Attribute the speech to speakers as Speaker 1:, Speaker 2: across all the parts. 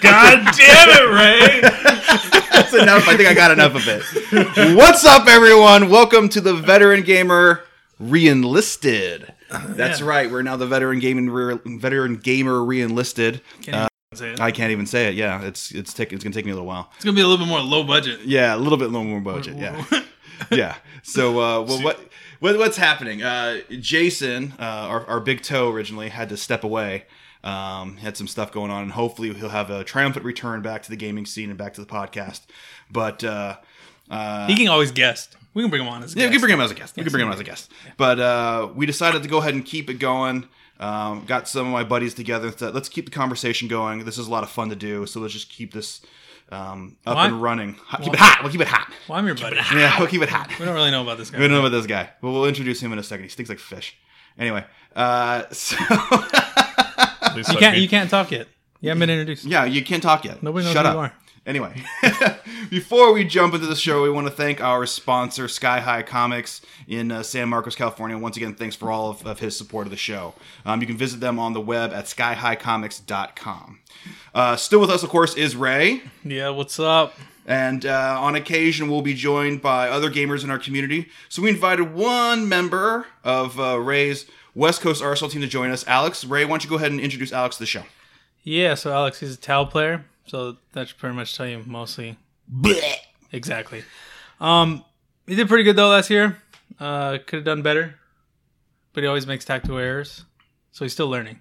Speaker 1: God damn it, Ray!
Speaker 2: That's enough. I think I got enough of it. What's up, everyone? Welcome to the Veteran Gamer Reenlisted. That's
Speaker 1: Yeah.
Speaker 2: right. We're now the Veteran Gaming re- Veteran Gamer Reenlisted. Uh, I can't even say it. Yeah, it's it's taking it's gonna take me a little while.
Speaker 1: It's gonna be a little bit more low budget.
Speaker 2: Yeah, a little bit longer budget. Yeah, yeah. So, uh, well, what, what what's happening? Uh, Jason, uh, our, our big toe originally had to step away. Um, had some stuff going on, and hopefully he'll have a triumphant return back to the gaming scene and back to the podcast. But uh, uh,
Speaker 1: He can always guest. We can bring him on as a
Speaker 2: yeah, we
Speaker 1: guest.
Speaker 2: can bring him as a guest. We can bring him as a guest. But uh, we decided to go ahead and keep it going. Um, got some of my buddies together and said, let's keep the conversation going. This is a lot of fun to do, so let's just keep this um, up
Speaker 1: Why-
Speaker 2: and running. Hot- Keep it hot. We'll keep it hot.
Speaker 1: Well, I'm your buddy.
Speaker 2: Yeah, we'll keep it hot.
Speaker 1: We don't really know about this guy.
Speaker 2: We don't know about this guy, but we'll introduce him in a second. He stinks like fish. Anyway, uh, so
Speaker 3: You
Speaker 1: you can't. You can't talk yet. You haven't been introduced.
Speaker 2: yeah, you can't talk yet.
Speaker 1: Nobody knows
Speaker 2: Shut
Speaker 1: who
Speaker 2: up.
Speaker 1: you are.
Speaker 2: Anyway, before we jump into the show, we want to thank our sponsor, Sky High Comics in uh, San Marcos, California. Once again, thanks for all of, of his support of the show. Um, you can visit them on the web at skyhighcomics.com. Uh, still with us, of course, is Ray.
Speaker 1: Yeah. What's up?
Speaker 2: And uh, on occasion, we'll be joined by other gamers in our community. So we invited one member of uh, Ray's West Coast RSL team to join us. Alex, Ray, why don't you go ahead and introduce Alex to the show?
Speaker 1: Yeah. So Alex is a towel player. So that should pretty much tell you mostly. Exactly. Um, he did pretty good though last year. Uh, could have done better, but he always makes tactical errors, so he's still learning.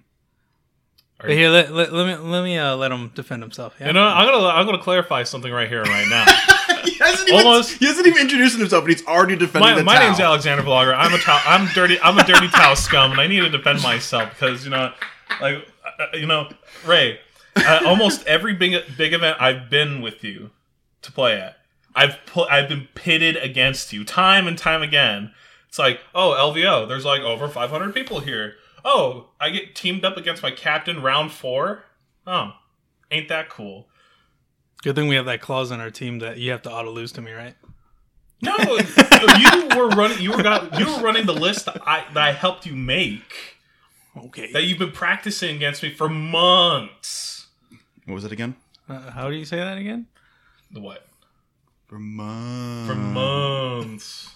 Speaker 1: But here, let, let, let me let me uh, let him defend himself. Yeah.
Speaker 3: know, uh, I'm gonna I'm gonna clarify something right here, and right now.
Speaker 2: He hasn't,
Speaker 3: even- Almost. he
Speaker 2: hasn't even introduced himself, but he's already defending
Speaker 3: my my name's Alexander Vlogger. I'm a towel, I'm dirty. I'm a dirty towel scum, and I need to defend myself because you know, like uh, you know, Ray. Uh, almost every big big event I've been with you to play at, I've put I've been pitted against you time and time again. It's like, oh LVO, there's like over 500 people here. Oh, I get teamed up against my captain round four. Oh, ain't that cool?
Speaker 1: Good thing we have that clause in our team that you have to auto lose to me, right?
Speaker 3: No, you were running. You were got. You were running the list that I that I helped you make.
Speaker 1: Okay.
Speaker 3: That you've been practicing against me for months.
Speaker 2: What was it again?
Speaker 1: Uh, how do you say that again?
Speaker 3: The What?
Speaker 2: For months.
Speaker 3: For months.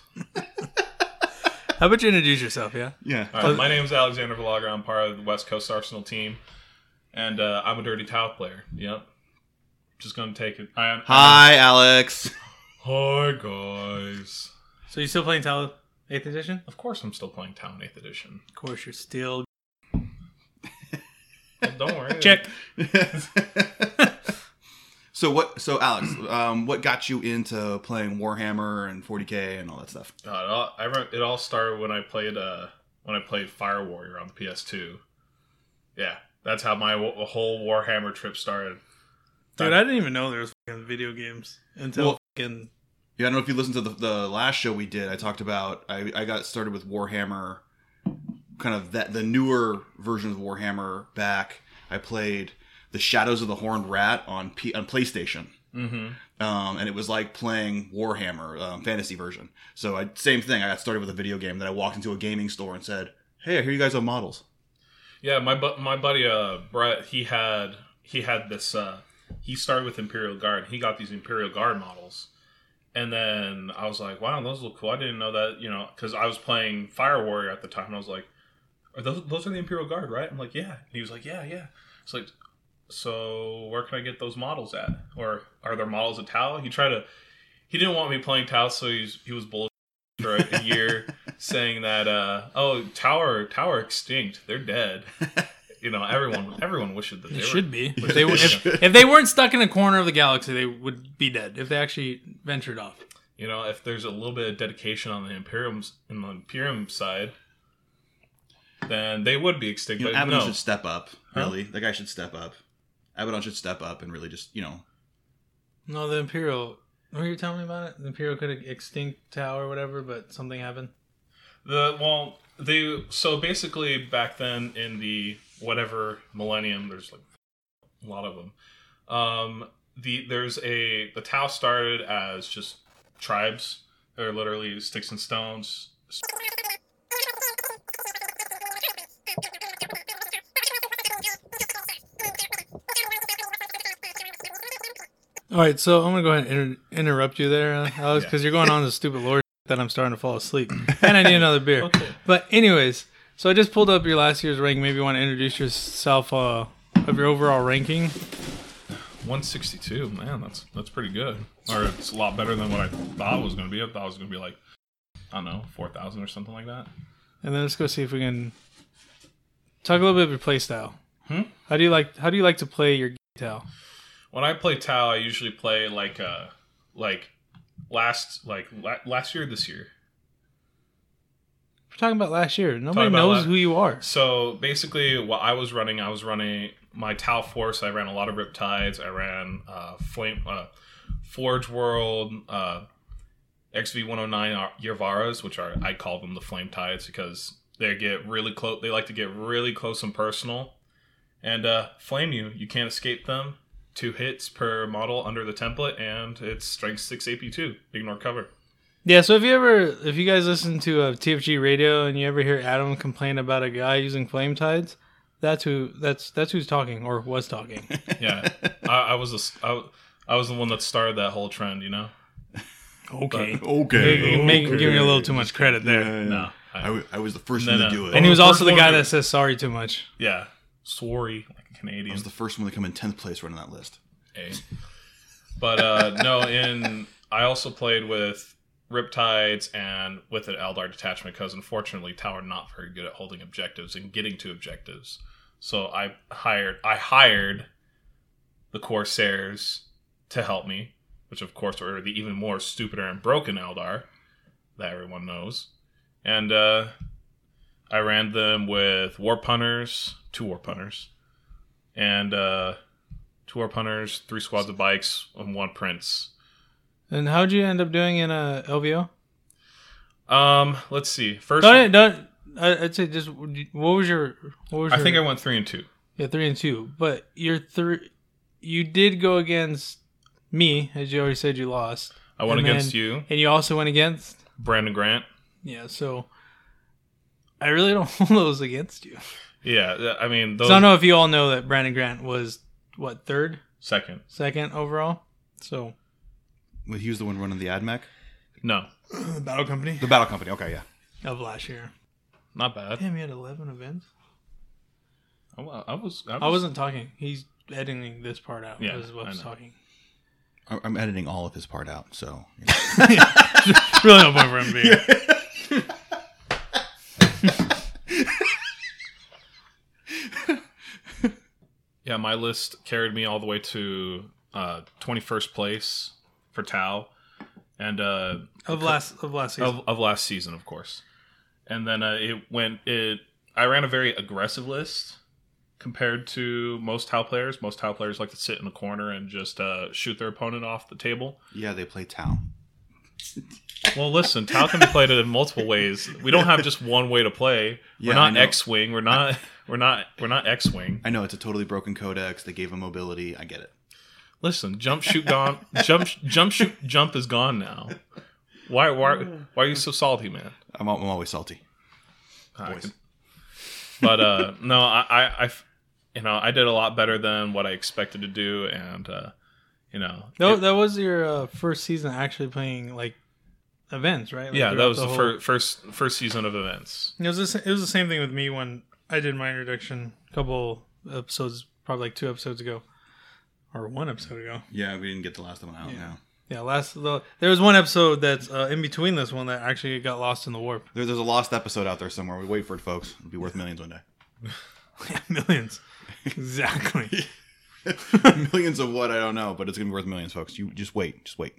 Speaker 1: How about you introduce yourself? Yeah.
Speaker 2: Yeah.
Speaker 3: All right, my name is Alexander Vlogger. I'm part of the West Coast Arsenal team, and uh, I'm a dirty towel player. Yep. Just gonna take it. I am.
Speaker 2: Hi, Alex.
Speaker 3: Hi guys.
Speaker 1: So you still playing Talo Eighth Edition?
Speaker 3: Of course, I'm still playing Town Eighth Edition.
Speaker 1: Of course, you're still
Speaker 3: Well, don't worry.
Speaker 1: check.
Speaker 2: so what? So Alex, um, what got you into playing Warhammer and 40k and all that stuff?
Speaker 3: Uh, it all, I remember, it all started when I played uh when I played Fire Warrior on the PS2. Yeah, that's how my w- whole Warhammer trip started.
Speaker 1: Dude, I didn't even know there was fucking video games until
Speaker 2: Well-
Speaker 1: fucking.
Speaker 2: Yeah, I don't know if you listened to the, the last show we did. I talked about I, I got started with Warhammer, kind of that the newer version of Warhammer. Back, I played the Shadows of the Horned Rat on P, on PlayStation,
Speaker 3: Mm-hmm.
Speaker 2: um, and it was like playing Warhammer um, fantasy version. So I same thing. I got started with a video game. Then I walked into a gaming store and said, "Hey, I hear you guys have models."
Speaker 3: Yeah, my bu- my buddy uh Brett, he had he had this uh he started with Imperial Guard. He got these Imperial Guard models. And then I was like, wow, those look cool. I didn't know that, you know, cuz I was playing Fire Warrior at the time and I was like, are those those are the Imperial Guard, right? I'm like, yeah. And he was like, yeah, yeah. It's like so where can I get those models at? Or are there models at Tau? He tried to he didn't want me playing Tau, so he's he was bull for a year saying that uh oh, Tower Tower extinct. They're dead. You know, everyone everyone wishes that they
Speaker 1: It
Speaker 3: were-
Speaker 1: should be. If they, were,
Speaker 2: It
Speaker 1: if,
Speaker 2: should.
Speaker 1: if they weren't stuck in a corner of the galaxy, they would be dead. If they actually ventured off.
Speaker 3: you know, if there's a little bit of dedication on the Imperium's in the Imperium side, then they would be extinct.
Speaker 2: You know,
Speaker 3: but
Speaker 2: Abaddon
Speaker 3: no.
Speaker 2: should step up.
Speaker 3: Huh?
Speaker 2: Really, that guy should step up. Abaddon should step up and really just you know.
Speaker 1: No, the Imperial. What were you telling me about it? The Imperial could have extinct Tau or whatever, but something happened.
Speaker 3: The well, they so basically back then in the whatever millennium, there's like a lot of them. Um, the there's a the Tau started as just tribes. They're literally sticks and stones.
Speaker 4: Thank you.
Speaker 1: All right, so I'm gonna go ahead and inter- interrupt you there, uh, Alex, because you're going on the stupid lore that I'm starting to fall asleep, and I need another beer.
Speaker 3: Okay.
Speaker 1: But anyways, so I just pulled up your last year's rank. Maybe you want to introduce yourself uh, of your overall ranking.
Speaker 3: 162, man, that's that's pretty good. Or it's a lot better than what I thought it was gonna be. I thought it was gonna be like I don't know, four thousand or something like that.
Speaker 1: and then let's go see if we can talk a little bit of your play style. How do you like How do you like to play your style?
Speaker 3: When I play Tau, I usually play like uh like last like la- last year this year.
Speaker 1: We're talking about last year. Nobody
Speaker 3: about
Speaker 1: knows
Speaker 3: last-
Speaker 1: who you are.
Speaker 3: So basically, what I was running, I was running my Tau Force. I ran a lot of Riptides. I ran uh, Flame uh, Forge World, uh, XV109 are- oh uh, Yervaras, which are I call them the Flame Tides because they get really close. They like to get really close and personal, and uh, flame you. You can't escape them. Two hits per model under the template, and it's Strength Six AP two. Ignore cover.
Speaker 1: Yeah. So if you ever, if you guys listen to uh, TFG radio and you ever hear Adam complain about a guy using flame tides, that's who. That's that's who's talking or was talking.
Speaker 3: Yeah, I, I was the s- I, I was the one that started that whole trend. You know.
Speaker 1: okay.
Speaker 2: Okay.
Speaker 1: You're making- giving you a little too much credit there.
Speaker 3: No.
Speaker 2: I, w- I was the first
Speaker 3: No,
Speaker 2: one
Speaker 3: no.
Speaker 2: to do it.
Speaker 1: And he was
Speaker 3: First
Speaker 1: also the
Speaker 3: one
Speaker 1: guy
Speaker 3: to-
Speaker 1: that says sorry too much.
Speaker 3: Yeah. Sorry, like a
Speaker 2: I
Speaker 3: Canadian.
Speaker 2: was the first one to come in tenth place running that list.
Speaker 3: Eh. But uh, no, in I also played with Riptides and with an Eldar detachment because unfortunately Tower not very good at holding objectives and getting to objectives. So I hired I hired the Corsairs to help me, which of course are the even more stupider and broken Eldar that everyone knows. And uh, I ran them with Warp Hunters, two Warp Hunters, and uh, two warp hunters, three squads of bikes, and one prince.
Speaker 1: And how'd you end up doing in uh, a LVO?
Speaker 3: Um, let's see. First,
Speaker 1: Don't don't. I- I'd say just what was your what was
Speaker 3: I
Speaker 1: your,
Speaker 3: think I went three and two.
Speaker 1: Yeah, three and two. But you're three. You did go against me, as you already said, you lost,
Speaker 3: I went
Speaker 1: And
Speaker 3: against
Speaker 1: then-
Speaker 3: you,
Speaker 1: and you also went against.
Speaker 3: Brandon Grant.
Speaker 1: Yeah, so I really don't hold those against you.
Speaker 3: Yeah, th- I mean those
Speaker 1: So I don't know if you all know that Brandon Grant was what third,
Speaker 3: second.
Speaker 1: second overall. So
Speaker 2: Well, he was the one running the AdMech,
Speaker 3: No,
Speaker 1: the battle company
Speaker 2: the battle company. Okay, yeah.
Speaker 1: of last year.
Speaker 3: not bad.
Speaker 1: Damn, you had eleven events.
Speaker 3: I wa- I was. I, was,
Speaker 1: I wasn't talking. He's editing this part out.
Speaker 3: Yeah,
Speaker 1: Yeah, was what
Speaker 3: I
Speaker 1: I was
Speaker 3: know.
Speaker 1: talking.
Speaker 2: I- I'm editing all of his part out, so
Speaker 1: Really no point for him to be here.
Speaker 3: Yeah, my list carried me all the way to uh, 21st place for Tau, and uh,
Speaker 1: Of last of last season.
Speaker 3: of, of last season, of course. And then uh, it went. It I ran a very aggressive list compared to most Tau players. Most Tau players like to sit in a corner and just uh, shoot their opponent off the table.
Speaker 2: yeah, they play town.
Speaker 3: Well, listen, Tau can be played in multiple ways. We don't have just one way to play.
Speaker 2: Yeah,
Speaker 3: we're
Speaker 2: I
Speaker 3: not
Speaker 2: know.
Speaker 3: X-wing. We're not. We're not. We're not X-wing.
Speaker 2: I know it's a totally broken codex. They gave him mobility. I get it.
Speaker 3: Listen, jump shoot gone. jump jump shoot jump is gone now. Why why why are you so salty, man?
Speaker 2: I'm, al- I'm always salty.
Speaker 3: I
Speaker 2: Boys.
Speaker 3: could- but uh no I, I I f- you know i did a lot better than what i expected to do and uh you know
Speaker 1: No,
Speaker 3: it-
Speaker 1: that was your uh, first season actually playing like events, right? Like,
Speaker 3: yeah that
Speaker 1: throughout
Speaker 3: was the,
Speaker 1: whole-
Speaker 3: fir- first first season of events
Speaker 1: It was the, sa- it was the same thing with me when I did my introduction a couple episodes, probably like two episodes ago, or one episode ago.
Speaker 2: Yeah, we didn't get the last one out. Yeah.
Speaker 1: Yeah, last the, there was one episode that's uh, in between this one that actually got lost in the warp.
Speaker 2: There, there's a lost episode out there somewhere. We wait for it, folks. It'll be worth millions one day.
Speaker 1: Millions, exactly.
Speaker 2: millions of what I don't know, but it's gonna be worth millions, folks. You just wait. Just wait.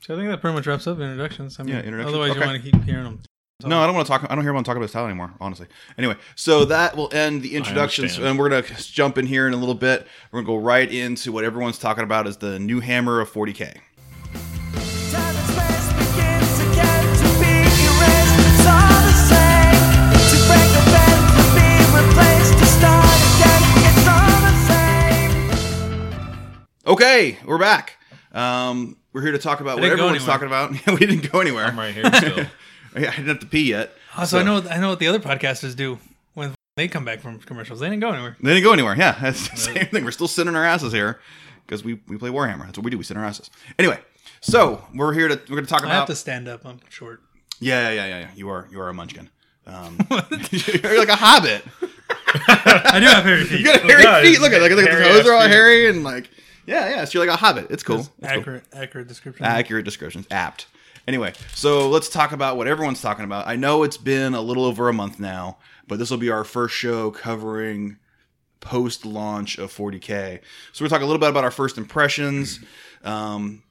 Speaker 1: So I think that pretty much wraps up introductions. I mean,
Speaker 2: Yeah, introductions.
Speaker 1: Otherwise,
Speaker 2: Okay.
Speaker 1: you want to keep hearing them.
Speaker 2: No, I don't want to talk. I don't hear want to talk about style anymore, honestly. Anyway, so that will end the introductions,
Speaker 3: understand.
Speaker 2: and we're gonna jump in here in a little bit. We're gonna go right into what everyone's talking about is the new hammer of 40k.
Speaker 4: Time and space begins again to be erased. It's all the same. To break a bend, to be replaced, to start again. It's all the same.
Speaker 2: Okay, we're back. Um, we're here to talk about what
Speaker 1: didn't go
Speaker 2: everyone's
Speaker 1: anywhere.
Speaker 2: talking about. we didn't go anywhere.
Speaker 3: i'm right here still
Speaker 2: I didn't have to pee yet.
Speaker 1: Also, Ah, I know I know what the other podcasters do when they come back from commercials. They didn't go anywhere.
Speaker 2: They didn't go anywhere. Yeah, that's the same thing. We're still sitting on our asses here. because we, we play Warhammer. That's what we do. We sit in our asses. Anyway, so we're here to we're going to talk
Speaker 1: I have
Speaker 2: about
Speaker 1: to stand up. I'm short.
Speaker 2: yeah yeah yeah yeah. You are you are a munchkin. Um, you're like a hobbit.
Speaker 1: I do have hairy feet.
Speaker 2: You got hairy
Speaker 3: Oh, God,
Speaker 2: feet. Look at look at look at the
Speaker 3: hairy
Speaker 2: toes are all
Speaker 3: ass feet.
Speaker 2: hairy and like yeah yeah. So you're like a hobbit. It's cool. It's cool.
Speaker 1: accurate, accurate description.
Speaker 2: accurate descriptions apt anyway so let's talk about what everyone's talking about i know it's been a little over a month now but this will be our first show covering post launch of 40k so we're talking a little bit about our first impressions um,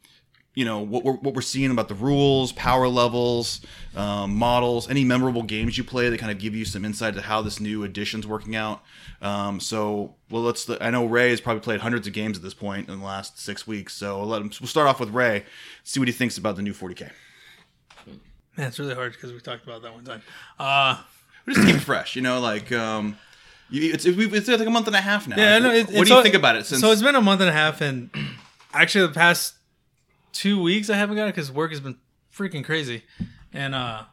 Speaker 2: you know what we're, what we're seeing about the rules power levels um, models any memorable games you play that kind of give you some insight to how this new edition's working out um, so well let's i know ray has probably played hundreds of games at this point in the last six weeks so we'll let him we'll start off with ray see what he thinks about the new 40k
Speaker 1: Man, it's really hard because we talked about that one time. Uh,
Speaker 2: We're just keep it fresh you know like um, you, it's, we've- it's like a month and a half now
Speaker 1: yeah, no, it,
Speaker 2: what
Speaker 1: it's
Speaker 2: do you
Speaker 1: all-
Speaker 2: think about it since
Speaker 1: so it's been a month and a half, and actually the past two weeks I haven't got it because work has been freaking crazy, and uh,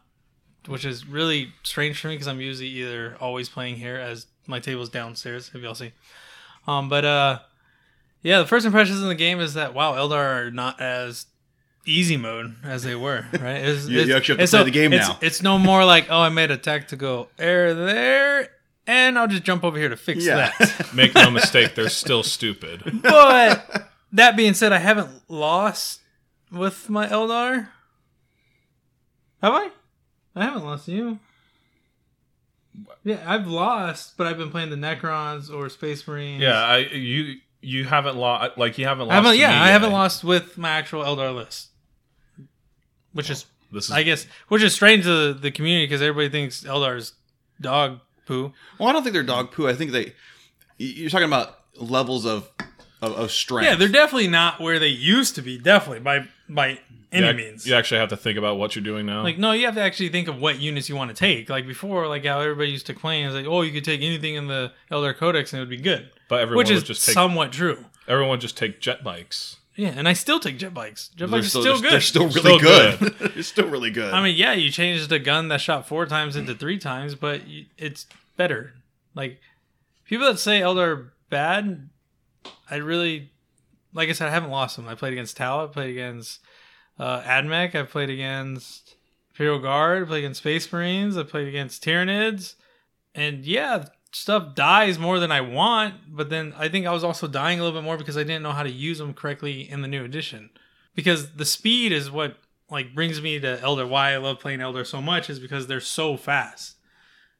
Speaker 1: which is really strange for me because I'm usually either always playing here as my table's downstairs. If y'all see, um, but uh, yeah, the first impressions in the game is that wow, Eldar are not as easy mode as they were, right? It's,
Speaker 2: You- you
Speaker 1: it's-
Speaker 2: actually have to
Speaker 1: it's
Speaker 2: play
Speaker 1: no-
Speaker 2: the game
Speaker 1: it's-
Speaker 2: now.
Speaker 1: It's no more like oh, I made a tactical error there, and I'll just jump over here to fix
Speaker 2: yeah
Speaker 1: that
Speaker 3: Make no mistake, they're still stupid.
Speaker 1: but that being said, I haven't lost with my Eldar. Have I? I haven't lost to you. Yeah, I've lost, but I've been playing the Necrons or Space Marines.
Speaker 3: Yeah, I you you haven't lost like you haven't
Speaker 1: I
Speaker 3: lost.
Speaker 1: haven't.
Speaker 3: to
Speaker 1: Yeah,
Speaker 3: me
Speaker 1: I
Speaker 3: yet.
Speaker 1: haven't lost with my actual Eldar list, which is,
Speaker 3: This is
Speaker 1: I guess, which is strange to the, the community because everybody thinks Eldar's dog poo.
Speaker 2: Well, I don't think they're dog poo. I think they. y- You're talking about levels of of, of strength.
Speaker 1: Yeah, they're definitely not where they used to be. Definitely by by any
Speaker 3: you ac-
Speaker 1: means.
Speaker 3: You actually have to think about what you're doing now.
Speaker 1: Like no, you have to actually think of what units you want to take. Like before, like how everybody used to claim is like, oh, you could take anything in the Elder Codex and it would be good,
Speaker 3: but everyone
Speaker 1: which
Speaker 3: would
Speaker 1: is
Speaker 3: just take
Speaker 1: somewhat true.
Speaker 3: everyone would just take jet bikes.
Speaker 1: Yeah, and I still take jet bikes. Jet
Speaker 2: They're
Speaker 1: bikes
Speaker 2: still,
Speaker 1: are still
Speaker 2: they're-
Speaker 1: good.
Speaker 2: They're still really
Speaker 3: Still
Speaker 2: good. they're still really good.
Speaker 1: I mean, yeah, you changed the gun that shot four times into three times, but you, it's better. Like people that say Elder are bad, I really, like I said, I haven't lost them. I played against Tal. I played against uh, Admech. I played against Imperial Guard. I played against Space Marines. I played against Tyranids, and yeah. Stuff dies more than I want, but then I think I was also dying a little bit more because I didn't know how to use them correctly in the new edition because the speed is what like brings me to Elder. Why I love playing Elder so much is because they're so fast.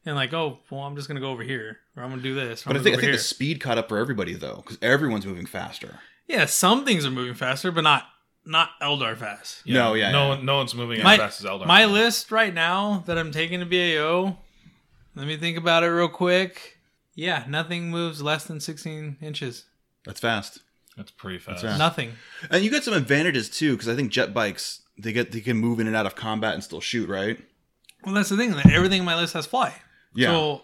Speaker 1: And like, oh, well, I'm just gonna go over here, or I'm gonna do this. Or
Speaker 2: but I
Speaker 1: I'm
Speaker 2: think I think
Speaker 1: gonna go
Speaker 2: the
Speaker 1: over
Speaker 2: speed caught up for everybody though, because everyone's moving faster.
Speaker 1: here. yeah, some things are moving faster, but not not Eldar fast.
Speaker 2: No, yeah,
Speaker 3: no
Speaker 2: yeah.
Speaker 3: one, no one's moving
Speaker 1: My-
Speaker 3: as fast as Eldar.
Speaker 1: My list right now that I'm taking to BAO. Let me think about it real quick. Yeah, nothing moves less than 16 inches.
Speaker 2: That's fast.
Speaker 3: That's pretty fast.
Speaker 2: right.
Speaker 1: Nothing.
Speaker 2: And you get some advantages too, because I think jet bikes they get they can move in and out of combat and still shoot, right?
Speaker 1: Well, that's the thing. That everything in my list has fly.
Speaker 2: Yeah.
Speaker 1: So,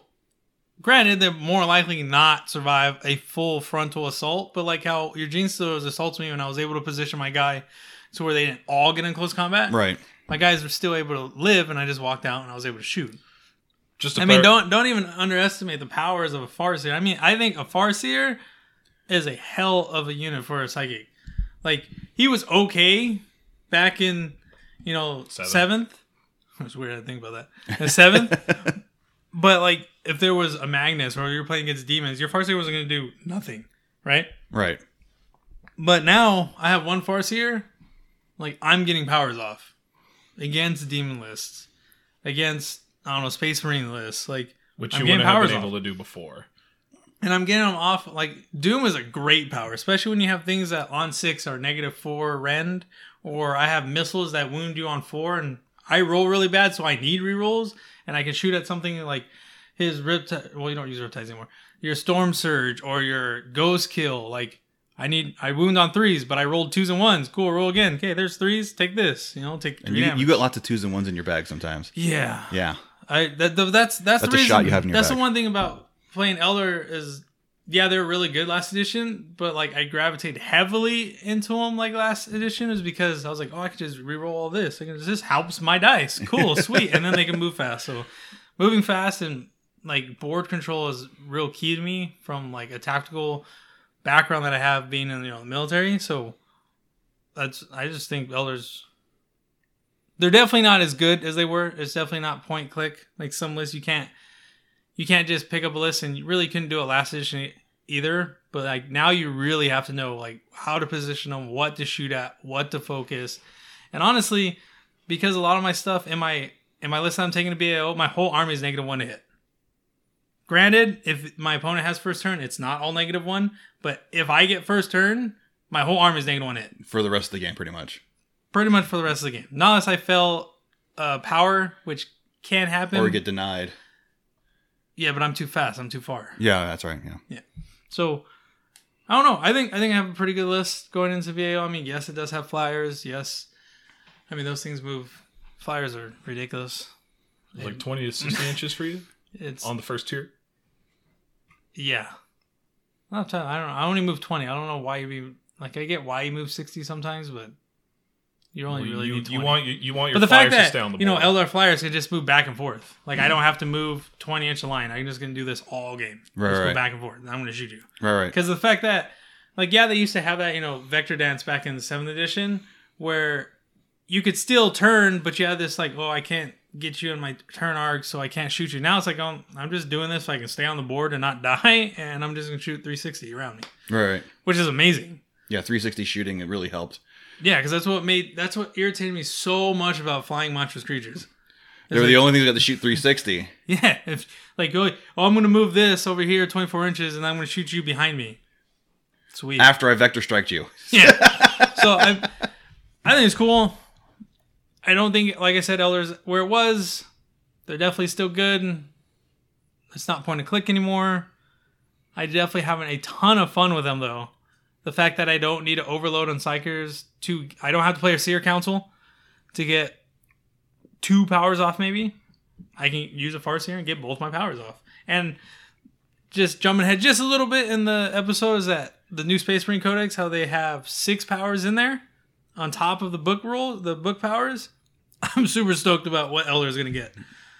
Speaker 1: granted, they're more likely not survive a full frontal assault, but like how your gene still assaults me when I was able to position my guy to where they didn't all get in close combat.
Speaker 2: right.
Speaker 1: My guys were still able to live, and I just walked out and I was able to shoot.
Speaker 3: Just to
Speaker 1: I mean,
Speaker 3: clar-
Speaker 1: don't don't even underestimate the powers of a farseer. I mean, I think a farseer is a hell of a unit for a psychic. Like he was okay back in, you know,
Speaker 3: Seventh.
Speaker 1: seventh. It's weird to think about that. The seventh, but like if there was a Magnus or you're playing against demons, your farseer was going to do nothing, right?
Speaker 2: Right.
Speaker 1: But now I have one farseer. Like I'm getting powers off against demon lists, against I don't know space marine lists, like
Speaker 3: which
Speaker 1: I'm
Speaker 3: you
Speaker 1: getting
Speaker 3: wouldn't have
Speaker 1: powers
Speaker 3: been
Speaker 1: off.
Speaker 3: able to do before.
Speaker 1: and I'm getting them off. Like Doom is a great power, especially when you have things that on six are negative four rend, or I have missiles that wound you on four, and I roll really bad, so I need rerolls, and I can shoot at something like his riptide. Well, you don't use riptides anymore. Your storm surge or your ghost kill. Like I need, I wound on threes, but I rolled twos and ones. Cool, roll again. Okay, there's threes. Take this. You know, take
Speaker 2: And
Speaker 1: three
Speaker 2: you,
Speaker 1: damage.
Speaker 2: you got lots of twos and ones in your bag sometimes.
Speaker 1: yeah.
Speaker 2: Yeah.
Speaker 1: I that, th- that's that's the
Speaker 2: That's a
Speaker 1: reason.
Speaker 2: shot you have in your
Speaker 1: that's
Speaker 2: back.
Speaker 1: the one thing about playing Elder is yeah they're really good last edition, but like I gravitate heavily into them like last edition is because I was like oh I could just reroll all this. I can, this helps my dice. Cool, sweet, and then they can move fast. So moving fast and like board control is real key to me from like a tactical background that I have being in you know the military. So that's I just think elders they're definitely not as good as they were. It's definitely not point click like some lists you can't you can't just pick up a list and you really couldn't do it last edition e- either. But like now you really have to know like how to position them, what to shoot at, what to focus, and honestly, because a lot of my stuff in my in my list that I'm taking to BAO, my whole army is negative one to hit. Granted, if my opponent has first turn, it's not all negative one. But if I get first turn, my whole army is negative one hit
Speaker 2: for the rest of the game, pretty much.
Speaker 1: pretty much for the rest of the game. Not unless I fail uh, power, which can happen.
Speaker 2: Or get denied.
Speaker 1: yeah, but I'm too fast. I'm too far.
Speaker 2: Yeah, that's right. Yeah.
Speaker 1: So I don't know. I think I think I have a pretty good list going into VAO. I mean, yes, it does have flyers. Yes, I mean those things move. Flyers are ridiculous.
Speaker 3: It's like 20 to 60 inches for you
Speaker 1: It's
Speaker 3: on the first tier.
Speaker 1: yeah. I'm telling- I don't. know. I only move twenty. I don't know why you be like. I get why you move sixty sometimes, but you only really
Speaker 3: you,
Speaker 1: need 20.
Speaker 3: you want you, you want your
Speaker 1: but the fact
Speaker 3: flyers to
Speaker 1: that
Speaker 3: stay on the board. Mm-hmm.
Speaker 1: you know Eldar flyers can just move back and forth. Like I don't have to move twenty inch line. I'm just gonna do this all game.
Speaker 2: Right,
Speaker 1: just
Speaker 2: right.
Speaker 1: go back and forth. And I'm gonna shoot you.
Speaker 2: Right, right.
Speaker 1: Because the fact that, like, yeah, they used to have that, you know, vector dance back in the seventh edition where you could still turn, but you had this, like, oh, I can't get you in my turn arc, so I can't shoot you. Now it's like, oh, I'm just doing this so I can stay on the board and not die, and I'm just going to shoot 360 around me,
Speaker 2: Right, right.
Speaker 1: which is amazing.
Speaker 2: Yeah, 360 shooting, it really helped.
Speaker 1: Yeah, because that's what made, that's what irritated me so much about flying monstrous creatures.
Speaker 2: They were the only things that got to shoot 360.
Speaker 1: Yeah, if like, oh, oh, I'm going to move this over here 24 inches, and I'm going to shoot you behind me. Sweet.
Speaker 2: after I vector striked you.
Speaker 1: yeah. So I, I think it's cool. I don't think, like I said, Elders, where it was, they're definitely still good. It's not point and click anymore. I definitely having a ton of fun with them though. The fact that I don't need to overload on psychers to, I don't have to play a seer council to get two powers off. Maybe I can use a farseer and get both my powers off. And just jumping ahead just a little bit in the episode is that the new Space Marine Codex, how they have six powers in there on top of the book rule, the book powers. I'm super stoked about what Elder is going to get.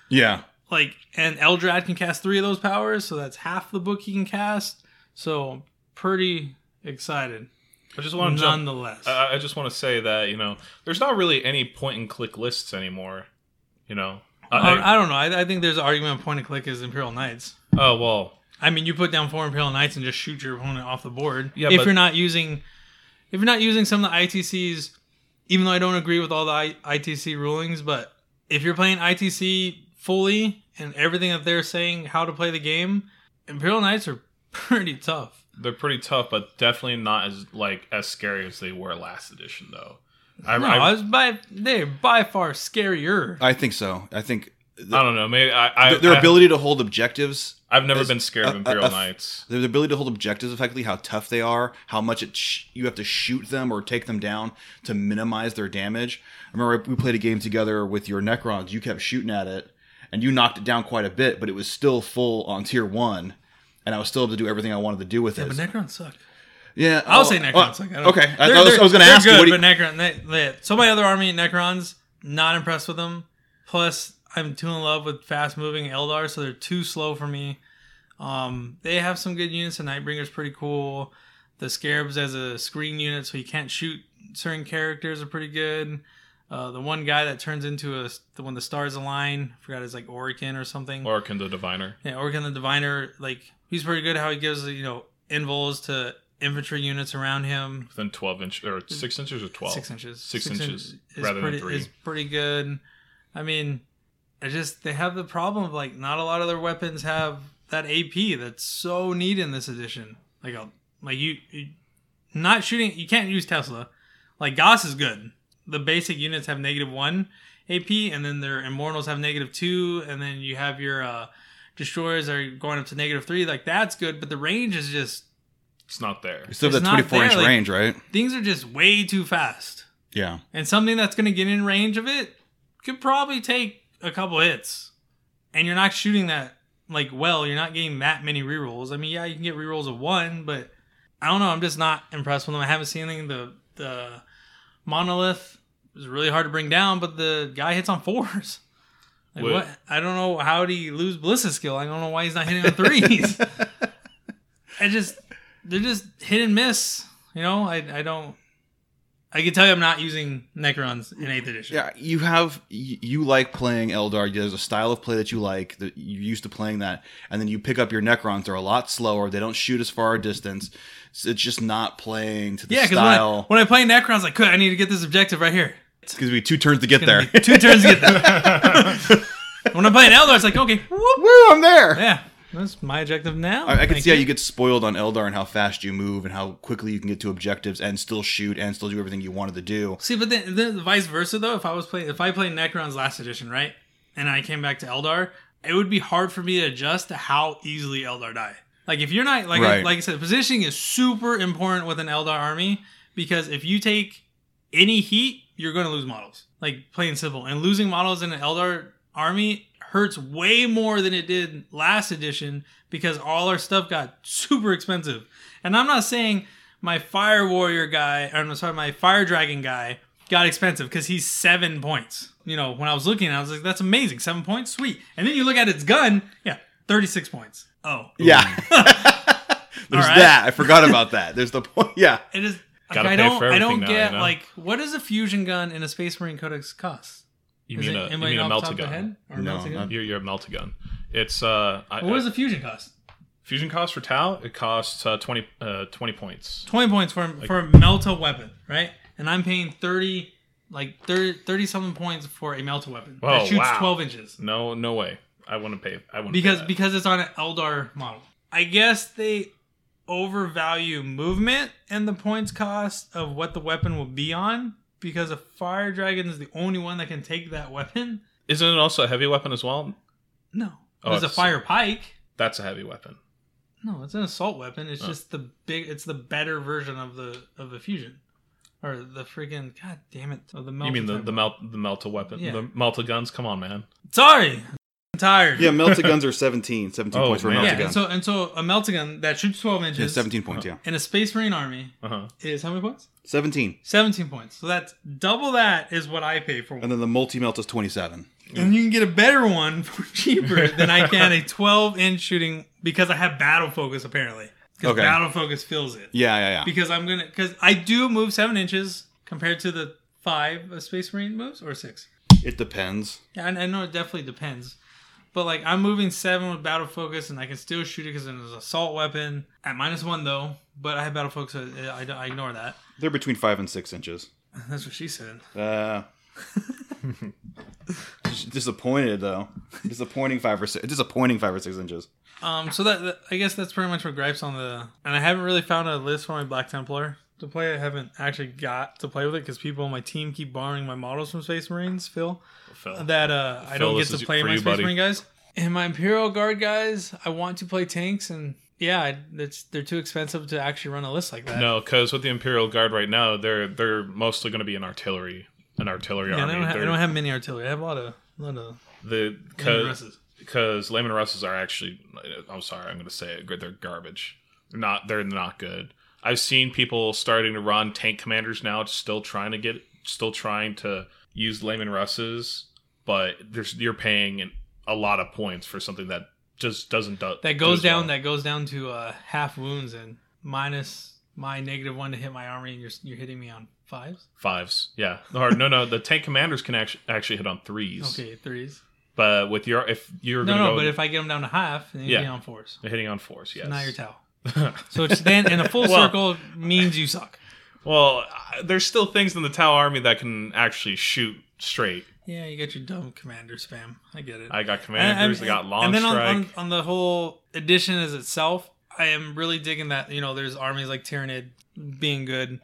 Speaker 2: Yeah.
Speaker 1: Like, and Eldrad can cast three of those powers, so that's half the book he can cast. So I'm pretty excited,
Speaker 3: I just want to jump.
Speaker 1: nonetheless.
Speaker 3: I, I just want to say that you know there's not really any point and click lists anymore. You know. Uh, I-
Speaker 1: I,
Speaker 3: I-
Speaker 1: I don't know. I, I think there's an argument of point and click is Imperial Knights.
Speaker 3: oh well.
Speaker 1: I mean, you put down four Imperial Knights and just shoot your opponent off the board.
Speaker 3: Yeah,
Speaker 1: if
Speaker 3: but-
Speaker 1: you're not using, if you're not using some of the ITCs, even though I don't agree with all the I- ITC rulings, but if you're playing ITC fully and everything that they're saying how to play the game, Imperial Knights are pretty tough.
Speaker 3: They're pretty tough, but definitely not as like as scary as they were last edition, though. I,
Speaker 1: No,
Speaker 3: I-
Speaker 1: I was by they're by far scarier.
Speaker 2: I think so. I think the,
Speaker 3: I don't know. Maybe I, I
Speaker 2: their
Speaker 3: I-
Speaker 2: ability to hold objectives,
Speaker 3: I've never
Speaker 2: is-
Speaker 3: been scared of
Speaker 2: uh, uh,
Speaker 3: Imperial
Speaker 2: uh,
Speaker 3: Knights.
Speaker 2: their ability to hold objectives effectively, how tough they are, how much it sh- you have to shoot them or take them down to minimize their damage. I remember we played a game together with your Necrons. You kept shooting at it, and you knocked it down quite a bit, but it was still full on tier one. And I was still able to do everything I wanted to do with it.
Speaker 1: But Necrons suck.
Speaker 2: yeah,
Speaker 1: I'll
Speaker 2: oh,
Speaker 1: say Necrons.
Speaker 2: oh,
Speaker 1: like, I don't
Speaker 2: okay, I,
Speaker 1: They're-
Speaker 2: I was,
Speaker 1: they're-
Speaker 2: I was going to
Speaker 1: they're
Speaker 2: ask you.
Speaker 1: good,
Speaker 2: What do you
Speaker 1: but Necron, they, they, so my other army Necrons, not impressed with them. Plus, I'm too in love with fast moving Eldar, so they're too slow for me. Um, they have some good units. The Nightbringer's pretty cool. The Scarabs as a screen unit, so you can't shoot certain characters, are pretty good. Uh, the one guy that turns into a the when the stars align, I forgot his like Orican or something.
Speaker 3: Or Kindle Diviner.
Speaker 1: Yeah, Orkin the Diviner, like he's pretty good. How he gives you know invols to infantry units around him.
Speaker 3: Within twelve inch or six inches or twelve.
Speaker 1: Six inches.
Speaker 3: Six,
Speaker 1: in-
Speaker 3: inches
Speaker 1: is
Speaker 3: rather
Speaker 1: pretty,
Speaker 3: than three.
Speaker 1: Is pretty good. I mean, I just they have the problem of like not a lot of their weapons have that AP that's so needed in this edition. Like a, like you, you not shooting. You can't use Tesla. Like Goss is good. The basic units have negative one AP, and then their Immortals have negative two, and then you have your uh, destroyers are going up to negative three. Like that's good, but the range is just
Speaker 3: It's not there.
Speaker 2: still have
Speaker 1: It's
Speaker 2: that
Speaker 1: not
Speaker 2: 24 inch
Speaker 1: there, like-
Speaker 2: range, right?
Speaker 1: things are just way too fast.
Speaker 2: Yeah.
Speaker 1: And something that's going to get in range of it could probably take a couple hits. And you're not shooting that like well, you're not getting that many rerolls. I mean, yeah, you can get rerolls of one, but I don't know, I'm just not impressed with them. I haven't seen anything the the monolith is really hard to bring down, but the guy hits on fours. Like
Speaker 3: Wait.
Speaker 1: what? I don't know how did he lose Bliss's skill. I don't know why he's not hitting on threes. I just they're just hit and miss. You know, I I don't. I can tell you, I'm not using Necrons in Eighth Edition.
Speaker 2: Yeah, you have you, you like playing Eldar. There's a style of play that you like that you're used to playing that, and then you pick up your Necrons. They're a lot slower. They don't shoot as far a distance. So it's just not playing to the
Speaker 1: Yeah, because when, I-
Speaker 2: style
Speaker 1: when I play Necrons, like, good, I need to get this objective right here.
Speaker 2: because we two turns to get there.
Speaker 1: Gonna be Two turns to get there. when I'm playing Eldar, it's like, okay, whoop.
Speaker 2: Woo! I'm there.
Speaker 1: Yeah, that's my objective now.
Speaker 2: I, I can
Speaker 1: Thank
Speaker 2: see how you get spoiled on Eldar and how fast you move and how quickly you can get to objectives and still shoot and still do everything you wanted to do.
Speaker 1: See, but then, then vice versa though. If I was playing, if I played Necrons last edition, right, and I came back to Eldar, it would be hard for me to adjust to how easily Eldar die. Like if you're not like I,
Speaker 2: Right.
Speaker 1: like I said, positioning is super important with an Eldar army because if you take any heat, you're going to lose models. Like plain and simple, and losing models in an Eldar army hurts way more than it did last edition because all our stuff got super expensive. And I'm not saying my fire warrior guy, or I'm sorry, my fire dragon guy got expensive because he's seven points. You know, when I was looking, I was like, that's amazing, seven points, sweet. And then you look at its gun, yeah, 36 points. Oh,
Speaker 2: Yeah. Mm. There's
Speaker 1: right.
Speaker 2: that. I forgot about that. There's the point. Yeah.
Speaker 1: it is. like,
Speaker 3: Gotta
Speaker 1: I
Speaker 3: pay
Speaker 1: don't,
Speaker 3: for
Speaker 1: I don't
Speaker 3: everything now,
Speaker 1: get
Speaker 3: you know?
Speaker 1: like what does a fusion gun in a Space Marine Codex cost?
Speaker 3: You
Speaker 1: Is
Speaker 3: mean a,
Speaker 1: it,
Speaker 3: you
Speaker 1: am I
Speaker 3: mean a
Speaker 1: off the top of the
Speaker 3: Meltagun?
Speaker 1: head? Or
Speaker 2: No,
Speaker 1: Meltagun?
Speaker 2: not-
Speaker 3: You're, you're a Meltagun. It's uh, I,
Speaker 1: Well, what does
Speaker 3: I-
Speaker 1: a fusion cost?
Speaker 3: fusion cost for Tau? It costs uh, 20, uh, 20 points.
Speaker 1: 20 points for for a Melta weapon, right? And I'm paying 30 like 30, 30 something points for a Melta weapon
Speaker 3: Oh,
Speaker 1: that shoots
Speaker 3: wow.
Speaker 1: 12 inches.
Speaker 3: No, no way. I wouldn't pay. I wouldn't pay
Speaker 1: because
Speaker 3: that.
Speaker 1: because it's on an Eldar model. I guess they overvalue movement and the points cost of what the weapon will be on because a fire dragon is the only one that can take that weapon.
Speaker 3: isn't it also a heavy weapon as well?
Speaker 1: No,
Speaker 3: Oh,
Speaker 1: there's a
Speaker 3: it's-
Speaker 1: fire pike.
Speaker 3: That's a heavy weapon.
Speaker 1: No, it's an assault weapon.
Speaker 3: Oh.
Speaker 1: It's just the big. It's the better version of the of the fusion, or the freaking god damn it of the.
Speaker 3: You mean the
Speaker 1: multi-type.
Speaker 3: the melt the melta weapon?
Speaker 1: Yeah.
Speaker 3: The melta guns. Come on, man.
Speaker 1: Sorry, I'm tired.
Speaker 2: Yeah, Melta guns are 17. 17
Speaker 3: Oh,
Speaker 2: points for a
Speaker 3: man.
Speaker 2: Melta
Speaker 1: yeah.
Speaker 2: gun.
Speaker 1: And so oh. and so a meltagun that shoots twelve inches.
Speaker 2: Yeah, 17 points, yeah.
Speaker 1: In a Space Marine army
Speaker 3: Uh huh.
Speaker 1: is how many points?
Speaker 2: 17.
Speaker 1: 17 points. So that's double that is what I pay for one.
Speaker 2: And then the multi melt is 27.
Speaker 1: And you can get a better one for cheaper than I can a 12 inch shooting because I have battle focus apparently. Because
Speaker 2: Okay.
Speaker 1: battle focus fills it.
Speaker 2: Yeah, yeah, yeah.
Speaker 1: Because I'm going to, because I do move seven inches compared to the five a Space Marine moves or six.
Speaker 2: It depends.
Speaker 1: Yeah, I, I know it definitely depends. But like I'm moving seven with battle focus, and I can still shoot it because it's an assault weapon at minus one though. But I have battle focus, so I, I, I ignore that.
Speaker 2: They're between 5 and 6 inches.
Speaker 1: That's what she said.
Speaker 2: Uh. just disappointed, though. Disappointing 5 or 6. Disappointing 5 or 6 inches.
Speaker 1: Um, so that, that- I guess that's pretty much my gripes on the. And I haven't really found a list for my Black Templar to play. I haven't actually got to play with it because people on my team keep borrowing my models from Space Marines. Phil,
Speaker 3: Phil.
Speaker 1: that uh, I don't
Speaker 3: Phil,
Speaker 1: get
Speaker 3: this
Speaker 1: to
Speaker 3: is
Speaker 1: play
Speaker 3: for
Speaker 1: my
Speaker 3: you,
Speaker 1: Space
Speaker 3: buddy.
Speaker 1: Marine guys. And my Imperial Guard guys, I want to play tanks, and yeah, I- it's they're too expensive to actually run a list like that.
Speaker 3: No, because with the Imperial Guard right now, they're they're mostly going to be an artillery, an artillery
Speaker 1: yeah, I
Speaker 3: army.
Speaker 1: don't, have, I
Speaker 3: They're-
Speaker 1: don't have many artillery. I have a lot of lot of
Speaker 3: the
Speaker 1: Lemon
Speaker 3: because
Speaker 1: Russes.
Speaker 3: because Layman Russes are actually. I'm sorry, I'm going to say it. good, They're garbage. They're not. They're not good. I've seen people starting to run tank commanders now, still trying to get, still trying to use Layman Russes, but there's you're paying an, a lot of points for something that just doesn't do,
Speaker 1: that goes
Speaker 3: do as
Speaker 1: down.
Speaker 3: well.
Speaker 1: That goes down to uh, half wounds and minus my negative one to hit my army, and you're you're hitting me on fives.
Speaker 3: fives. Yeah, or, no, no. The tank commanders can actually actually hit on threes.
Speaker 1: Okay, threes.
Speaker 3: But with your if you're
Speaker 1: No,
Speaker 3: gonna
Speaker 1: no,
Speaker 3: go
Speaker 1: but if I get them down to half, then
Speaker 3: Yeah.
Speaker 1: you're on fours.
Speaker 3: hitting on fours, yes.
Speaker 1: Now you're towel. So it's then in a full
Speaker 3: Well-
Speaker 1: circle means you suck.
Speaker 3: well, I- there's still things in the Tau army that can actually shoot straight.
Speaker 1: Yeah, you got your dumb commander spam. I get it.
Speaker 3: I got commanders. I got long
Speaker 1: and then on-
Speaker 3: strike.
Speaker 1: On, on, the whole edition as itself, I am really digging that. You know, there's armies like Tyranid being good.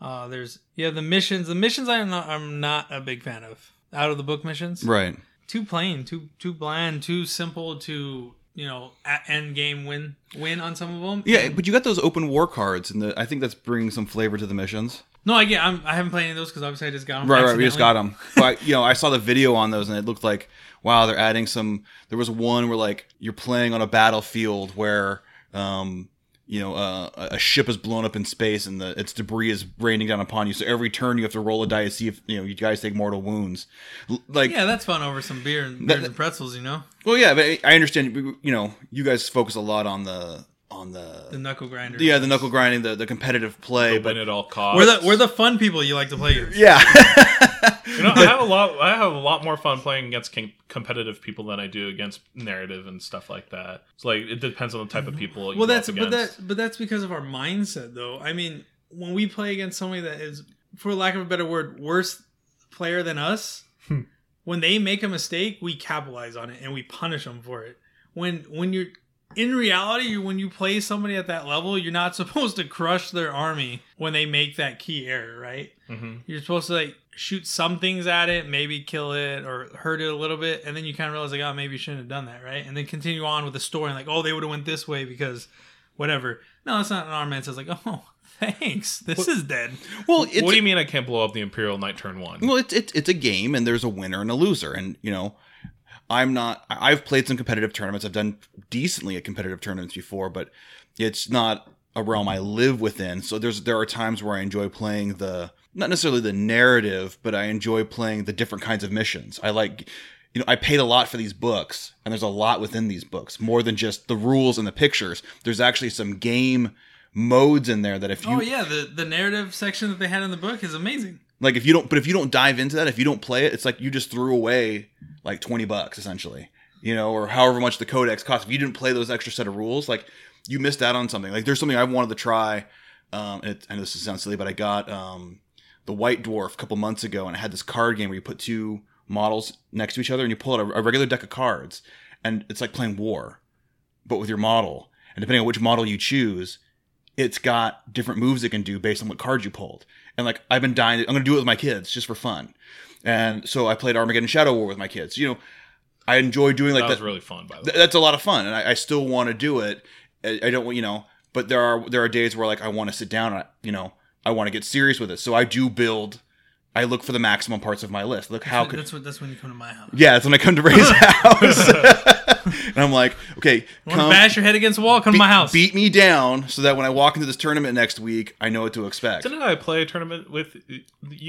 Speaker 1: Uh, there's yeah the missions. The missions I'm not I'm not a big fan of. Out of the book missions,
Speaker 2: Right.
Speaker 1: too plain, too too bland, too simple to you know at end game win win on some of them.
Speaker 2: Yeah, but you got those open war cards, and the, I think that's bringing some flavor to the missions.
Speaker 1: No, I get. I'm, I haven't played any of those because obviously I just got them.
Speaker 2: Right, right. We just got
Speaker 1: them.
Speaker 2: them. But you know, I saw the video on those, and it looked like wow, they're adding some. There was one where like you're playing on a battlefield where, um, you know, uh, a a ship is blown up in space, and the its debris is raining down upon you. So every turn, you have to roll a dice, see if you know you guys take mortal wounds. L- Like,
Speaker 1: Yeah, that's fun over some beer and
Speaker 2: That-
Speaker 1: beers and pretzels, you know.
Speaker 2: well, yeah, but I I understand. You know, you guys focus a lot on the on on
Speaker 1: The
Speaker 2: the,
Speaker 1: knuckle grinder.
Speaker 2: yeah the knuckle grinding, the, the competitive play,
Speaker 3: win
Speaker 2: but
Speaker 3: at all costs.
Speaker 1: We're the we're the fun people you like to play against.
Speaker 2: yeah,
Speaker 3: you know, I have a lot. I have a lot more fun playing against com- competitive people than I do against narrative and stuff like that. It's like it depends on the type of people.
Speaker 1: Mm-hmm.
Speaker 3: You
Speaker 1: Well,
Speaker 3: go
Speaker 1: that's
Speaker 3: up
Speaker 1: but that
Speaker 3: against.
Speaker 1: but that's because of our mindset, though. I mean, when we play against somebody that is, for lack of a better word, worse player than us, when they make a mistake, we capitalize on it and we punish them for it. When when you're in reality, you when you play somebody at that level, you're not supposed to crush their army when they make that key error, right?
Speaker 3: Mhm.
Speaker 1: You're supposed to like shoot some things at it, maybe kill it or hurt it a little bit, and then you kind of realize like, oh, maybe you shouldn't have done that, right? And then continue on with the story and like, oh, they would have went this way because whatever. No, that's not an arm man says like, oh, thanks, this is dead.
Speaker 2: well, it's,
Speaker 3: what do you mean I can't blow up the Imperial Knight turn one?
Speaker 2: Well, it's it's it's a game, and there's a winner and a loser, and you know, I'm not. I- I've played some competitive tournaments. I've done decently at competitive tournaments before, but it's not a realm I live within. So there's there are times where I enjoy playing the not necessarily the narrative, but I enjoy playing the different kinds of missions. I like. You know, I paid a lot for these books, and there's a lot within these books, more than just the rules and the pictures. There's actually some game modes in there that if you
Speaker 1: oh yeah, the the narrative section that they had in the book is amazing.
Speaker 2: like if you don't, but if you don't dive into that, if you don't play it, it's like you just threw away like twenty bucks essentially, you know, or however much the codex costs. If you didn't play those extra set of rules, like you missed out on something. Like there's something I wanted to try. Um, and it, I know this sounds silly, but I got um, the White Dwarf a couple months ago, and it had this card game where you put two models next to each other, and you pull out a, a regular deck of cards, and it's like playing War, but with your model. And depending on which model you choose, it's got different moves it can do based on what cards you pulled. And like I've been dying, to, I'm gonna do it with my kids just for fun. And so I played Armageddon Shadow War with my kids. You know, I enjoy doing like
Speaker 3: that
Speaker 2: that.
Speaker 3: was really fun, by the way.
Speaker 2: Th- that's a lot of fun, and I, I still want to do it. I, I don't, want- you know, but there are there are days where like I want to sit down and I, you know I want to get serious with it. So I do build. I look for the maximum parts of my list. Look how could
Speaker 1: that's what that's when you come to my house.
Speaker 2: yeah, that's when I come to Ray's house, and I'm like, okay,
Speaker 1: Want to
Speaker 2: come
Speaker 1: bash your head against a wall? Come to
Speaker 2: beat,
Speaker 1: my house.
Speaker 2: beat me down so that when I walk into this tournament next week, I know what to expect.
Speaker 3: Didn't I play a tournament with you?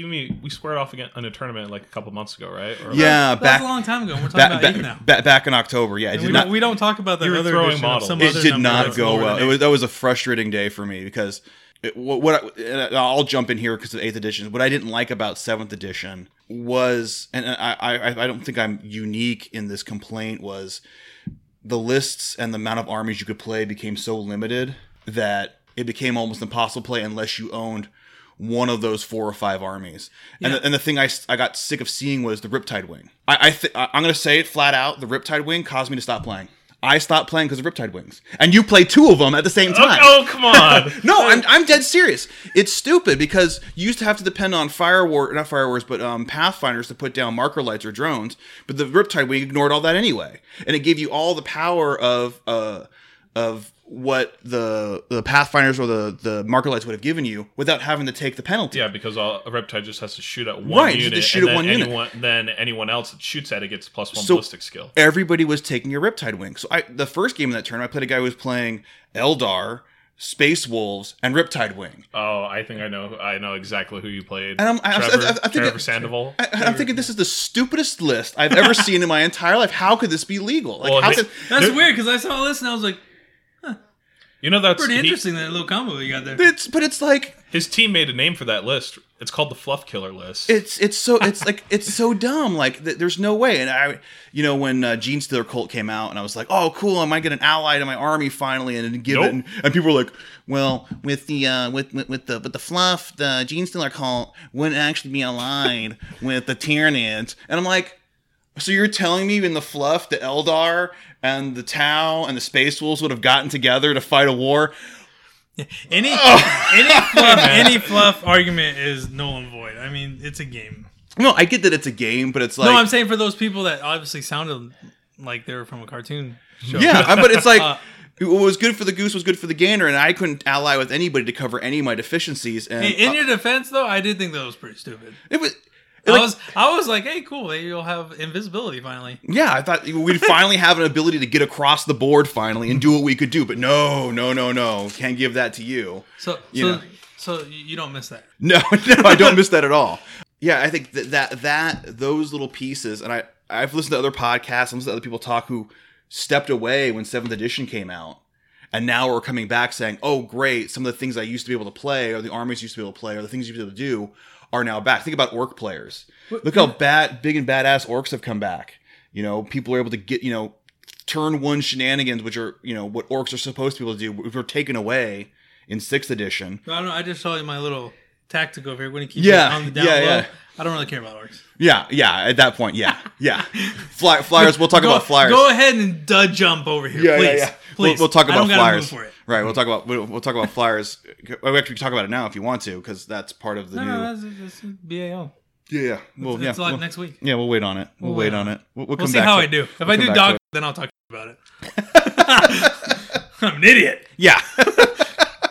Speaker 3: and Me, we squared off again in a tournament like a couple months ago, right? Or
Speaker 2: Yeah,
Speaker 1: that was
Speaker 2: back
Speaker 1: a long time ago. and We're talking
Speaker 2: back,
Speaker 1: about
Speaker 2: back,
Speaker 1: Eve now.
Speaker 2: back back in October. Yeah, it
Speaker 1: And
Speaker 2: did
Speaker 1: we,
Speaker 2: not.
Speaker 1: don't, we don't talk about that
Speaker 3: You were
Speaker 1: other
Speaker 3: throwing
Speaker 1: edition of
Speaker 3: models.
Speaker 1: some
Speaker 3: It
Speaker 2: it
Speaker 1: other
Speaker 2: did
Speaker 1: number
Speaker 2: not
Speaker 1: that's
Speaker 2: go
Speaker 1: lower
Speaker 2: well.
Speaker 1: than
Speaker 2: It
Speaker 1: eight.
Speaker 2: was that was a frustrating day for me because it, what, what I, and I'll jump in here because of eighth edition. What I didn't like about seventh edition was, and I, I I don't think I'm unique in this complaint was the lists and the amount of armies you could play became so limited that it became almost impossible to play unless you owned one of those four or five armies. And, the, and the thing I, s- I got sick of seeing was the Riptide Wing. I, I th- I- I'm going to say it flat out the Riptide Wing caused me to stop playing. I stopped playing because of Riptide Wings. And you play two of them at the same
Speaker 3: Oh,
Speaker 2: time.
Speaker 3: oh, come on!
Speaker 2: No, I'm, I'm dead serious. It's stupid because you used to have to depend on fire war, not fire wars, but um, pathfinders to put down marker lights or drones. But the Riptide Wing ignored all that anyway, and it gave you all the power of uh, of what the the pathfinders or the the marker lights would have given you without having to take the penalty.
Speaker 3: Yeah, because all, a reptile just has to shoot at one
Speaker 2: Right, you
Speaker 3: unit,
Speaker 2: just shoot
Speaker 3: and
Speaker 2: at
Speaker 3: then
Speaker 2: one unit.
Speaker 3: anyone, Then anyone else that shoots at it gets plus one
Speaker 2: So-
Speaker 3: ballistic skill.
Speaker 2: everybody was taking a Riptide Wing. So I the first game in that tournament, I played a guy who was playing Eldar, Space Wolves, and Riptide Wing.
Speaker 3: Oh, I think I know. I know exactly who you played.
Speaker 2: And I'm- I- I-
Speaker 3: Trevor,
Speaker 2: I- I think
Speaker 3: Trevor
Speaker 2: it-
Speaker 3: Sandoval.
Speaker 2: I- I'm thinking this is the stupidest list I've ever seen in my entire life. How could this be legal? Like,
Speaker 3: Well,
Speaker 2: how
Speaker 3: it-
Speaker 2: could,
Speaker 1: That's
Speaker 3: There-
Speaker 1: weird because I saw this and I was like,
Speaker 3: you know that's
Speaker 1: pretty
Speaker 3: he-
Speaker 1: interesting that little combo you got there.
Speaker 2: it's but it's like
Speaker 3: his team made a name for that list. It's called the Fluff Killer list.
Speaker 2: it's it's so it's like it's so dumb. Like th- there's no way. And I, you know, when uh, Gene Stealer Cult came out, and I was like, oh, cool, I might get an ally to my army finally, and, and give
Speaker 3: Nope.
Speaker 2: it. And, and people were like, well, with the uh, with, with with the with the fluff, the Gene Stealer Cult wouldn't actually be aligned with the Tyranids. And I'm like. So you're telling me in the fluff, the Eldar and the Tau and the Space Wolves would have gotten together to fight a war?
Speaker 1: Any
Speaker 2: Oh.
Speaker 1: any fluff, any fluff argument is null and void. I mean, it's a game.
Speaker 2: No, I get that it's a game, but it's like
Speaker 1: no, I'm saying for those people that obviously sounded like they were from a cartoon show.
Speaker 2: Yeah, I- but it's like
Speaker 1: Uh,
Speaker 2: what was good for the goose was good for the gander, and I couldn't ally with anybody to cover any of my deficiencies. And
Speaker 1: In, in
Speaker 2: uh,
Speaker 1: your defense, though, I did think that was pretty stupid.
Speaker 2: it was.
Speaker 1: I
Speaker 2: like-
Speaker 1: was I was like, hey, cool, maybe you'll have invisibility finally.
Speaker 2: yeah, I thought we'd finally have an ability to get across the board finally and do what we could do, but no, no, no, no, can't give that to you.
Speaker 1: So
Speaker 2: You
Speaker 1: so
Speaker 2: know.
Speaker 1: so you you don't miss that.
Speaker 2: No, no, I don't miss that at all. Yeah, I think that that, that those little pieces, and I I've listened to other podcasts, I've listened to other people talk who stepped away when Seventh Edition came out, And now we're coming back saying, oh, great, some of the things I used to be able to play or the armies used to be able to play or the things you used to be able to do are now back. Think about orc players. Look how bad, big and badass orcs have come back. You know, people are able to get, you know, turn one shenanigans, which are, you know, what orcs are supposed to be able to do, which were taken away in sixth edition.
Speaker 1: I don't know. I just saw my little tactic over here. When you keep
Speaker 2: Yeah,
Speaker 1: it on the down
Speaker 2: yeah,
Speaker 1: low,
Speaker 2: yeah.
Speaker 1: I don't really care about orcs.
Speaker 2: Yeah, yeah, at that point, yeah, yeah. Fly, flyers, we'll talk
Speaker 1: go,
Speaker 2: about flyers.
Speaker 1: Go ahead and duh jump over here, please.
Speaker 2: We'll,
Speaker 1: Please.
Speaker 2: we'll talk
Speaker 1: I
Speaker 2: about
Speaker 1: don't gotta
Speaker 2: flyers.
Speaker 1: Move for it.
Speaker 2: Right, we'll talk about we'll, we'll talk about flyers. Well, we actually can talk about it now if you want to, because that's part of the
Speaker 1: No,
Speaker 2: new.
Speaker 1: no, that's, that's BAO.
Speaker 2: yeah, yeah. Well,
Speaker 1: It's
Speaker 2: yeah,
Speaker 1: like
Speaker 2: we'll,
Speaker 1: next week.
Speaker 2: yeah, we'll wait on it. We'll,
Speaker 1: We'll
Speaker 2: wait
Speaker 1: wait
Speaker 2: on it. We'll, we'll come
Speaker 1: We'll see
Speaker 2: back
Speaker 1: how
Speaker 2: to
Speaker 1: I
Speaker 2: it.
Speaker 1: do. If
Speaker 2: We'll
Speaker 1: I
Speaker 2: come
Speaker 1: do
Speaker 2: back
Speaker 1: dog,
Speaker 2: to it.
Speaker 1: then I'll talk about it. I'm an idiot.
Speaker 2: yeah,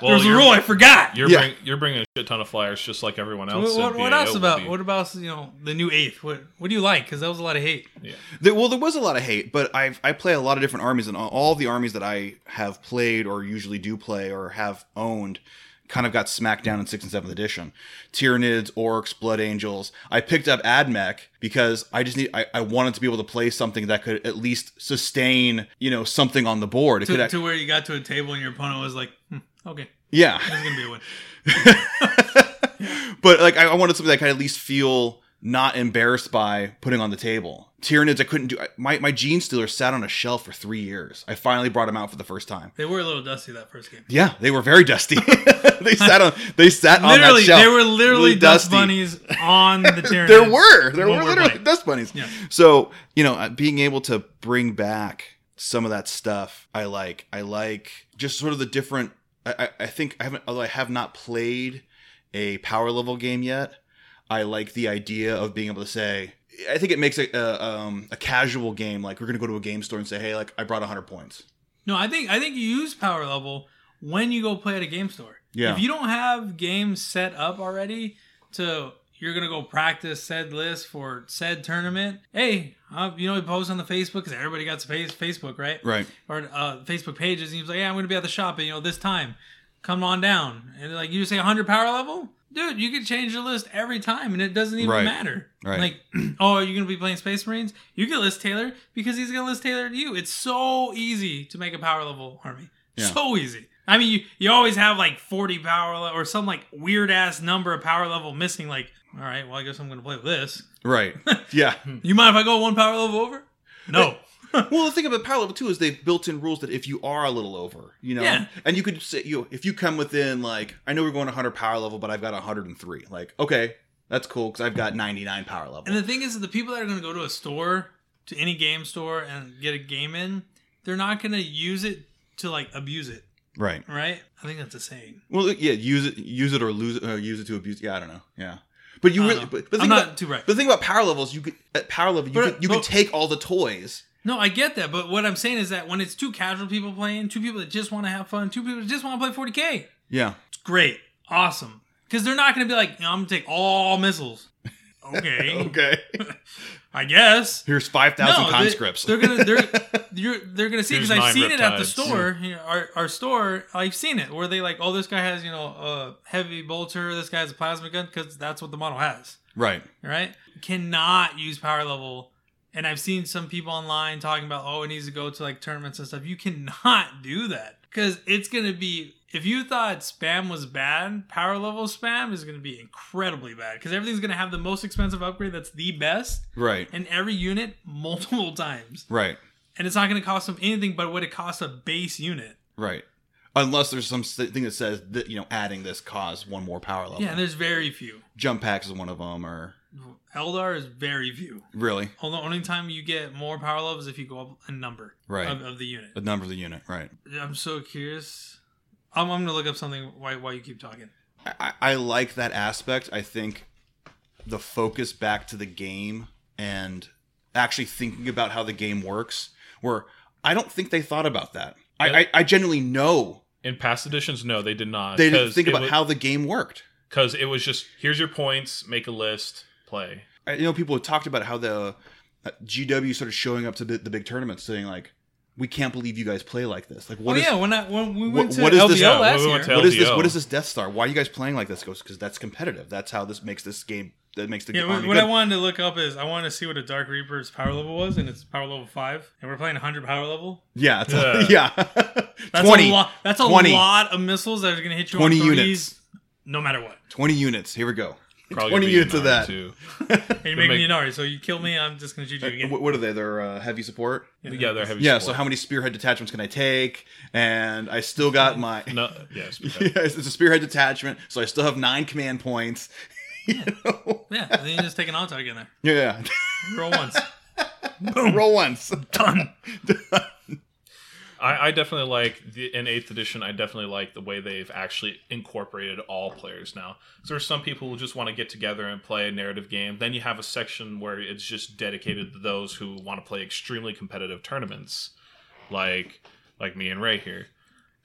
Speaker 3: Well,
Speaker 1: There's a
Speaker 3: you're-
Speaker 1: rule I forgot.
Speaker 3: You're,
Speaker 2: Yeah.
Speaker 3: bring, you're bringing a shit ton of flyers just like everyone else.
Speaker 1: What, what,
Speaker 3: in
Speaker 1: what
Speaker 3: BAO
Speaker 1: else
Speaker 3: will
Speaker 1: about
Speaker 3: be.
Speaker 1: what about you know the new eighth? What what do you like? Because that was a lot of hate.
Speaker 3: Yeah.
Speaker 2: There- well, there was a lot of hate, but I I play a lot of different armies, and all- all the armies that I have played or usually do play or have owned. Kind of got smacked down in sixth and seventh edition. Tyranids, orcs, blood angels. I picked up Admech because I just need I, I wanted to be able to play something that could at least sustain, you know, something on the board. It could
Speaker 1: To,
Speaker 2: act-
Speaker 1: to where you got to a table and your opponent was like, hmm, okay,
Speaker 2: yeah.
Speaker 1: this is gonna be a win.
Speaker 2: but like I, I wanted something that I could at least feel not embarrassed by putting on the table. Tyranids, I couldn't do. I, my my Gene Stealer sat on a shelf for three years. I finally brought him out for the first time.
Speaker 1: They were a little dusty that first game.
Speaker 2: Yeah, they were very dusty. they sat on they sat on that
Speaker 1: Literally,
Speaker 2: shelf.
Speaker 1: they were literally dust
Speaker 2: dusty.
Speaker 1: bunnies on the Tyrannids.
Speaker 2: There were there
Speaker 1: when
Speaker 2: were
Speaker 1: we're
Speaker 2: literally
Speaker 1: playing.
Speaker 2: dust bunnies.
Speaker 1: Yeah.
Speaker 2: So you know, uh, being able to bring back some of that stuff, I like. I like just sort of the different. I, I, I think I haven't, although I have not played a power level game yet. I like the idea of being able to say. I think it makes a a, um, a casual game like we're gonna go to a game store and say, hey, like I brought hundred points.
Speaker 1: No, I think I think you use power level when you go play at a game store.
Speaker 2: Yeah.
Speaker 1: If you don't have games set up already to you're gonna go practice said list for said tournament. Hey, uh, you know we post on the Facebook because everybody got space Facebook, right?
Speaker 2: Right.
Speaker 1: Or uh, Facebook pages, and he was like, "Yeah, I'm gonna be at the shop, at, you know, this time. Come on down." And like you say, 100 power level, dude, you could change your list every time, and it doesn't even
Speaker 2: Right.
Speaker 1: matter.
Speaker 2: Right.
Speaker 1: Like, oh, are you gonna be playing Space Marines? You can list Taylor because he's gonna list Taylor to you. It's so easy to make a power level army.
Speaker 2: Yeah.
Speaker 1: So easy. I mean, you, you always have like 40 power level or some like weird ass number of power level missing. Like, all right, well, I guess I'm gonna play with this.
Speaker 2: Right. yeah.
Speaker 1: You mind if I go one power level over? No.
Speaker 2: Well, the thing about power level two is they've built in rules that if you are a little over, you know,
Speaker 1: Yeah.
Speaker 2: and you could say you if you come within like I know we're going 100 power level, but I've got 103. Like, okay, that's cool because I've got 99 power level.
Speaker 1: And the thing is, that the people that are going to go to a store, to any game store, and get a game in, they're not going to use it to like abuse it,
Speaker 2: right.
Speaker 1: right? I think that's a saying.
Speaker 2: Well, yeah, use it, use it or lose it, or use it to abuse. Yeah, I don't know. Yeah, but you
Speaker 1: I don't
Speaker 2: really,
Speaker 1: know.
Speaker 2: but, but the
Speaker 1: I'm
Speaker 2: thing
Speaker 1: not
Speaker 2: about,
Speaker 1: too right.
Speaker 2: but the thing about power levels, you could at power level, you
Speaker 1: But-
Speaker 2: could, you could
Speaker 1: but-
Speaker 2: take all the toys.
Speaker 1: No, I get that, but what I'm saying is that when it's two casual people playing, two people that just want to have fun, two people that just want to play 40k,
Speaker 2: Yeah.
Speaker 1: it's great, awesome, because they're not going to be like, I'm going to take all missiles. Okay,
Speaker 2: Okay.
Speaker 1: I guess.
Speaker 2: Here's 5,000
Speaker 1: they-
Speaker 2: conscripts.
Speaker 1: They're gonna they're you're, they're gonna see
Speaker 3: Here's
Speaker 1: because I've
Speaker 3: nine
Speaker 1: seen it at the
Speaker 3: riptides.
Speaker 1: store. you know, our, our store, I've seen it where they like, oh, this guy has you know a heavy bolter. This guy has a plasma gun because that's what the model has.
Speaker 2: right.
Speaker 1: Right? Cannot use power level. And I've seen some people online talking about, oh, it needs to go to like tournaments and stuff. You cannot do that because it's gonna be. If you thought spam was bad, power level spam is going to be incredibly bad because everything's going to have the most expensive upgrade that's the best,
Speaker 2: Right.
Speaker 1: and every unit multiple times.
Speaker 2: Right.
Speaker 1: And it's not going to cost them anything but what it costs a base unit.
Speaker 2: Right. Unless there's some st- thing that says that you know adding this caused one more power level.
Speaker 1: Yeah, and there's very few.
Speaker 2: Jump packs is one of them, or
Speaker 1: Eldar is very few.
Speaker 2: really
Speaker 1: The only time you get more power levels if you go up a number
Speaker 2: Right.
Speaker 1: of, of the unit.
Speaker 2: the number of the unit. Right.
Speaker 1: I'm so curious. I'm, I'm going to look up something while, while you keep talking.
Speaker 2: I, I I like that aspect. I think the focus back to the game and actually thinking about how the game works. Where I don't think they thought about that. I I, I genuinely know
Speaker 3: In past editions, no, they did not.
Speaker 2: they didn't think about how the game worked.
Speaker 3: Because it was just here's your points, make a list, play.
Speaker 2: I you know people have talked about how the uh, GW started showing up to the, the big tournaments, saying like, "We can't believe you guys play like this." Like, what
Speaker 1: oh,
Speaker 2: is
Speaker 1: yeah, when, I, when we went
Speaker 2: What-
Speaker 1: to
Speaker 2: what is
Speaker 1: LBO
Speaker 2: this-
Speaker 3: yeah,
Speaker 1: last
Speaker 3: when we
Speaker 1: year,
Speaker 3: went
Speaker 2: what is this?
Speaker 3: LDO.
Speaker 2: What is this Death Star? Why are you guys playing like this? Goes because that's competitive. That's how this makes this game. That makes the
Speaker 1: yeah,
Speaker 2: game.
Speaker 1: what, what I wanted to look up is I wanted to see what a Dark Reaper's power level was, and it's power level 5. And we're playing 100 power level.
Speaker 2: yeah, it's-
Speaker 3: Yeah.
Speaker 2: yeah.
Speaker 1: That's
Speaker 2: 20.
Speaker 1: a lot. That's a
Speaker 2: 20.
Speaker 1: lot of missiles that are going to hit you
Speaker 2: 20
Speaker 1: on 30s,
Speaker 2: units.
Speaker 1: no matter what.
Speaker 2: 20 units. Here we go. 20
Speaker 3: Probably gonna be
Speaker 2: units of
Speaker 3: nine,
Speaker 2: that.
Speaker 3: too.
Speaker 1: And you make
Speaker 3: make-
Speaker 1: me an Inari, so you kill me, I'm just going to shoot you
Speaker 2: Wh-
Speaker 1: again.
Speaker 2: What are they? They're uh, heavy support.
Speaker 3: Yeah, they're heavy.
Speaker 2: Yeah.
Speaker 3: support.
Speaker 2: So how many spearhead detachments can I take? And I still got my.
Speaker 3: No, yes.
Speaker 2: Yeah, it's it's a spearhead detachment, so I still have nine command points. You know?
Speaker 1: Yeah, and then you just take an auto again there.
Speaker 2: Yeah.
Speaker 1: Roll once.
Speaker 2: Roll once.
Speaker 1: Done.
Speaker 3: I, I definitely like the, in eighth edition. I definitely like the way they've actually incorporated all players now. So there's some people who just want to get together and play a narrative game. Then you have a section where it's just dedicated to those who want to play extremely competitive tournaments, like like me and Ray here.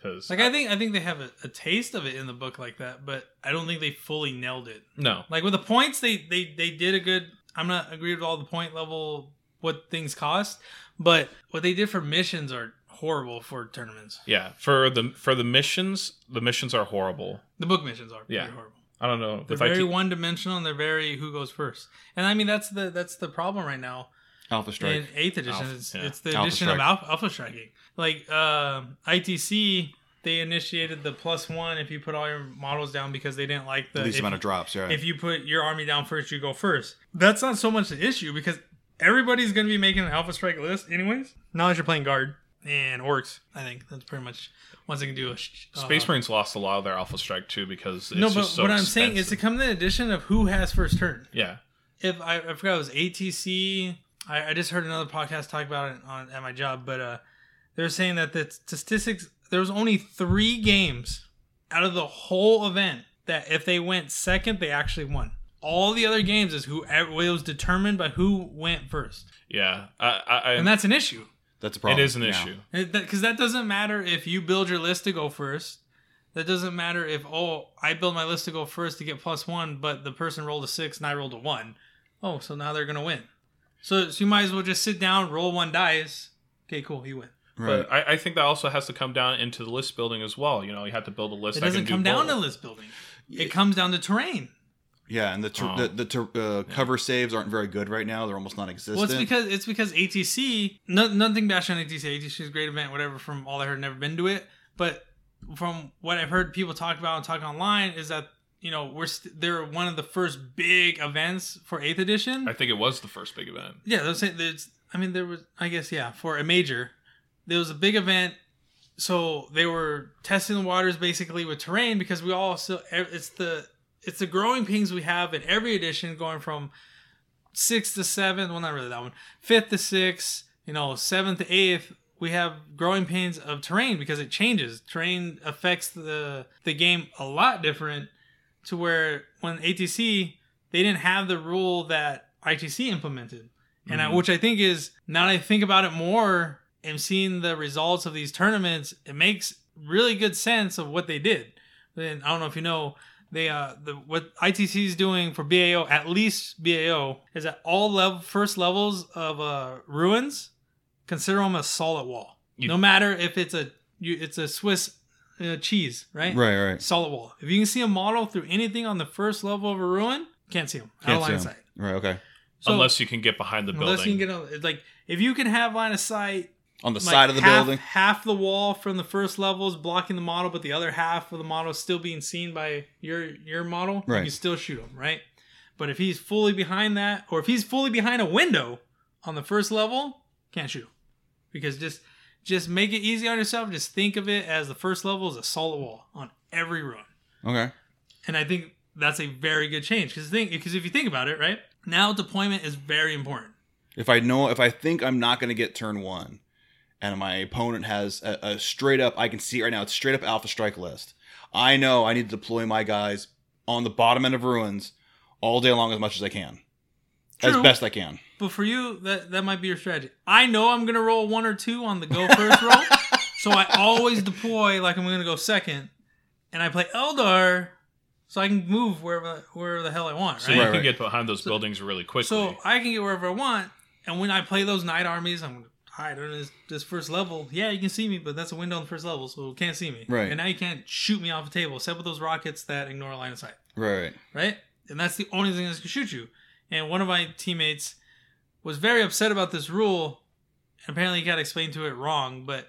Speaker 3: Because
Speaker 1: Like I think I think they have a, a taste of it in the book like that, but I don't think they fully nailed it.
Speaker 3: no,
Speaker 1: Like with the points, they they they did a good. I'm not agreed with all the point level what things cost, but what they did for missions are horrible for tournaments.
Speaker 3: yeah, for the for the missions, the missions are horrible.
Speaker 1: The book missions are pretty
Speaker 3: Yeah.
Speaker 1: horrible.
Speaker 3: I don't know
Speaker 1: They're
Speaker 3: if I
Speaker 1: very
Speaker 3: keep-
Speaker 1: one dimensional and they're very who goes first. And I mean that's the that's the problem right now
Speaker 2: Alpha
Speaker 1: in eighth edition.
Speaker 3: Alpha,
Speaker 1: it's,
Speaker 3: yeah.
Speaker 1: it's the
Speaker 2: Alpha
Speaker 1: addition of
Speaker 2: strike.
Speaker 1: alpha, alpha striking. Like uh, ITC, they initiated the plus one if you put all your models down because they didn't like the
Speaker 2: Least
Speaker 1: if
Speaker 2: amount
Speaker 1: you-
Speaker 2: of drops. Yeah.
Speaker 1: if you put your army down first, you go first. That's not so much the issue because everybody's going to be making an alpha strike list anyways. Now that you're playing guard and orcs, I think that's pretty much once I can do a sh- uh,
Speaker 3: Space Marines lost a lot of their Alpha Strike too because it's
Speaker 1: No,
Speaker 3: just
Speaker 1: but
Speaker 3: so
Speaker 1: what I'm saying is
Speaker 3: expensive.
Speaker 1: to come to an addition of who has first turn.
Speaker 3: yeah.
Speaker 1: If I, I forgot it was ATC, I, I just heard another podcast talk about it on at my job, but uh, they're saying that the statistics there was only three games out of the whole event that if they went second, they actually won. All the other games is who it was determined by who went first,
Speaker 3: Yeah, I, I, I,
Speaker 1: and that's an issue
Speaker 2: That's a
Speaker 3: it
Speaker 2: problem.
Speaker 3: is an
Speaker 2: Yeah.
Speaker 3: issue.
Speaker 1: because that, 'cause that doesn't matter if you build your list to go first. That doesn't matter if oh I build my list to go first to get plus one, but the person rolled a six and I rolled a one. Oh, so now they're gonna win. So, so you might as well just sit down, roll one dice. Okay, cool, he win.
Speaker 2: Right.
Speaker 3: But I, I think that also has to come down into the list building as well. You know, you have to build a list.
Speaker 1: It
Speaker 3: that
Speaker 1: doesn't
Speaker 3: can do
Speaker 1: come down to
Speaker 3: both.
Speaker 1: list building. It comes down to terrain.
Speaker 2: Yeah, and the ter-
Speaker 3: Oh.
Speaker 2: the, the ter- uh, cover saves aren't very good right now. They're almost non-existent.
Speaker 1: Well, it's because it's because ATC. No, nothing bashed on ATC. ATC is a great event, whatever. From all I heard, never been to it, but from what I've heard people talk about and talk online is that you know we're st- they're one of the first big events for Eighth Edition.
Speaker 3: I think it was the first big event.
Speaker 1: yeah, they're saying there's. I mean, there was. I guess yeah, for a major, there was a big event. So they were testing the waters basically with terrain because we all still it's the it's the growing pains we have in every edition going from sixth to seventh. Well, not really that one. Fifth to sixth, you know, seventh to eighth. We have growing pains of terrain because it changes. Terrain affects the the game a lot different to where when ATC they didn't have the rule that ITC implemented, and I, which I think is now that I think about it more and seeing the results of these tournaments, it makes really good sense of what they did. Then I don't know if you know they uh the what ITC is doing for BAO at least BAO is that all level first levels of uh ruins consider them a solid wall.
Speaker 3: You-
Speaker 1: no matter if it's a you, it's a Swiss uh, cheese, right?
Speaker 2: right, right,
Speaker 1: Solid wall. If you can see a model through anything on the first level of a ruin, can't see them. out
Speaker 2: Can't
Speaker 1: of line of
Speaker 2: see
Speaker 1: sight.
Speaker 2: 'em. right. Okay,
Speaker 1: So-
Speaker 3: unless you can get behind the building.
Speaker 1: Unless you can get on, like if you can have line of sight
Speaker 2: on the
Speaker 1: like,
Speaker 2: side of the
Speaker 1: half,
Speaker 2: building.
Speaker 1: half the wall from the first level is blocking the model, but the other half of the model is still being seen by your your model.
Speaker 2: Right.
Speaker 1: You can still shoot him, right? But if he's fully behind that, or if he's fully behind a window on the first level, can't shoot him because just just make it easy on yourself. Just think of it as the first level is a solid wall on every run.
Speaker 2: Okay,
Speaker 1: And I think that's a very good change because think because if you think about it, right now deployment is very important.
Speaker 2: if I know, if I think I'm not going to get turn one, and my opponent has a, a straight up, I can see right now it's straight up alpha strike list. I know I need to deploy my guys on the bottom end of ruins all day long as much as I can, as
Speaker 1: True.
Speaker 2: best I can.
Speaker 1: But for you, that that might be your strategy. I know I'm gonna roll one or two on the go first roll, so I always deploy like I'm gonna go second, and I play Eldar, so I can move wherever wherever the hell I want. Right.
Speaker 3: so you
Speaker 2: Right,
Speaker 3: can
Speaker 2: right.
Speaker 3: get behind those buildings really quickly.
Speaker 1: So I can get wherever I want, and when I play those night armies, I'm gonna hide under this, this first level. Yeah, you can see me, but that's a window on the first level, so you can't see me.
Speaker 2: Right.
Speaker 1: And now you can't shoot me off the table, except with those rockets that ignore line of sight
Speaker 2: Right.
Speaker 1: right? And that's the only thing that can shoot you. And one of my teammates was very upset about this rule. Apparently, he got explained to it wrong, but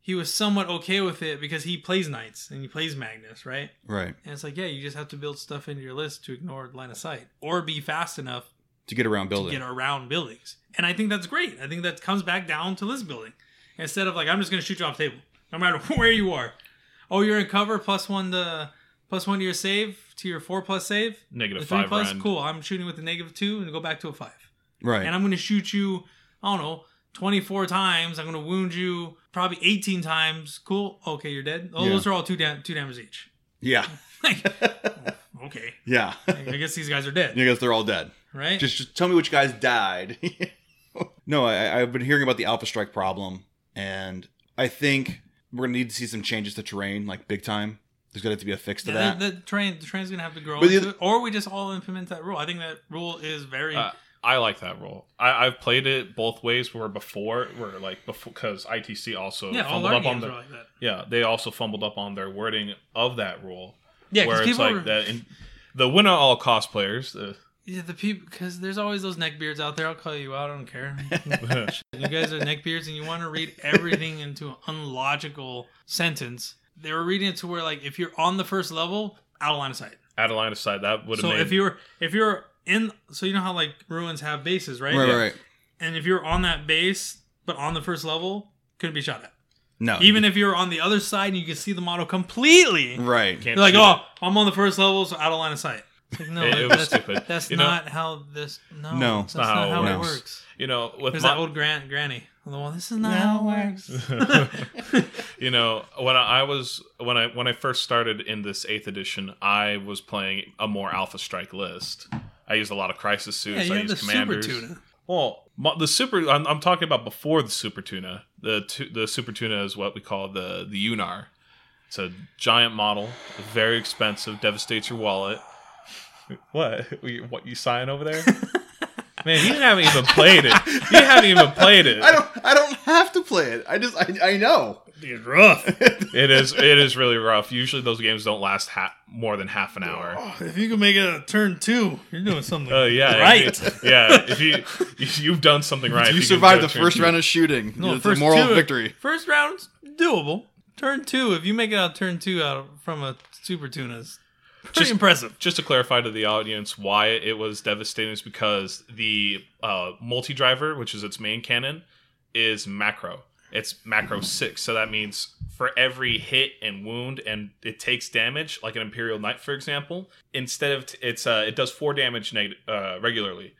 Speaker 1: he was somewhat okay with it because he plays Knights and he plays Magnus, right?
Speaker 2: Right.
Speaker 1: And it's like, yeah, you just have to build stuff into your list to ignore line of sight or be fast enough
Speaker 2: To get around
Speaker 1: to
Speaker 2: building.
Speaker 1: get around buildings. And I think that's great. I think that comes back down to list building instead of like I'm just gonna shoot you off the table no matter where you are. Oh, you're in cover plus one to plus one to your save to your four plus save.
Speaker 3: Negative
Speaker 1: The three
Speaker 3: five
Speaker 1: plus,
Speaker 3: round.
Speaker 1: cool. I'm shooting with the negative two and go back to a five
Speaker 2: right.
Speaker 1: and I'm going to shoot you, I don't know, 24 times. I'm going to wound you probably 18 times. Cool. Okay, you're dead. Oh,
Speaker 2: Yeah.
Speaker 1: those are all two, dam- two damage each.
Speaker 2: yeah.
Speaker 1: Like, okay.
Speaker 2: Yeah.
Speaker 1: I guess these guys are dead,
Speaker 2: I guess they're all dead.
Speaker 1: right?
Speaker 2: Just, just tell me which guys died. no, I, I've been hearing about the Alpha Strike problem, and I think we're gonna need to see some changes to terrain, like big time. There's gonna have to be a fix to
Speaker 1: yeah,
Speaker 2: that.
Speaker 1: that. The, train, the train's gonna have to grow,
Speaker 2: But the-
Speaker 1: into it, or we just all implement that rule. I think that rule is very.
Speaker 3: Uh, I like that rule. I, I've played it both ways. Where before, where like before, because ITC also
Speaker 1: yeah, all
Speaker 3: fumbled
Speaker 1: our
Speaker 3: up on
Speaker 1: games
Speaker 3: the
Speaker 1: are like that.
Speaker 3: yeah, they also fumbled up on their wording of that rule.
Speaker 1: Yeah,
Speaker 3: where
Speaker 1: because
Speaker 3: it's
Speaker 1: people
Speaker 3: like
Speaker 1: are,
Speaker 3: that. In, the winner all cosplayers. uh, The,
Speaker 1: yeah, the people because there's always those neckbeards out there. I'll call you out. I don't care. you guys are neckbeards and you want to read everything into an unlogical sentence. They were reading it to where like if you're on the first level, out of line of sight.
Speaker 3: Adelina side that would have
Speaker 1: So
Speaker 3: made
Speaker 1: if you're if you're in so you know how like ruins have bases, right?
Speaker 2: right,
Speaker 1: Yeah.
Speaker 2: right, right.
Speaker 1: And if you're on that base but on the first level, couldn't be shot at.
Speaker 2: No,
Speaker 1: Even if you're on the other side and you can see the model completely.
Speaker 2: right.
Speaker 3: can't
Speaker 1: You're like,
Speaker 3: shoot
Speaker 1: oh, I'm on the first level, so out of line of sight. It's Like, no,
Speaker 3: It- it was
Speaker 1: that's,
Speaker 3: stupid.
Speaker 1: that's
Speaker 3: You know-
Speaker 1: not how this. No,
Speaker 2: No,
Speaker 1: that's not, how, it works.
Speaker 3: you know with
Speaker 1: There's
Speaker 3: my,
Speaker 1: that old gran- granny. on The one, this is not how it works.
Speaker 3: you know when I, I was when i when i first started in this eighth edition i was playing a more alpha strike list i used a lot of crisis
Speaker 1: Yeah,
Speaker 3: suits
Speaker 1: you
Speaker 3: i
Speaker 1: have
Speaker 3: used
Speaker 1: the
Speaker 3: commanders
Speaker 1: super tuna.
Speaker 3: well my, the super I'm, I'm talking about before the super tuna the tu- the super tuna is what we call the the unar it's a giant model very expensive devastates your wallet what you, what you sign over there man you haven't even played it you haven't even played it
Speaker 2: I don't. I don't have to play it. I just. I, I know.
Speaker 1: It's rough.
Speaker 3: It is. It is really rough. Usually, those games don't last ha- more than half an hour.
Speaker 1: Oh, if you can make it a turn two, you're doing something
Speaker 3: Oh yeah,
Speaker 1: right.
Speaker 3: If you- yeah, if you if you've done something right,
Speaker 2: You,
Speaker 3: if can
Speaker 2: survived
Speaker 3: go
Speaker 2: the
Speaker 3: through-
Speaker 2: first round of shooting.
Speaker 1: No,
Speaker 2: it's
Speaker 1: first
Speaker 2: a moral
Speaker 1: two-
Speaker 2: victory.
Speaker 1: First round's doable. Turn two, if you make it out of turn two out of- from a super tuna, is pretty
Speaker 3: Just-
Speaker 1: impressive.
Speaker 3: Just to clarify to the audience why it was devastating is because the uh, multi driver, which is its main cannon, is macro. It's macro six, so that means for every hit and wound, and it takes damage, like an imperial knight, for example. Instead of t- it's uh, it does four damage neg- uh, regularly,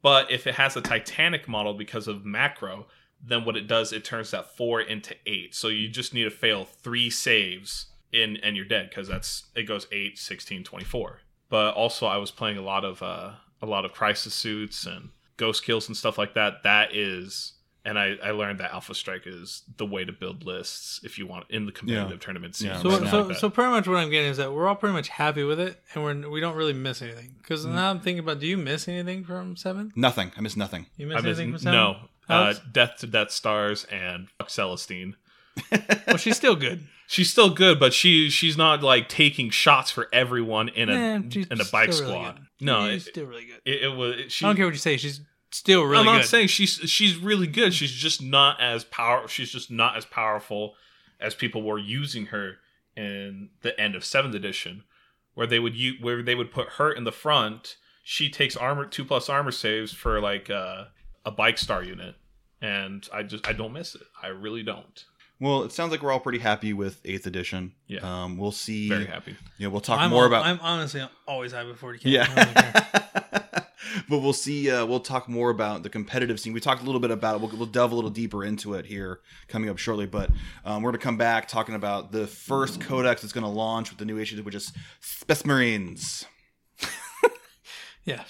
Speaker 3: But if it has a Titanic model because of macro, then what it does, it turns that four into eight. So you just need to fail three saves in and you're dead because that's it goes 8, 16, 24. But also I was playing a lot of uh, a lot of crisis suits and ghost kills and stuff like that. That is and I, I learned that Alpha Strike is the way to build lists if you want in the competitive tournament
Speaker 2: Yeah,
Speaker 3: season.
Speaker 1: So,
Speaker 2: right now.
Speaker 1: so, so pretty much what I'm getting is that we're all pretty much happy with it, and we're we don't really miss anything. Because
Speaker 3: Mm.
Speaker 1: now I'm thinking about, do you miss anything from seven?
Speaker 2: Nothing. I missed nothing.
Speaker 1: You miss
Speaker 3: I miss,
Speaker 1: anything from seven?
Speaker 3: no. Uh,
Speaker 1: Alex?
Speaker 3: Death to Death Stars and Fuck Celestine.
Speaker 1: Well, she's still good.
Speaker 3: She's still good, but she she's not like taking shots for everyone in a
Speaker 1: Eh, she's
Speaker 3: in a bike
Speaker 1: still really
Speaker 3: squad.
Speaker 1: good.
Speaker 3: no,
Speaker 1: she's
Speaker 3: it,
Speaker 1: still really good.
Speaker 3: it, it was. She,
Speaker 1: I don't care what you say. She's still really
Speaker 3: I'm not
Speaker 1: good.
Speaker 3: saying she's she's really good. She's just not as power. She's just not as powerful as people were using her in the end of seventh edition, where they would u- where they would put her in the front. She takes armor two plus armor saves for like uh, a bike star unit, and I just I don't miss it. I really don't.
Speaker 2: Well, it sounds like we're all pretty happy with Eighth Edition.
Speaker 3: Yeah.
Speaker 2: Um, we'll see.
Speaker 3: Very happy.
Speaker 2: Yeah, we'll talk
Speaker 1: I'm
Speaker 2: more
Speaker 1: al-
Speaker 2: about.
Speaker 1: I'm honestly always happy before 40k. I don't really care.
Speaker 2: Yeah. but we'll see. Uh, we'll talk more about the competitive scene. We talked a little bit about it. We'll, we'll delve a little deeper into it here coming up shortly. But um, we're going to come back talking about the first codex that's going to launch with the new issue, which is Space Marines.
Speaker 1: yeah.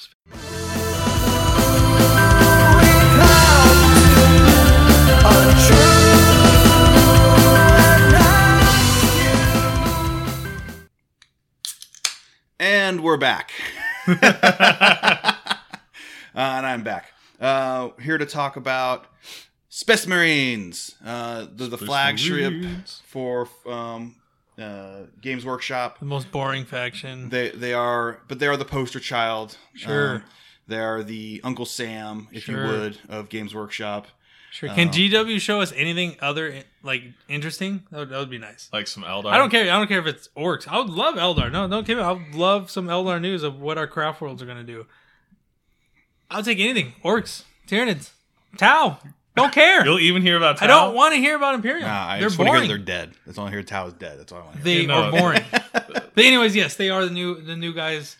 Speaker 2: And we're back. Uh, and I'm back. Uh, here to talk about Space Marines, uh, the, the flagship for um, uh, Games Workshop.
Speaker 1: The most boring faction.
Speaker 2: They they are, but they are the poster child.
Speaker 1: Sure.
Speaker 2: they are the Uncle Sam, if
Speaker 1: Sure.
Speaker 2: you would, of Games Workshop.
Speaker 1: Sure. Can GW show us anything other like interesting? That would, that would be nice.
Speaker 3: Like some Eldar.
Speaker 1: I don't care. I don't care if it's orcs. I would love Eldar. No, don't kid me. I would love some Eldar news of what our craft worlds are gonna do. I'll take anything. Orcs, Tyranids, Tau. Don't care.
Speaker 3: You'll even hear about.
Speaker 1: I
Speaker 3: Tau.
Speaker 1: don't want to hear about Imperium.
Speaker 2: Nah, I
Speaker 1: they're
Speaker 2: just want to
Speaker 1: boring.
Speaker 2: hear they're dead. That's all I hear. Tao is dead. That's all I want to hear.
Speaker 1: they
Speaker 3: You know.
Speaker 1: are boring. but anyways, yes, they are the new the new guys.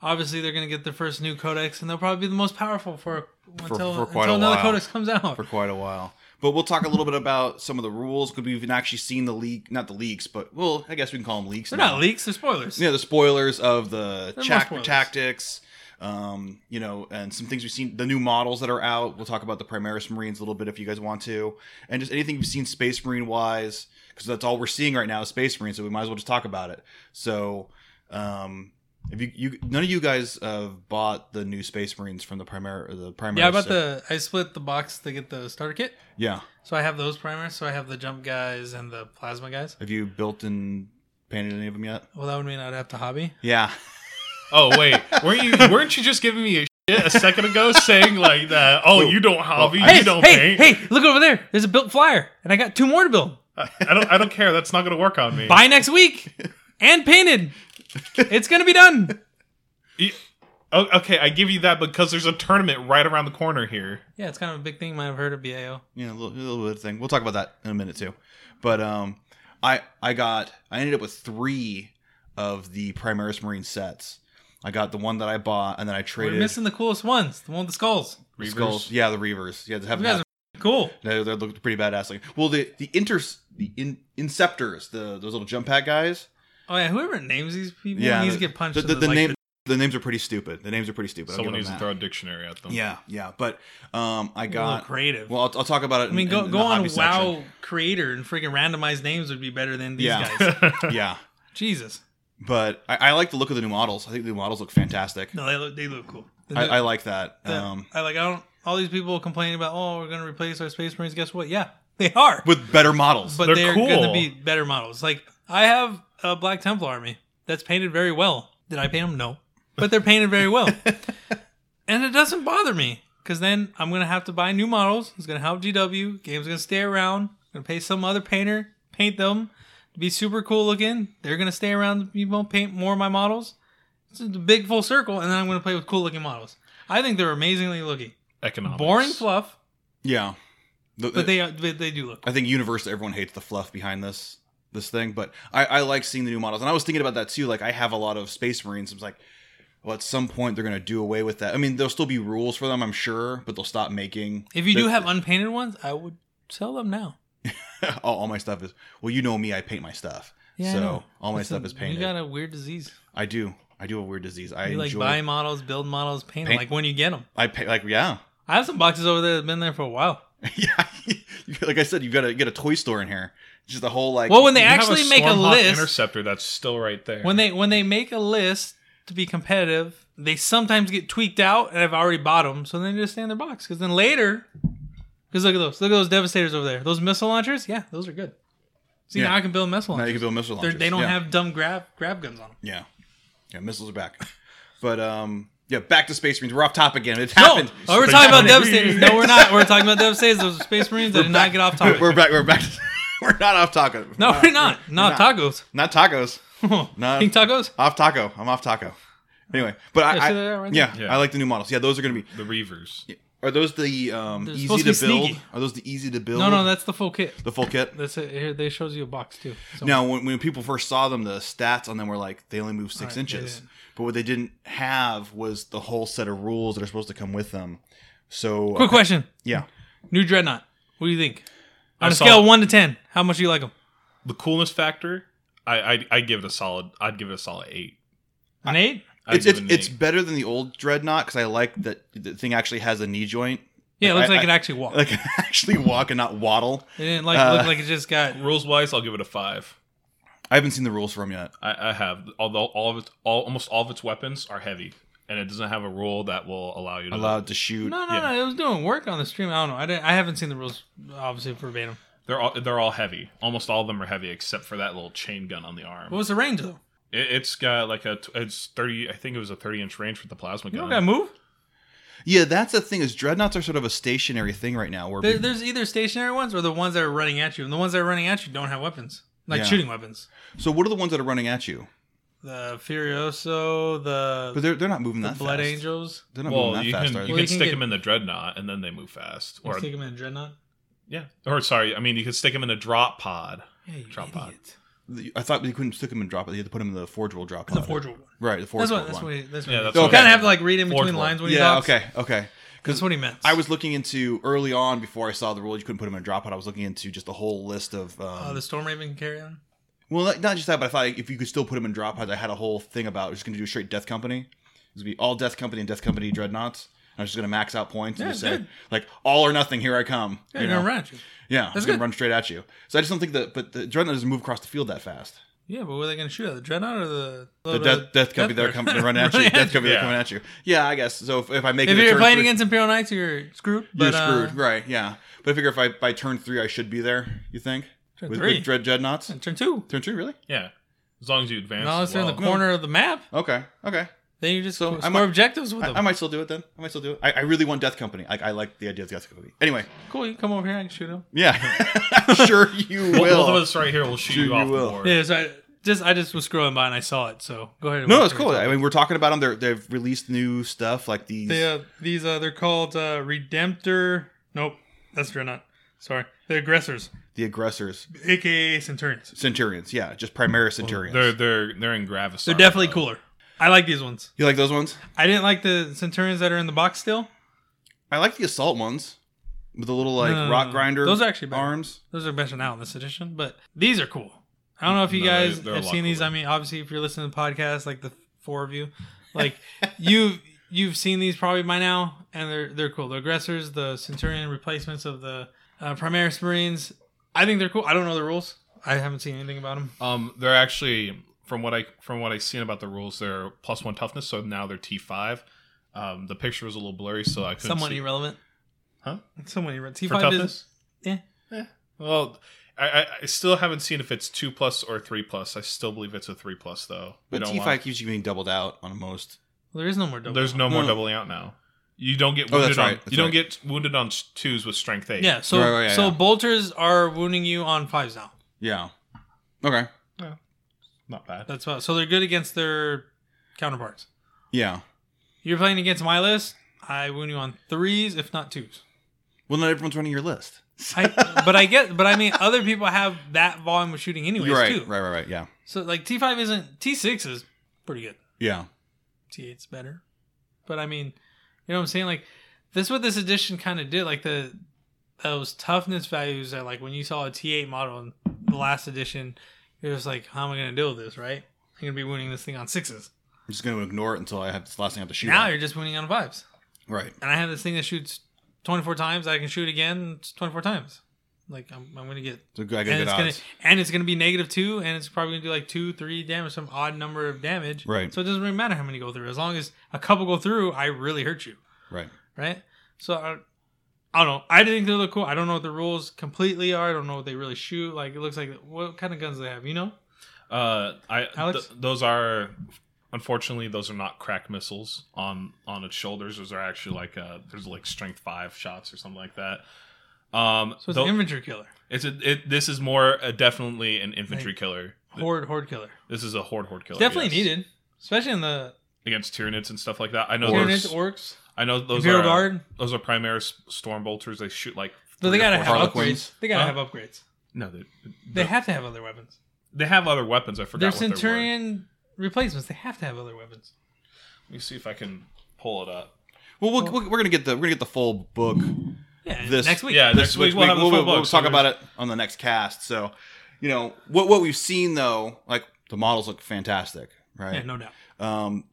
Speaker 1: Obviously, they're gonna get their first new codex, and they'll probably be the most powerful for until,
Speaker 2: for quite
Speaker 1: until
Speaker 2: a
Speaker 1: another
Speaker 2: while.
Speaker 1: codex comes out.
Speaker 2: for quite a while. But we'll talk a little bit about some of the rules because we've actually seen the leak, not the leaks, but well, I guess we can call them leaks.
Speaker 1: they're
Speaker 2: now.
Speaker 1: not leaks; they're spoilers.
Speaker 2: Yeah, the spoilers of the
Speaker 1: They're more
Speaker 2: chac-
Speaker 1: spoilers.
Speaker 2: tactics, um, you know, and some things we've seen, the new models that are out. We'll talk about the Primaris Marines a little bit if you guys want to, and just anything we've seen Space Marine wise, because that's all we're seeing right now is Space Marine, so we might as well just talk about it. So, um, if you, you none of you guys uh, bought the new Space Marines from the Primar or the Primaris,
Speaker 1: Yeah, about
Speaker 2: set.
Speaker 1: the I split the box to get the starter kit.
Speaker 2: yeah.
Speaker 1: So I have those primers. So I have the jump guys and the plasma guys.
Speaker 2: Have you built and painted any of them yet?
Speaker 1: Well, that would mean I'd have to hobby.
Speaker 2: Yeah,
Speaker 3: Oh wait, weren't you? Weren't you just giving me a shit a second ago saying like that? Oh, you don't hobby,
Speaker 2: I-
Speaker 3: you don't
Speaker 1: hey,
Speaker 3: paint.
Speaker 1: hey! Look over there. There's a built flyer, and I got two more to build
Speaker 3: I don't. I don't care. That's not gonna work on me.
Speaker 1: by next week, and painted. It's gonna be done.
Speaker 3: You- o- okay, I give you that because there's a tournament right around the corner here.
Speaker 1: Yeah, it's kind of a big thing. You might have heard of BAO.
Speaker 2: yeah, a little, little bit of thing. We'll talk about that in a minute too. But um, I I got I ended up with three of the Primaris Marine sets. I got the one that I bought, and then I
Speaker 1: We're
Speaker 2: traded
Speaker 1: missing the coolest ones. The one with the skulls.
Speaker 2: the skulls. Yeah, the Reavers. Yeah, they
Speaker 1: You
Speaker 2: haven't.
Speaker 1: guys
Speaker 2: Had,
Speaker 1: are cool.
Speaker 2: they, they looked pretty badass. Like, well, the the inter the in, Inceptors, the those little jump pack guys.
Speaker 1: Oh yeah, whoever names these people
Speaker 2: Yeah,
Speaker 1: needs
Speaker 2: the-
Speaker 1: to get punched.
Speaker 2: The,
Speaker 1: in
Speaker 2: the, the
Speaker 1: like,
Speaker 2: name the names are pretty stupid. The names are pretty stupid. I'll
Speaker 3: Someone
Speaker 2: give
Speaker 3: needs
Speaker 2: them
Speaker 3: to
Speaker 2: that.
Speaker 3: throw a dictionary at them.
Speaker 2: Yeah, yeah, but um, I
Speaker 1: a little
Speaker 2: got.
Speaker 1: creative.
Speaker 2: Well, I'll, I'll talk about it.
Speaker 1: I mean,
Speaker 2: in,
Speaker 1: go
Speaker 2: in
Speaker 1: go
Speaker 2: the
Speaker 1: on
Speaker 2: hobby
Speaker 1: WoW
Speaker 2: section.
Speaker 1: creator and freaking randomized names would be better than these
Speaker 2: Yeah.
Speaker 1: guys.
Speaker 2: yeah.
Speaker 1: Jesus,
Speaker 2: But I, I like the look of the new models. I think the new models look fantastic.
Speaker 1: no, they look they look cool. The
Speaker 2: I,
Speaker 1: new-
Speaker 2: I like that.
Speaker 1: the-
Speaker 2: Um,
Speaker 1: I like I don't. All these people complaining about oh we're gonna replace our space marines. Guess what? Yeah, they are.
Speaker 2: with better models.
Speaker 1: but
Speaker 3: They're
Speaker 1: they're,
Speaker 3: cool.
Speaker 1: going to be better models. Like I have a Black Templar army that's painted very well. Did I paint them? No, but they're painted very well, and it doesn't bother me because then I'm going to have to buy new models. It's going to help GW. Game's going to stay around. I'm going to pay some other painter paint them to be super cool looking. They're going to stay around. You won't paint more of my models. It's a big full circle, and then I'm going to play with cool looking models. I think they're amazingly looking.
Speaker 3: Economics.
Speaker 1: Boring fluff,
Speaker 2: yeah, The-
Speaker 1: but they but they do look.
Speaker 2: I think universally everyone hates the fluff behind this this thing, but I, I like seeing the new models. And I was thinking about that too. Like I have a lot of Space Marines. I was like, well, at some point they're gonna do away with that. I mean, there'll still be rules for them, I'm sure, but they'll stop making.
Speaker 1: If you do
Speaker 2: they-
Speaker 1: have unpainted ones, I would sell them now.
Speaker 2: all, all my stuff is well, you know me, I paint my stuff.
Speaker 1: Yeah, I know.
Speaker 2: so all my
Speaker 1: Listen,
Speaker 2: stuff is painted.
Speaker 1: You got a weird disease.
Speaker 2: I do. I do have a weird disease. I
Speaker 1: You like
Speaker 2: enjoy.
Speaker 1: buy models, build models, paint, them
Speaker 2: Paint-
Speaker 1: like when you get them.
Speaker 2: I pay like yeah.
Speaker 1: I have some boxes over there that've been there for a while.
Speaker 2: Yeah, You- like I said, you gotta get a toy store in here. Just the whole like.
Speaker 1: Well, when they
Speaker 3: You have a
Speaker 1: actually make a
Speaker 3: Stormhawk
Speaker 1: list,
Speaker 3: interceptor that's still right there.
Speaker 1: when they when they make a list to be competitive, they sometimes get tweaked out, and I've already bought them, so then they just stay in their box. Because then later, because look at those, look at those devastators over there. Those missile launchers, yeah, those are good. See,
Speaker 2: Yeah.
Speaker 1: now I can build missile
Speaker 2: now you
Speaker 1: launchers.
Speaker 2: can build missile
Speaker 1: They're-
Speaker 2: launchers.
Speaker 1: they don't
Speaker 2: yeah.
Speaker 1: have dumb grab grab guns on them.
Speaker 2: Yeah, yeah, missiles are back. But um, yeah, back to Space Marines. We're off top again. It happened.
Speaker 1: No, oh, we're
Speaker 2: Space
Speaker 1: talking about
Speaker 2: Marines.
Speaker 1: devastators. No, we're not. We're talking about devastators. Those are space marines. I did not get off topic.
Speaker 2: We're back. We're back. we're not off taco.
Speaker 1: No, we're not. Not tacos.
Speaker 2: Not tacos.
Speaker 1: No. Pink tacos?
Speaker 2: Off taco. I'm off taco. Anyway, but
Speaker 1: Yeah,
Speaker 2: I,
Speaker 1: see
Speaker 2: I-
Speaker 1: that right
Speaker 2: yeah,
Speaker 3: there?
Speaker 2: I like the new models. Yeah, those are gonna be.
Speaker 3: the Reavers.
Speaker 2: Are those the um,
Speaker 1: They're
Speaker 2: easy
Speaker 1: supposed
Speaker 2: to
Speaker 1: to
Speaker 2: build?
Speaker 1: be sneaky.
Speaker 2: Are those the easy to build?
Speaker 1: No, no, that's the full kit.
Speaker 2: the full kit.
Speaker 1: That's it. Here, they shows you a box too. So
Speaker 2: Now, when, when people first saw them, the stats on them were like they only move six
Speaker 1: Right, they
Speaker 2: inches.
Speaker 1: didn't.
Speaker 2: But what they didn't have was the whole set of rules that are supposed to come with them. So, uh,
Speaker 1: Quick question:
Speaker 2: yeah,
Speaker 1: New dreadnought. What do you think? On
Speaker 3: I
Speaker 1: a
Speaker 3: saw
Speaker 1: scale
Speaker 3: it.
Speaker 1: of one to ten, how much do you like them?
Speaker 3: The coolness factor. I I I give it a solid. I'd give it a solid eight.
Speaker 1: An eight?
Speaker 3: I'd
Speaker 2: it's
Speaker 3: give
Speaker 2: it's,
Speaker 3: it an
Speaker 2: it's
Speaker 3: eight.
Speaker 2: better than the old dreadnought because I like that the thing actually has a knee joint,
Speaker 1: Yeah, it looks
Speaker 2: I-
Speaker 1: like
Speaker 2: I-
Speaker 1: it actually walked.
Speaker 2: like actually walk and not waddle.
Speaker 1: it didn't like
Speaker 2: uh,
Speaker 1: look like it just got.
Speaker 3: rules wise. I'll give it a five.
Speaker 2: I haven't seen the rules for them yet.
Speaker 3: I, I have. Although all of its, all, almost all of its weapons are heavy, and it doesn't have a rule that will allow you to.
Speaker 2: Allowed to shoot.
Speaker 1: No, no, no. It was doing work on the stream. I don't know. I didn't. I haven't seen the rules obviously verbatim.
Speaker 3: They're all they're all heavy. Almost all of them are heavy, except for that little chain gun on the arm.
Speaker 1: What was the range though?
Speaker 3: It, it's got like a t- it's thirty. I think it was a thirty inch range for the plasma
Speaker 1: You
Speaker 3: gun.
Speaker 1: don't gotta move.
Speaker 2: Yeah, that's the thing is dreadnoughts are sort of a stationary thing right now. Where
Speaker 1: There, there's either stationary ones or the ones that are running at you, and the ones that are running at you don't have weapons, like
Speaker 2: Yeah.
Speaker 1: shooting weapons.
Speaker 2: so what are the ones that are running at you?
Speaker 1: The Furioso, the,
Speaker 2: But they're they're not moving that
Speaker 1: Blood
Speaker 2: fast.
Speaker 1: Angels.
Speaker 2: They're not
Speaker 3: Well,
Speaker 2: moving
Speaker 3: you
Speaker 2: that fast.
Speaker 3: can
Speaker 2: are
Speaker 3: you
Speaker 1: Well,
Speaker 2: they?
Speaker 1: you
Speaker 3: can
Speaker 1: can
Speaker 3: stick
Speaker 1: get-
Speaker 3: them in the dreadnought and then they move fast. Or
Speaker 1: Let's take him in Dreadnought.
Speaker 3: yeah, or sorry, I mean you could stick them in a drop pod.
Speaker 1: Yeah, you
Speaker 3: Drop pod.
Speaker 1: idiot.
Speaker 2: I thought you couldn't stick them and drop it. You had to put them in the forge will drop.
Speaker 1: It's a
Speaker 2: pod.
Speaker 1: forgeable one.
Speaker 2: Right, the forge
Speaker 1: That's what.
Speaker 2: will
Speaker 1: That's
Speaker 2: one.
Speaker 1: what. He, that's what
Speaker 3: Yeah,
Speaker 1: he meant.
Speaker 3: that's
Speaker 1: you
Speaker 2: what I
Speaker 1: kind of
Speaker 2: meant.
Speaker 1: have to like read in
Speaker 3: Forgeable.
Speaker 1: between lines when he
Speaker 2: yeah.
Speaker 1: talks.
Speaker 2: Okay. Okay. Because
Speaker 1: That's what he meant.
Speaker 2: I was looking into early on before I saw the rule you couldn't put them in a drop pod. I was looking into just a whole list of um,
Speaker 1: Uh, the Storm Raven carry on.
Speaker 2: well, not not just that, but I thought if you could still put them in drop pods, I had a whole thing about I was just going to do a straight Death Company. It was going to be all Death Company and Death Company dreadnoughts. I was just going to max out points
Speaker 1: Yeah,
Speaker 2: and just say
Speaker 1: good.
Speaker 2: like all or nothing. Here I come.
Speaker 1: Yeah,
Speaker 2: you
Speaker 1: you're
Speaker 2: know?
Speaker 1: gonna run at you.
Speaker 2: Yeah,
Speaker 1: That's
Speaker 2: it's going
Speaker 1: good.
Speaker 2: to run straight at you. So I just don't think that, but the dreadnought doesn't move across the field that fast.
Speaker 1: Yeah, but were they gonna shoot at the Dreadnought or the
Speaker 2: The death, death company, they're coming, they're running at you. Death company, they're
Speaker 3: Yeah.
Speaker 2: coming at you. Yeah, I guess. So if, if I make
Speaker 1: If
Speaker 2: it a
Speaker 1: you're
Speaker 2: turn
Speaker 1: playing
Speaker 2: three-
Speaker 1: against Imperial Knights, you're screwed.
Speaker 2: You're
Speaker 1: but, uh,
Speaker 2: screwed, right? Yeah, but I figure if I by turn three, I should be there. You think?
Speaker 1: Turn
Speaker 2: with,
Speaker 1: three.
Speaker 2: with dread dreadnoughts.
Speaker 1: Turn two.
Speaker 2: Turn two, really?
Speaker 3: Yeah, as long as you advance.
Speaker 1: No,
Speaker 3: as
Speaker 1: it's in the
Speaker 3: well.
Speaker 1: corner of the map.
Speaker 2: Okay, okay.
Speaker 1: Then you just
Speaker 2: So,
Speaker 1: score
Speaker 2: I might-
Speaker 1: objectives with
Speaker 2: I,
Speaker 1: them.
Speaker 2: I might still do it then. I might still do it. I, I really want Death Company. Like I like the idea of Death Company. Anyway,
Speaker 1: Cool, you can come over here and shoot him.
Speaker 2: yeah, sure you
Speaker 3: Both-
Speaker 2: will.
Speaker 3: Both of us right here will shoot
Speaker 2: Shoot,
Speaker 3: you
Speaker 2: you
Speaker 3: off the
Speaker 2: will.
Speaker 3: board.
Speaker 1: Yeah, so I just I just was scrolling by and I saw it. So go ahead. and
Speaker 2: no,
Speaker 1: walk
Speaker 2: no, it's
Speaker 1: through
Speaker 2: cool.
Speaker 1: it.
Speaker 2: I mean, we're talking about them. They're, they've released new stuff like these.
Speaker 1: They uh, these uh, they're called uh, Redemptor. Nope, that's Dreadnought. Sorry, the aggressors,
Speaker 2: the aggressors,
Speaker 1: aka Centurions.
Speaker 2: Centurions. Yeah, just Primaris Centurions.
Speaker 3: They're they're they're in Gravis.
Speaker 1: They're definitely cooler. I like these ones.
Speaker 2: you like those ones?
Speaker 1: I didn't like the Centurions that are in the box still.
Speaker 2: I like the assault ones with the little like
Speaker 1: No, no, no,
Speaker 2: rock
Speaker 1: no.
Speaker 2: grinder.
Speaker 1: Uh, Those are actually better.
Speaker 2: arms.
Speaker 1: Those are better now in this edition, but these are cool. I don't know if you
Speaker 3: No,
Speaker 1: guys
Speaker 3: they're- they're a
Speaker 1: have
Speaker 3: lot
Speaker 1: seen these.
Speaker 3: cooler.
Speaker 1: I mean, obviously, if you're listening to the podcast, like the four of you, like you've you've seen these probably by now, and they're they're cool. The aggressors, the Centurion replacements of the uh, Primaris Marines. I think they're cool. I don't know the rules. I haven't seen anything about them.
Speaker 3: Um, they're actually from what I from what I've seen about the rules, they're plus one toughness, so now they're T five. Um, the picture was a little blurry, so I couldn't
Speaker 1: Somewhat
Speaker 3: see
Speaker 1: irrelevant.
Speaker 3: Huh?
Speaker 1: Somewhat irrelevant.
Speaker 3: for
Speaker 1: T5
Speaker 3: toughness.
Speaker 1: e-,
Speaker 3: Eh,
Speaker 1: is yeah.
Speaker 3: Well, I, I, I still haven't seen if it's two plus or three plus. I still believe it's a three plus though. We
Speaker 2: But
Speaker 3: don't
Speaker 2: T
Speaker 3: want-
Speaker 2: five keeps you being doubled out on most.
Speaker 1: Well, there is no more double.
Speaker 3: There's no more
Speaker 2: No.
Speaker 3: doubling out now. You don't get
Speaker 2: Oh,
Speaker 3: wounded
Speaker 2: that's
Speaker 3: on.
Speaker 2: right, that's
Speaker 3: you don't
Speaker 2: right.
Speaker 3: get wounded on twos with strength eight.
Speaker 1: yeah. So
Speaker 2: Right, right, yeah,
Speaker 1: so
Speaker 2: yeah.
Speaker 1: bolters are wounding you on fives now.
Speaker 2: Yeah. Okay.
Speaker 3: not bad.
Speaker 1: That's what, so they're good against their counterparts.
Speaker 2: Yeah.
Speaker 1: You're playing against my list. I wound you on threes, if not twos.
Speaker 2: Well, not everyone's running your list.
Speaker 1: I, but I get, but I mean, other people have that volume of shooting anyways
Speaker 2: You're right.
Speaker 1: too.
Speaker 2: Right. Right. Right. Yeah.
Speaker 1: So like T five isn't T six is pretty good.
Speaker 2: Yeah.
Speaker 1: T eight's better, but I mean, you know what I'm saying? Like this, is what this edition kind of did, like the those toughness values that like when you saw a T eight model in the last edition, you're just like, how am I gonna deal with this? Right? I'm gonna be wounding this thing on sixes.
Speaker 2: I'm just gonna ignore it until I have this last thing I have to shoot.
Speaker 1: Now
Speaker 2: at.
Speaker 1: you're just wounding on fives.
Speaker 2: right.
Speaker 1: and I have this thing that shoots 24 times. I can shoot again it's 24 times. Like I'm, I'm gonna get,
Speaker 2: So I got
Speaker 1: and
Speaker 2: good
Speaker 1: it's
Speaker 2: odds.
Speaker 1: gonna and it's gonna be negative two, and it's probably gonna do like two, three damage, some odd number of damage.
Speaker 2: Right.
Speaker 1: So it doesn't really matter how many go through, as long as a couple go through, I really hurt you,
Speaker 2: Right.
Speaker 1: right? So I, I don't know. I think they look cool. I don't know what the rules completely are. I don't know what they really shoot. Like it looks like what kind of guns do they have. You know,
Speaker 3: Uh, I
Speaker 1: Alex?
Speaker 3: th- those are unfortunately those are not crack missiles on on its shoulders. Those are actually like uh, there's like strength five shots or something like that. Um,
Speaker 1: so it's
Speaker 3: though-
Speaker 1: an infantry killer,
Speaker 3: it's a, it, this is more uh, definitely an infantry killer.
Speaker 1: horde, horde killer.
Speaker 3: This is a horde horde killer.
Speaker 1: Definitely
Speaker 3: yes.
Speaker 1: needed, especially in the
Speaker 3: against Tyranids and stuff like that. I know
Speaker 1: Tyranids,
Speaker 3: those.
Speaker 1: orcs,
Speaker 3: I know those
Speaker 1: Imperial
Speaker 3: are uh,
Speaker 1: Guard.
Speaker 3: those are Primaris storm bolters. They shoot like.
Speaker 1: So they
Speaker 3: three or
Speaker 1: gotta
Speaker 3: four
Speaker 1: have
Speaker 3: shots.
Speaker 2: Harlequins.
Speaker 1: upgrades. They gotta
Speaker 3: Huh?
Speaker 1: have upgrades.
Speaker 3: No, they,
Speaker 1: They have to have other weapons.
Speaker 3: they have other weapons. I forgot.
Speaker 1: They're
Speaker 3: what they were.
Speaker 1: Centurion replacements. They have to have other weapons.
Speaker 3: Let me see if I can pull it up.
Speaker 2: Well, we'll, we're gonna get the we're gonna get the full book
Speaker 1: Yeah,
Speaker 2: This-
Speaker 1: next week.
Speaker 3: Yeah, next week, we'll have the
Speaker 2: we'll,
Speaker 3: full
Speaker 2: we'll
Speaker 3: book, so
Speaker 2: talk about it on the next cast. So, you know what what we've seen though, like the models look fantastic,
Speaker 1: Yeah,
Speaker 2: right?
Speaker 1: no doubt.
Speaker 2: Um,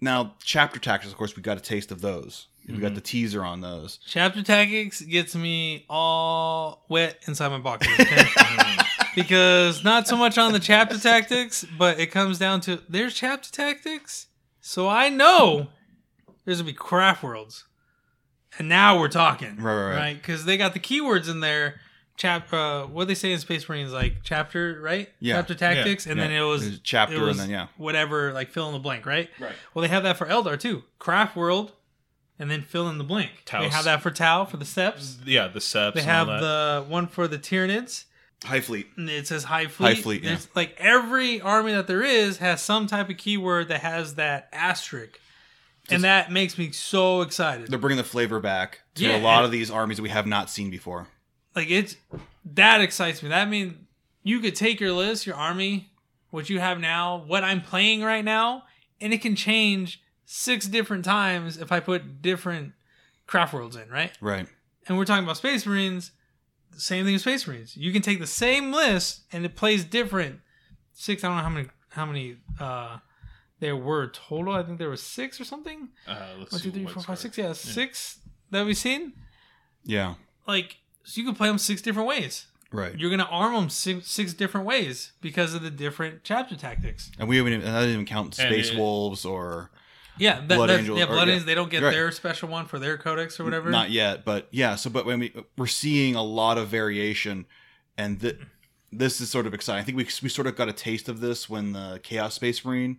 Speaker 2: now chapter tactics, of course, we got a taste of those. We
Speaker 1: Mm-hmm.
Speaker 2: got the teaser on those.
Speaker 1: Chapter tactics gets me all wet inside my box okay? because not so much on the chapter tactics, but it comes down to there's chapter tactics, so I know there's gonna be craft worlds, and now we're talking,
Speaker 2: Right, right, right.
Speaker 1: Because they got the keywords in there. Chap, uh, what they say in Space Marines, like chapter, right?
Speaker 2: Yeah.
Speaker 1: Chapter tactics, and then
Speaker 2: Yeah.
Speaker 1: it was
Speaker 2: There's a chapter
Speaker 1: it
Speaker 2: and
Speaker 1: was
Speaker 2: then, yeah.
Speaker 1: whatever, like fill in the blank, right?
Speaker 2: Right.
Speaker 1: Well, they have that for Eldar too. Craft World, and then fill in the blank. They
Speaker 3: Taos.
Speaker 1: have that for Tau for the Seps.
Speaker 3: Yeah, the seps.
Speaker 1: They
Speaker 3: and
Speaker 1: have
Speaker 3: all that.
Speaker 1: the one for the Tyranids.
Speaker 2: High fleet.
Speaker 1: And it says High Fleet.
Speaker 2: High Fleet, yeah.
Speaker 1: There's like every army that there is has some type of keyword that has that asterisk. and that makes me so excited.
Speaker 2: They're bringing the flavor back to
Speaker 1: Yeah.
Speaker 2: a lot of these armies we have not seen before.
Speaker 1: like it's that excites me. That means you could take your list, your army, what you have now, what I'm playing right now, and it can change six different times if I put different craft worlds in, right?
Speaker 2: Right.
Speaker 1: And we're talking about Space Marines. Same thing as Space Marines. You can take the same list and it plays different. Six. I don't know how many how many uh, there were total. I think there were six or something.
Speaker 3: uh, let's
Speaker 1: One,
Speaker 3: see
Speaker 1: two, three,
Speaker 3: what's
Speaker 1: four, five,
Speaker 3: our-
Speaker 1: six. Yeah, six that we've seen.
Speaker 2: Yeah.
Speaker 1: Like so, you can play them six different ways
Speaker 2: Right.
Speaker 1: you're gonna arm them six, six different ways because of the different chapter tactics.
Speaker 2: and we haven't even, and that didn't even count
Speaker 3: And
Speaker 2: space
Speaker 3: it-
Speaker 2: wolves or
Speaker 1: Yeah, that,
Speaker 2: Blood
Speaker 1: that-
Speaker 2: Angels,
Speaker 1: yeah,
Speaker 2: or-
Speaker 1: Blood
Speaker 2: yeah.
Speaker 1: Angels. They don't get
Speaker 2: Right.
Speaker 1: their special one for their codex or whatever.
Speaker 2: not yet, but yeah. So, but when we we're seeing a lot of variation, and th- this is sort of exciting. I think we we sort of got a taste of this when the Chaos Space Marine,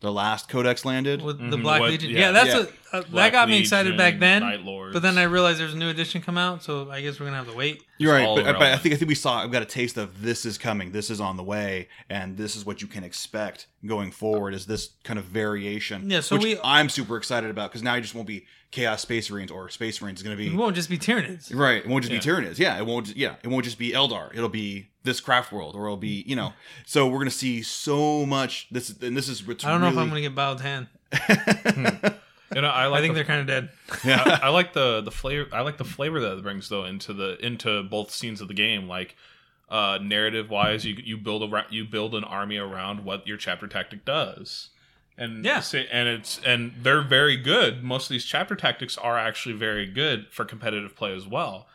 Speaker 2: the last Codex landed.
Speaker 1: with the
Speaker 3: Mhm,
Speaker 1: Black
Speaker 3: what-
Speaker 1: Legion. Yeah,
Speaker 3: yeah.
Speaker 2: Yeah.
Speaker 1: that's A, uh, that
Speaker 3: Black
Speaker 1: got me excited
Speaker 3: Legion,
Speaker 1: back then.
Speaker 3: Night Lords.
Speaker 1: But then I realized there's a new edition come out, so I guess we're gonna have to wait.
Speaker 2: You're right,
Speaker 3: all
Speaker 2: but, but I
Speaker 3: relevant.
Speaker 2: think I think we saw. I've got a taste of this is coming. This is on the way, and this is what you can expect going forward. Is this kind of variation?
Speaker 1: Yeah, so
Speaker 2: which
Speaker 1: we-
Speaker 2: I'm super excited about because now you just won't be Chaos Space Marines or Space Marines. It's going to be
Speaker 1: It won't just be Tyranids.
Speaker 2: Right. It won't just
Speaker 3: Yeah.
Speaker 2: be Tyranids. Yeah. It won't. Yeah. It won't just be Eldar. It'll be this craft world, or it'll be you know. So we're gonna see so much. This is- and this is what's.
Speaker 1: I don't know hmm.
Speaker 2: really,
Speaker 1: if I'm gonna get Bowled Hand.
Speaker 3: You know, I like
Speaker 1: I think
Speaker 3: the
Speaker 1: they're kind of dead.
Speaker 3: I, I like the the flavor. I like the flavor that it brings though into the into both scenes of the game. Like uh, narrative wise, you you build a you build an army around what your chapter tactic does. And
Speaker 1: Yeah.
Speaker 3: say- and it's and they're very good. Most of these chapter tactics are actually very good for competitive play as well.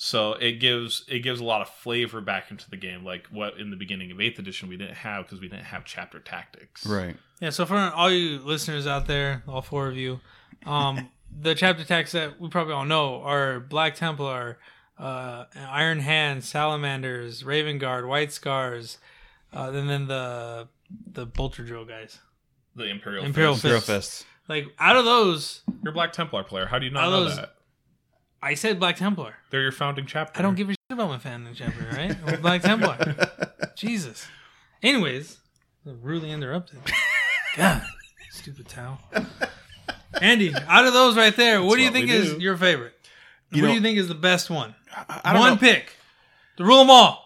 Speaker 3: So it gives it gives a lot of flavor back into the game, like what in the beginning of Eighth Edition we didn't have because we didn't have chapter tactics.
Speaker 2: Right.
Speaker 1: Yeah, so for all you listeners out there, all four of you, um, the chapter attacks that we probably all know are Black Templar, uh, Iron Hand, Salamanders, Raven Guard, White Scars, uh, and then the the Bolter Drill guys.
Speaker 3: The Imperial
Speaker 1: Imperial
Speaker 3: Fist.
Speaker 1: Fists. Like out of those,
Speaker 3: You're a Black Templar player. How do you
Speaker 1: Are
Speaker 3: not know
Speaker 1: those-
Speaker 3: that?
Speaker 1: I said Black Templar.
Speaker 3: They're your founding chapter.
Speaker 1: I don't give a shit about my fan in chapter, right? I'm a Black Templar. Jesus. Anyways, I'm rudely interrupted. God, stupid towel. Andy, out of those right there, what do you
Speaker 3: what we
Speaker 1: think is
Speaker 3: do.
Speaker 1: your favorite?
Speaker 2: You
Speaker 1: what
Speaker 2: know-
Speaker 1: do you think is the best one?
Speaker 2: I don't
Speaker 1: one
Speaker 2: know.
Speaker 1: pick. To rule them all.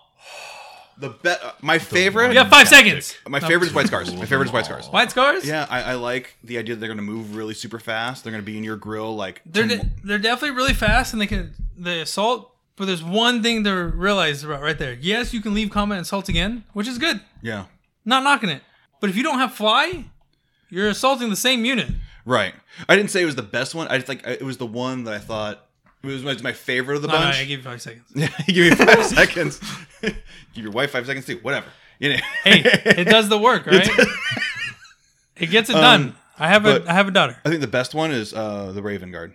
Speaker 2: The bet. my favorite.
Speaker 1: You got five seconds.
Speaker 2: My favorite is White Scars. My favorite is White Scars.
Speaker 1: White scars?
Speaker 2: Yeah, I, I like the idea that they're gonna move really super fast. They're gonna be in your grill like.
Speaker 1: They're,
Speaker 2: 10
Speaker 1: de- they're definitely really fast and they can they assault, but there's one thing to realize about right there. Yes, you can leave combat and assault again, which is good.
Speaker 2: yeah.
Speaker 1: Not knocking it. But if you don't have fly, you're assaulting the same unit.
Speaker 2: Right. I didn't say it was the best one. I just like it was the one that I thought it was my, my favorite of the
Speaker 1: No, no,
Speaker 2: bunch.
Speaker 1: I give you five seconds.
Speaker 2: Give me five seconds. Give your wife five seconds too. Whatever. You know.
Speaker 1: hey, it does the work, right? it gets it done. I have a
Speaker 2: Um, but-
Speaker 1: I have a daughter.
Speaker 2: I think the best one is uh, the Raven Guard.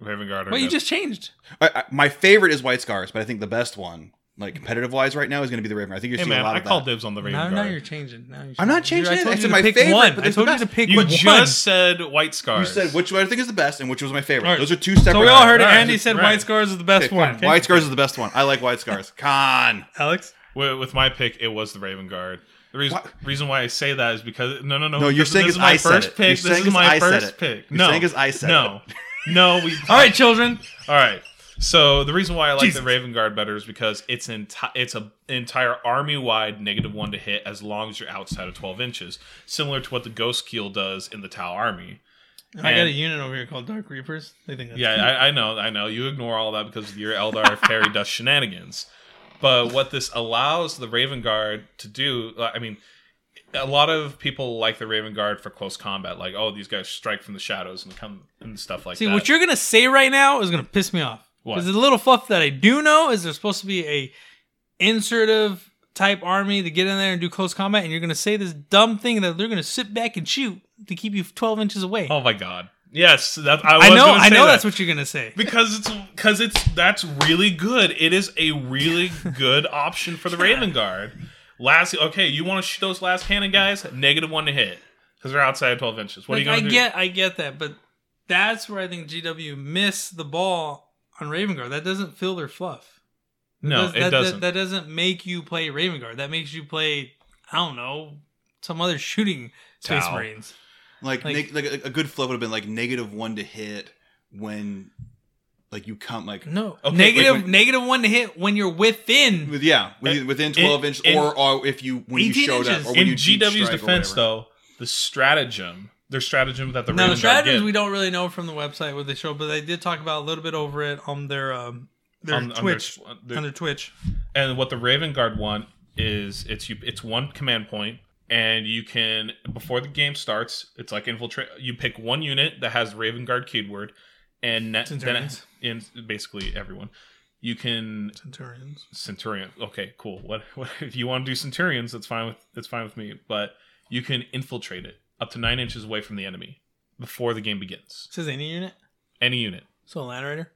Speaker 3: Raven Guard. are
Speaker 1: Well, you
Speaker 3: good.
Speaker 1: just changed.
Speaker 2: I, I, my favorite is White Scars, but I think the best one, like competitive wise, right now is going to be the Raven. Guard. I think you're
Speaker 3: Hey
Speaker 2: seeing
Speaker 3: man,
Speaker 2: a lot
Speaker 3: I
Speaker 2: of
Speaker 3: called
Speaker 2: that.
Speaker 3: dibs on the Raven
Speaker 1: Now,
Speaker 3: Guard.
Speaker 1: now you're changing. Now you're changing.
Speaker 2: I'm not changing
Speaker 1: I
Speaker 2: it.
Speaker 1: told
Speaker 2: I
Speaker 1: you
Speaker 2: said
Speaker 1: to
Speaker 2: my
Speaker 1: pick
Speaker 2: favorite,
Speaker 1: one.
Speaker 2: but
Speaker 1: I
Speaker 2: it's the
Speaker 1: told you to
Speaker 2: best.
Speaker 1: pick
Speaker 3: You
Speaker 1: one.
Speaker 3: just said White
Speaker 2: You
Speaker 3: Scars.
Speaker 2: said which one I think is the best and which was my favorite.
Speaker 1: Alright.
Speaker 2: Those are two separate.
Speaker 1: So we all heard it.
Speaker 3: All right.
Speaker 1: Andy said
Speaker 3: Right.
Speaker 1: White Scars is the best
Speaker 2: Okay,
Speaker 1: one.
Speaker 2: White Scars is the best one. I like White Scars. Con.
Speaker 1: Alex.
Speaker 3: With, with my pick, it was the Raven Guard. The reason,
Speaker 2: What?
Speaker 3: reason why I say that is because no, no, no.
Speaker 2: No, you're
Speaker 3: this,
Speaker 2: saying is
Speaker 3: this is my
Speaker 2: I said it.
Speaker 3: first
Speaker 2: You're
Speaker 3: pick. This
Speaker 2: saying
Speaker 3: is
Speaker 2: is
Speaker 3: my
Speaker 2: I said
Speaker 3: first
Speaker 2: it.
Speaker 3: pick.
Speaker 2: You're
Speaker 3: No,
Speaker 2: saying is I said
Speaker 3: no, no. We
Speaker 1: All right, children.
Speaker 3: all right. So the reason why I like
Speaker 1: Jesus.
Speaker 3: the Raven Guard better is because it's enti- it's a entire army wide negative one to hit as long as you're outside of twelve inches, similar to what the Ghost Keel does in the Tau Army.
Speaker 1: I got a
Speaker 3: And-
Speaker 1: unit over here called Dark Reapers. They think that's
Speaker 3: Yeah, I, I know, I know. You ignore all that because of your Eldar fairy dust shenanigans. But what this allows the Raven Guard to do, uh, I mean, a lot of people like the Raven Guard for close combat, like oh, these guys strike from the shadows and come and stuff like
Speaker 1: See,
Speaker 3: that.
Speaker 1: what you're gonna say right now is gonna piss me off.
Speaker 3: What?
Speaker 1: Because the little fluff that I do know is there's supposed to be a insertive type army to get in there and do close combat, and you're gonna say this dumb thing that they're gonna sit back and shoot to keep you 12 inches away.
Speaker 3: oh my god, yes, that I, was
Speaker 1: I know,
Speaker 3: gonna
Speaker 1: I
Speaker 3: say
Speaker 1: know
Speaker 3: that.
Speaker 1: that's what you're gonna say.
Speaker 3: because it's because it's that's really good. It is a really good option for the Raven Guard. Last, okay, you want to shoot those last cannon guys? Negative one to hit because they're outside of twelve inches. What
Speaker 1: Like,
Speaker 3: are you
Speaker 1: I
Speaker 3: gonna do?
Speaker 1: get, I get that, but that's where I think GW missed the ball on Raven Guard. That doesn't fill their fluff.
Speaker 3: No,
Speaker 1: Does-
Speaker 3: it
Speaker 1: that, that-
Speaker 3: doesn't.
Speaker 1: That, doesn't make you play Raven Guard. That makes you play, I don't know, some other shooting Space
Speaker 3: Tau.
Speaker 1: Marines.
Speaker 2: Like,
Speaker 1: Like-
Speaker 2: neg- like, a, a good flow would have been like negative one to hit when like you come like
Speaker 1: No,
Speaker 3: Okay,
Speaker 1: Negative-
Speaker 2: wait, wait.
Speaker 1: negative one to hit when you're within.
Speaker 2: with- yeah when you- within twelve
Speaker 3: in-
Speaker 2: inch
Speaker 3: in-
Speaker 2: or, or if you when you
Speaker 1: 18
Speaker 2: showed
Speaker 1: inches.
Speaker 2: up or when
Speaker 3: In
Speaker 2: you deep
Speaker 3: GW's
Speaker 2: strike or
Speaker 3: defense,
Speaker 2: whatever.
Speaker 3: though, the stratagem, their stratagem that the
Speaker 1: now the
Speaker 3: Raven Guard
Speaker 1: strategies
Speaker 3: give
Speaker 1: we don't really know from the website what they show, but they did talk about a little bit over it on their um their
Speaker 3: on- on their
Speaker 1: Twitch
Speaker 3: s-
Speaker 1: on
Speaker 3: their-
Speaker 1: their, Twitch.
Speaker 3: And what the Raven Guard want is it's you it's one command point, and you can before the game starts, it's like infiltrate. You pick one unit that has Raven Guard keyword, and ne- then it,
Speaker 1: Centurions.
Speaker 3: in basically everyone. You can
Speaker 1: Centurions.
Speaker 3: Centurion. Okay, cool. What, what if you want to do Centurions? That's fine with that's fine with me. But you can infiltrate it up to nine inches away from the enemy before the game begins.
Speaker 1: Says any unit.
Speaker 3: Any unit.
Speaker 1: So Landrider.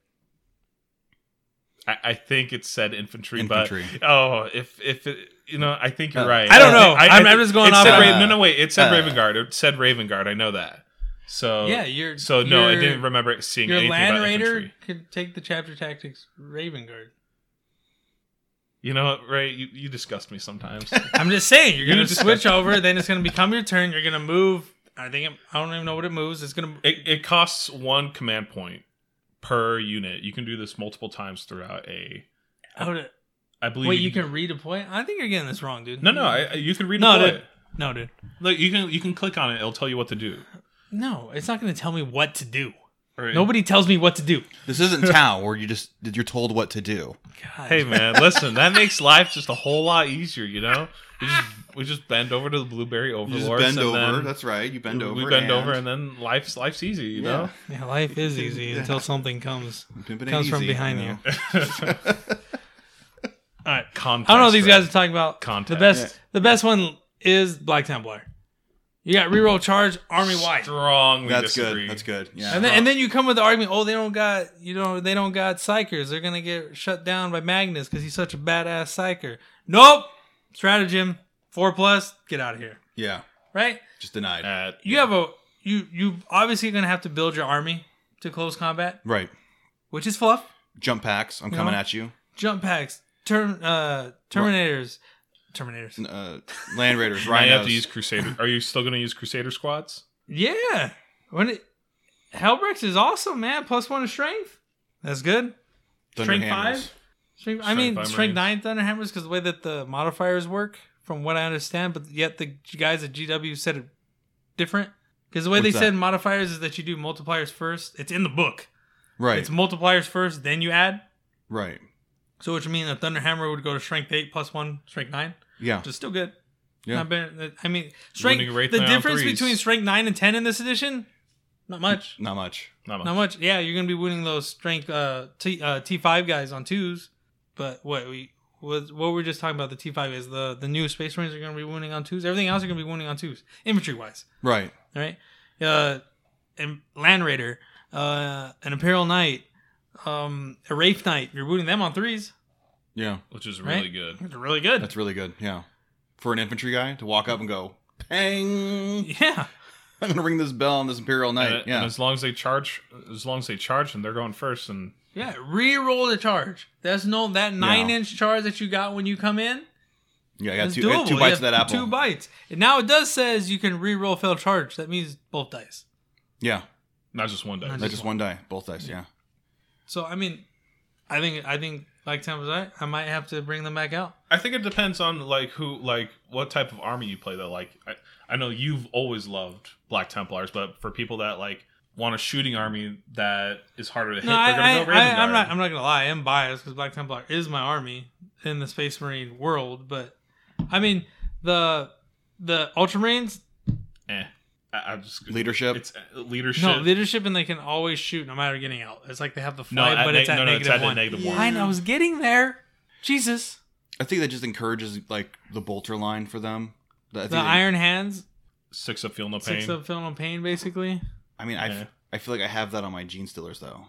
Speaker 3: I, I think it said infantry,
Speaker 2: Infantry.
Speaker 3: but oh, if if it, you know, I think you're
Speaker 2: Uh,
Speaker 3: right.
Speaker 1: I don't know.
Speaker 3: I,
Speaker 1: I'm-
Speaker 3: I
Speaker 1: I'm
Speaker 3: thi-
Speaker 1: just going
Speaker 3: it
Speaker 1: off
Speaker 3: Said
Speaker 1: of-
Speaker 3: Ra- no, no, wait. It said
Speaker 2: Uh.
Speaker 3: Raven Guard. It said Raven Guard. I know that. So
Speaker 1: yeah, you're
Speaker 3: Uh, So no, I
Speaker 1: you're-
Speaker 3: didn't remember seeing
Speaker 1: Your
Speaker 3: anything
Speaker 1: Land
Speaker 3: about
Speaker 1: Raider
Speaker 3: infantry.
Speaker 1: could take the chapter tactics Raven Guard.
Speaker 3: You know, what, Ray, you, you disgust me sometimes.
Speaker 1: I'm just saying you're
Speaker 3: You
Speaker 1: gonna
Speaker 3: just-
Speaker 1: switch over, then it's gonna become your turn. You're gonna move. I think it, I don't even know what it moves. It's gonna.
Speaker 3: it, it costs one command point per unit. You can do this multiple times throughout a.
Speaker 1: how to-
Speaker 3: I believe.
Speaker 1: wait, you can redeploy. I think you're getting this wrong, dude.
Speaker 3: No, no, I, I- you can redeploy
Speaker 1: No, dude.
Speaker 3: it.
Speaker 1: no, dude.
Speaker 3: Look, you can you can click on it. It'll tell you what to do.
Speaker 1: No, it's not gonna tell me what to do.
Speaker 3: Right.
Speaker 1: Nobody tells me what to do.
Speaker 2: This isn't Tau where you just you're told what to do.
Speaker 1: God.
Speaker 3: Hey man, listen. That makes life just a whole lot easier. You know, we just we just bend over to the blueberry
Speaker 2: You just
Speaker 3: overlords.
Speaker 2: bend
Speaker 3: and
Speaker 2: over.
Speaker 3: Then
Speaker 2: that's right. You bend over.
Speaker 3: We bend over, and then life's life's easy. You
Speaker 2: Yeah.
Speaker 3: know.
Speaker 1: Yeah, life is easy until something comes.
Speaker 2: Pimpin' ain't
Speaker 1: Comes from behind
Speaker 2: know.
Speaker 1: All right.
Speaker 3: Context,
Speaker 1: I don't know what these
Speaker 3: right?
Speaker 1: guys are talking about. The
Speaker 3: Contact.
Speaker 1: best the best one is Black Templar. You got reroll charge, army wide.
Speaker 3: Strongly
Speaker 2: That's
Speaker 3: disagree.
Speaker 2: good. That's good. Yeah.
Speaker 1: And then, and then you come with the argument, oh, they don't got you know they don't got psychers. They're gonna get shut down by Magnus because he's such a badass psyker. Nope. Stratagem, four plus, get out of here.
Speaker 2: yeah.
Speaker 1: Right?
Speaker 2: Just denied.
Speaker 3: Uh,
Speaker 1: You have a you you obviously gonna have to build your army to close combat,
Speaker 2: right.
Speaker 1: which is fluff.
Speaker 2: Jump packs. I'm coming
Speaker 1: know?
Speaker 2: at you.
Speaker 1: Jump packs, term uh Terminators. Terminators.
Speaker 2: Uh, Land Raiders.
Speaker 3: now you have
Speaker 2: Rhinos.
Speaker 3: to use Crusader. Are you still going to use Crusader squads?
Speaker 1: Yeah. When it Helbrex is awesome, man. Plus one to strength. That's good.
Speaker 2: Thunder
Speaker 1: Strength
Speaker 2: Hammers.
Speaker 1: five? Strength, I
Speaker 3: Strength
Speaker 1: mean,
Speaker 3: five
Speaker 1: strength
Speaker 3: Marines.
Speaker 1: nine Thunderhammers because the way that the modifiers work, from what I understand, but yet the guys at GW said it different. Because the way
Speaker 2: What's
Speaker 1: they
Speaker 2: that?
Speaker 1: said modifiers is that you do multipliers first. It's in the book.
Speaker 2: Right.
Speaker 1: It's multipliers first, then you add.
Speaker 2: right.
Speaker 1: So which means a Thunderhammer would go to strength eight plus one, strength nine,
Speaker 2: Yeah.
Speaker 1: which is still good.
Speaker 2: Yeah.
Speaker 1: Not bad. I mean, strength.
Speaker 3: Winning rate
Speaker 1: The
Speaker 3: on
Speaker 1: difference
Speaker 3: threes.
Speaker 1: between strength nine and ten in this edition, not much.
Speaker 2: Not much.
Speaker 3: Not much.
Speaker 1: Not much. Yeah, you're gonna be winning those strength uh T uh T five guys on twos. But what we was what we were just talking about the T five is the the new Space Marines are gonna be winning on twos. Everything else are gonna be winning on twos, infantry wise.
Speaker 2: Right.
Speaker 1: All right, uh, and Land Raider, uh, an Imperial Knight, um, a Wraith Knight. You're booting them on threes.
Speaker 2: Yeah.
Speaker 3: which is
Speaker 1: Right?
Speaker 3: really good.
Speaker 1: They're really good.
Speaker 2: That's really good. Yeah. For an infantry guy to walk up and go, "Pang!
Speaker 1: yeah.
Speaker 2: I'm gonna ring this bell on this Imperial Knight."
Speaker 3: And, and
Speaker 2: yeah.
Speaker 3: as long as they charge, as long as they charge, and they're going first, and
Speaker 1: Yeah, re-roll the charge. That's no that nine
Speaker 2: Yeah.
Speaker 1: inch charge that you got when you come in.
Speaker 2: Yeah. I got
Speaker 1: It's
Speaker 2: two, I got
Speaker 1: doable.
Speaker 2: two
Speaker 1: You
Speaker 2: bites
Speaker 1: have
Speaker 2: of that apple.
Speaker 1: Two bites. And now it does says you can re-roll failed charge. That means both dice.
Speaker 2: Yeah.
Speaker 3: not just one day.
Speaker 1: Not
Speaker 2: Not just one die. Both dice. Yeah.
Speaker 1: So I mean, I think I think like Tim was right. I might have to bring them back out.
Speaker 3: I think it depends on like who, like what type of army you play. Though, like I, I know you've always loved Black Templars, but for people that like want a shooting army that is harder to hit,
Speaker 1: No,
Speaker 3: they're
Speaker 1: I,
Speaker 3: gonna
Speaker 1: I,
Speaker 3: go Raven
Speaker 1: I, I'm
Speaker 3: Guard.
Speaker 1: not. I'm not gonna lie. I'm biased because Black Templar is my army in the Space Marine world. But I mean, the the Ultramarines,
Speaker 3: Eh. I, am just
Speaker 2: Leadership?
Speaker 3: It's uh, leadership.
Speaker 1: no leadership, and they can always shoot no matter getting out. It's like they have the
Speaker 3: No,
Speaker 1: fly,
Speaker 3: at
Speaker 1: but
Speaker 3: neg-
Speaker 1: it's at
Speaker 3: no, no, it's
Speaker 1: negative
Speaker 3: at a
Speaker 1: one.
Speaker 3: negative
Speaker 1: Yeah,
Speaker 3: one.
Speaker 1: I know. I was getting there. Jesus,
Speaker 2: I think that just encourages like the bolter line for them. I think
Speaker 1: the
Speaker 2: that-
Speaker 1: Iron Hands,
Speaker 3: Six of feel no pain.
Speaker 1: six up, feel no pain, basically.
Speaker 2: I mean, I, f-
Speaker 3: Yeah.
Speaker 2: I feel like I have that on my gene stillers though.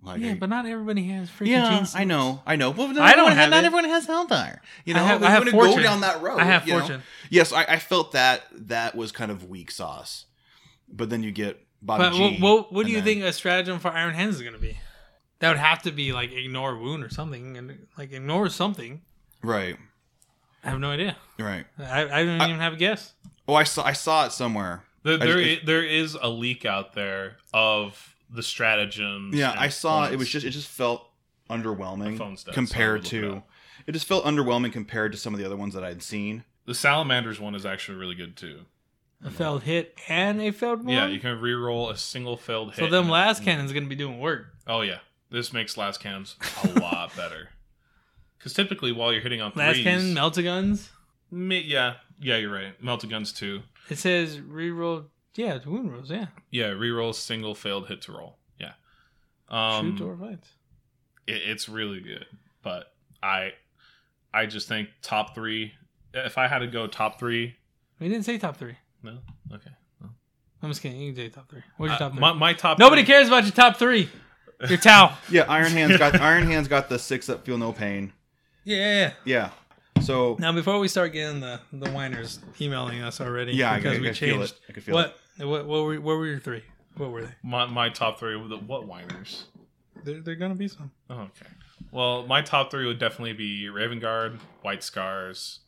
Speaker 2: Like,
Speaker 1: Yeah,
Speaker 2: I,
Speaker 1: but not everybody has freaking
Speaker 2: yeah,
Speaker 1: jeans.
Speaker 2: I know, I know. Well,
Speaker 1: I don't
Speaker 2: everyone-
Speaker 1: have
Speaker 2: Not
Speaker 1: it.
Speaker 2: everyone has Hellfire. You know,
Speaker 1: I have,
Speaker 2: we
Speaker 1: I have
Speaker 2: wanna
Speaker 1: fortune.
Speaker 2: go down that road.
Speaker 1: I have
Speaker 2: you know?
Speaker 1: fortune.
Speaker 2: Yes, I, I felt that that was kind of weak sauce, but then you get Bobby
Speaker 1: But
Speaker 2: G.
Speaker 1: what, what, what
Speaker 2: and
Speaker 1: do you
Speaker 2: then-
Speaker 1: think a stratagem for Iron Hands is going to be? That would have to be like ignore wound or something, and like ignore something.
Speaker 2: Right,
Speaker 1: I have no idea.
Speaker 2: right.
Speaker 1: I, I don't even have a guess.
Speaker 2: Oh, I saw I saw it somewhere.
Speaker 3: There,
Speaker 2: I
Speaker 3: there,
Speaker 2: just-
Speaker 3: i- there is a leak out there of the stratagems.
Speaker 2: Yeah,
Speaker 3: and
Speaker 2: I saw it. It was
Speaker 3: points.
Speaker 2: just it just felt underwhelming
Speaker 3: phone's dead, so
Speaker 2: compared
Speaker 3: I'll look it
Speaker 2: to.
Speaker 3: up.
Speaker 2: It just felt underwhelming compared to some of the other ones that I'd seen.
Speaker 3: the salamanders one is actually really good too.
Speaker 1: A failed hit and a failed wound.
Speaker 3: Yeah, you can re-roll a single failed hit.
Speaker 1: so them
Speaker 3: and-
Speaker 2: mm.
Speaker 1: last cannon's going to be doing work.
Speaker 3: Oh yeah, this makes last cannons a lot better. Because typically, while you're hitting on threes,
Speaker 1: Last cannon, melta guns.
Speaker 3: me- yeah, yeah, you're right. Melted guns too.
Speaker 1: It says reroll. Yeah, it's wound rolls. Yeah,
Speaker 3: Yeah, reroll single failed hit to roll. Yeah, um,
Speaker 1: shoot or fights.
Speaker 3: it, it's really good. But I, I just think top three. If I had to go top three,
Speaker 1: We didn't say top three.
Speaker 3: no, okay.
Speaker 1: I'm just kidding. You can say top three. What's your
Speaker 3: Uh,
Speaker 1: top three?
Speaker 3: my, my top.
Speaker 1: Nobody
Speaker 3: three-
Speaker 1: cares about your top three. Your towel.
Speaker 2: Yeah, Iron Hands got Iron Hands got the six up, feel no pain.
Speaker 1: yeah.
Speaker 2: Yeah, so
Speaker 1: Now, before we start getting the the whiners emailing us already,
Speaker 2: Yeah, I-
Speaker 1: because
Speaker 2: I-
Speaker 1: we
Speaker 2: I feel
Speaker 1: changed.
Speaker 2: it. I could feel
Speaker 1: what, What what were what were your three? What were they?
Speaker 3: My, my top three. were the What whiners?
Speaker 1: There, there gonna be some.
Speaker 3: Oh, okay. Well, my top three would definitely be Raven Guard, White Scars,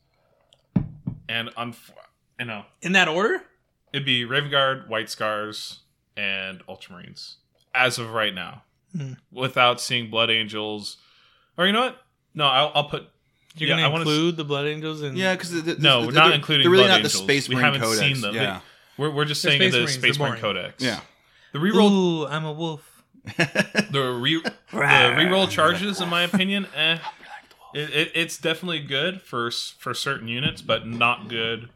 Speaker 3: and unf- you know
Speaker 1: In that order?
Speaker 3: it'd be Raven Guard, White Scars, and Ultramarines as of right now,
Speaker 1: Hmm.
Speaker 3: without seeing Blood Angels. Or you know what? No, I'll, I'll put
Speaker 1: You're
Speaker 3: Yeah, I
Speaker 1: gonna
Speaker 3: wanna s-
Speaker 1: include the Blood Angels and
Speaker 2: yeah, because
Speaker 3: no, not including.
Speaker 2: They're really
Speaker 3: Blood
Speaker 2: not
Speaker 3: Angels.
Speaker 2: the Space
Speaker 3: we
Speaker 2: Marine
Speaker 3: haven't
Speaker 2: Codex.
Speaker 3: seen them. They-
Speaker 2: Yeah,
Speaker 3: we're, we're just
Speaker 1: They're
Speaker 3: saying
Speaker 1: Space
Speaker 3: the
Speaker 1: Marines,
Speaker 3: Space
Speaker 1: they're
Speaker 3: Marine
Speaker 1: boring.
Speaker 3: Codex.
Speaker 2: yeah.
Speaker 3: the reroll
Speaker 1: Ooh, I'm a wolf.
Speaker 3: the re the
Speaker 2: Ah.
Speaker 3: reroll charges, in my opinion, eh, it, it, it's definitely good for s- for certain units, but not good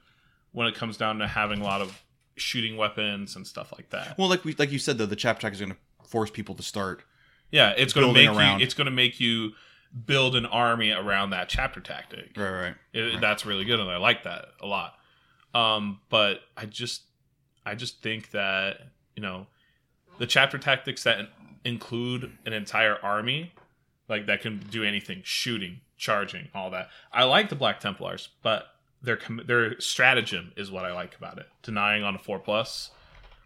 Speaker 3: when it comes down to having a lot of shooting weapons and stuff like that.
Speaker 2: Well, like we like you said though, the chap track is going to force people to start.
Speaker 3: Yeah, it's going to
Speaker 2: building
Speaker 3: make
Speaker 2: around.
Speaker 3: you. It's going to make you build an army around that chapter tactic.
Speaker 2: Right, right.
Speaker 3: It- That's really good, and I like that a lot. Um, but I just, I just think that you know, the chapter tactics that in- include an entire army, like that can do anything, shooting, charging, all that. I like the Black Templars, but their com- their stratagem is what I like about it. Denying on a four plus,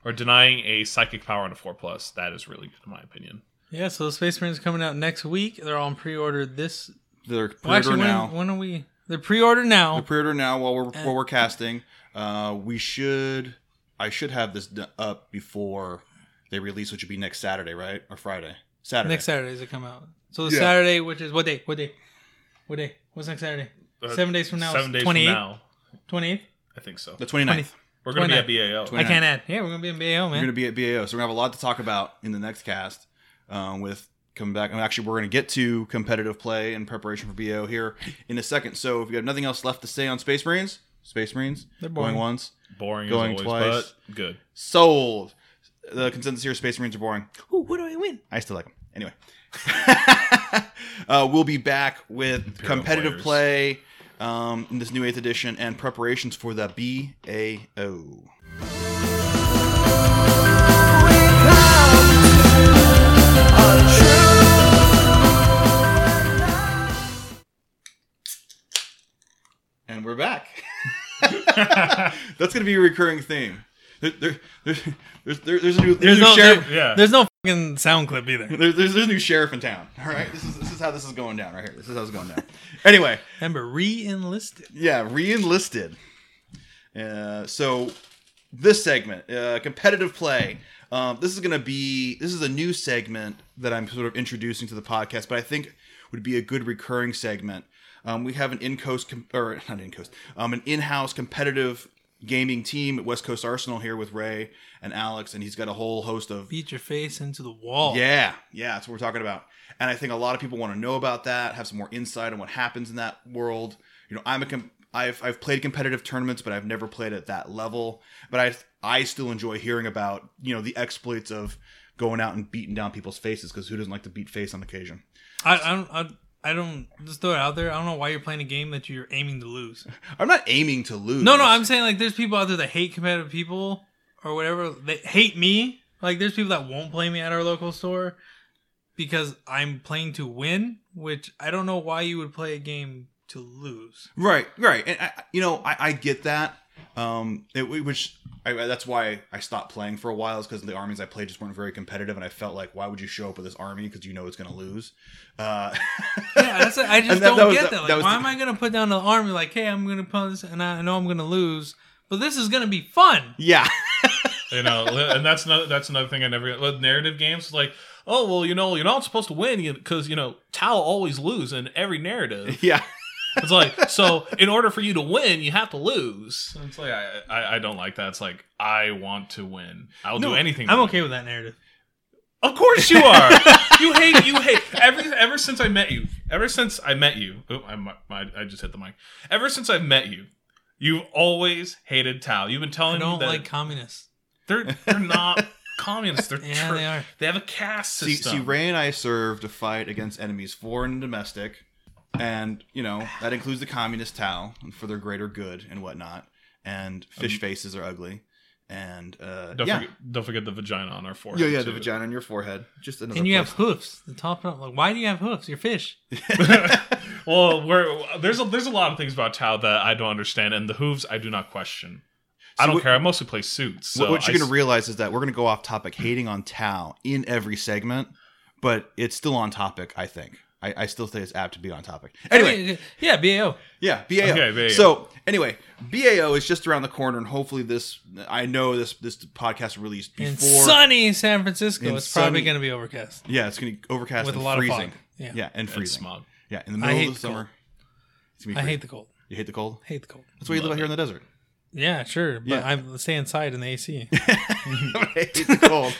Speaker 3: or denying a psychic power on a four plus. That is really good in my opinion.
Speaker 1: Yeah, so the Space Marines are coming out next week. They're on pre-order this.
Speaker 2: They're
Speaker 1: Well,
Speaker 2: pre-order
Speaker 1: actually, when,
Speaker 2: now.
Speaker 1: when are we? They're pre-order now.
Speaker 2: They're pre-order now while we're
Speaker 1: Eh.
Speaker 2: while we're casting. Uh, we should. I should have this d- up before they release, which would be next Saturday, right, or Friday? Saturday.
Speaker 1: next Saturday they come out. So the
Speaker 2: Yeah.
Speaker 1: Saturday, which is what day? What day? What day? What's next Saturday?
Speaker 2: Uh,
Speaker 1: Seven days from now,
Speaker 3: Uh, Seven days from
Speaker 1: 28th?
Speaker 3: now,
Speaker 1: Twenty eighth.
Speaker 3: I think so.
Speaker 2: The 29th. ninth.
Speaker 3: We're going to
Speaker 1: 29th.
Speaker 3: be at BAO.
Speaker 1: I can't add. Yeah, we're gonna be in BAO,
Speaker 2: We're
Speaker 1: man.
Speaker 2: going to be at BAO, so we're going to have a lot to talk about in the next cast. Um, with coming back, and actually, we're going to get to competitive play in preparation for BAO here in a second. So, if you have nothing else left to say on Space Marines, Space Marines,
Speaker 1: They're boring.
Speaker 2: going once,
Speaker 3: boring
Speaker 2: Going
Speaker 3: as always,
Speaker 2: twice.
Speaker 3: but good.
Speaker 2: sold. The consensus here: Space Marines are boring.
Speaker 1: Ooh, what do I win?
Speaker 2: I still like them. Anyway, uh, we'll be back with competitive play um, in this new eighth edition and preparations for the BAO. And we're back. That's going to be a recurring theme. There, there, there's, there's, there's a new, there's
Speaker 1: There's
Speaker 2: a new
Speaker 1: no,
Speaker 2: sheriff.
Speaker 1: there-
Speaker 3: Yeah.
Speaker 1: there's no fucking sound clip either.
Speaker 2: There's, there's, there's a new sheriff in town. All right, this is this is how this is going down right here. This is how it's going down. Anyway,
Speaker 1: Remember, re-enlisted.
Speaker 2: yeah, re-enlisted. Uh, so this segment, uh, competitive play. Um, this is gonna be this is a new segment that I'm sort of introducing to the podcast, but I think would be a good recurring segment. Um, we have an in coast com- or not in coast, um, an in-house competitive gaming team at West Coast Arsenal here with Ray and Alex, and he's got a whole host of
Speaker 1: Beat your face into the wall.
Speaker 2: yeah, yeah, that's what we're talking about. And I think a lot of people want to know about that, have some more insight on what happens in that world. You know, I'm a com- I've I've played competitive tournaments, but I've never played at that level. But I I still enjoy hearing about you know the exploits of going out and beating down people's faces because who doesn't like to beat face on occasion?
Speaker 1: I, I don't. I, I don't. Just throw it out there. I don't know why you're playing a game that you're aiming to lose.
Speaker 2: I'm not aiming to lose.
Speaker 1: No, no. I'm saying like there's people out there that hate competitive people or whatever. They hate me. Like there's people that won't play me at our local store because I'm playing to win. Which I don't know why you would play a game to lose.
Speaker 2: Right, right, and I, you know I, I get that, um, it, which I I, I- that's why I stopped playing for a while. Is because the armies I played just weren't very competitive, and I felt like, why would you show up with this army because you know it's going to lose? Uh,
Speaker 1: Yeah, that's I just
Speaker 2: And that-
Speaker 1: don't
Speaker 2: that was-
Speaker 1: get
Speaker 2: that-
Speaker 1: that. Like,
Speaker 2: that was
Speaker 1: why
Speaker 2: the-
Speaker 1: am I gonna put down an army? Like, hey, I'm gonna put this, and I know I'm gonna lose, but this is gonna be fun.
Speaker 2: yeah,
Speaker 3: you know, and that's another that's another thing I never with narrative games like. Oh well, you know you're not supposed to win because you know Tao always lose in every narrative.
Speaker 2: yeah.
Speaker 3: It's like so in order for you to win, you have to lose. It's like I I, I don't like that. It's like I want to win. I'll do anything. to
Speaker 1: I'm
Speaker 3: win.
Speaker 1: okay with that narrative.
Speaker 3: Of course you are. you hate. You hate. Ever ever since I met you. Ever since I met you. Oh, I, mi- my, I just hit the mic. Ever since I've met you, you've always hated Tao. You've been telling
Speaker 1: I
Speaker 3: me
Speaker 1: don't
Speaker 3: that
Speaker 1: like communists.
Speaker 3: they're they're not communists. They're
Speaker 1: Yeah,
Speaker 3: tr-
Speaker 1: they are.
Speaker 3: They have a caste
Speaker 2: See,
Speaker 3: system.
Speaker 2: see, Ray and I served a fight against enemies, foreign and domestic, and you know that includes the communist Tao and for their greater good and whatnot. And fish faces are ugly, and uh,
Speaker 3: Um, don't
Speaker 2: yeah,
Speaker 3: forget, don't forget the vagina on our forehead.
Speaker 2: yeah, yeah, the
Speaker 3: too.
Speaker 2: vagina on your forehead, just another.
Speaker 1: And you have
Speaker 2: place.
Speaker 1: hoofs. The top up. Like, why do you have hoofs? You're fish.
Speaker 3: Well, we're, there's a there's a lot of things about Tao that I don't understand, and the hooves I do not question. I
Speaker 2: See,
Speaker 3: don't
Speaker 2: what-
Speaker 3: care. I mostly play suits. So
Speaker 2: what, what you're
Speaker 3: I
Speaker 2: going
Speaker 3: s-
Speaker 2: to realize is that we're going to go off topic, hating on Tao in every segment, but it's still on topic. I think. I, I still think it's apt to be on topic. Anyway,
Speaker 1: I mean, yeah, BAO.
Speaker 2: Yeah, BAO.
Speaker 3: Okay, BAO.
Speaker 2: So anyway, BAO is just around the corner, and hopefully this I know this this podcast released before.
Speaker 1: In sunny San Francisco,
Speaker 2: In
Speaker 1: it's probably
Speaker 2: sunny-
Speaker 1: going to be overcast.
Speaker 2: Yeah, it's gonna be overcast
Speaker 1: With
Speaker 2: and
Speaker 1: a lot of
Speaker 2: freezing.
Speaker 1: fog. Yeah.
Speaker 2: and
Speaker 3: and
Speaker 2: freezing.
Speaker 3: smug.
Speaker 2: Yeah, in the
Speaker 1: I
Speaker 2: middle
Speaker 1: hate
Speaker 2: of the
Speaker 1: the cold.
Speaker 2: summer. It's gonna be
Speaker 1: I
Speaker 2: freezing.
Speaker 1: hate the cold.
Speaker 2: you hate the cold.
Speaker 1: Hate the cold.
Speaker 2: That's why you live out here in the desert.
Speaker 1: Yeah, sure, but
Speaker 2: Yeah.
Speaker 1: I stay inside in the AC.
Speaker 2: I hate the cold.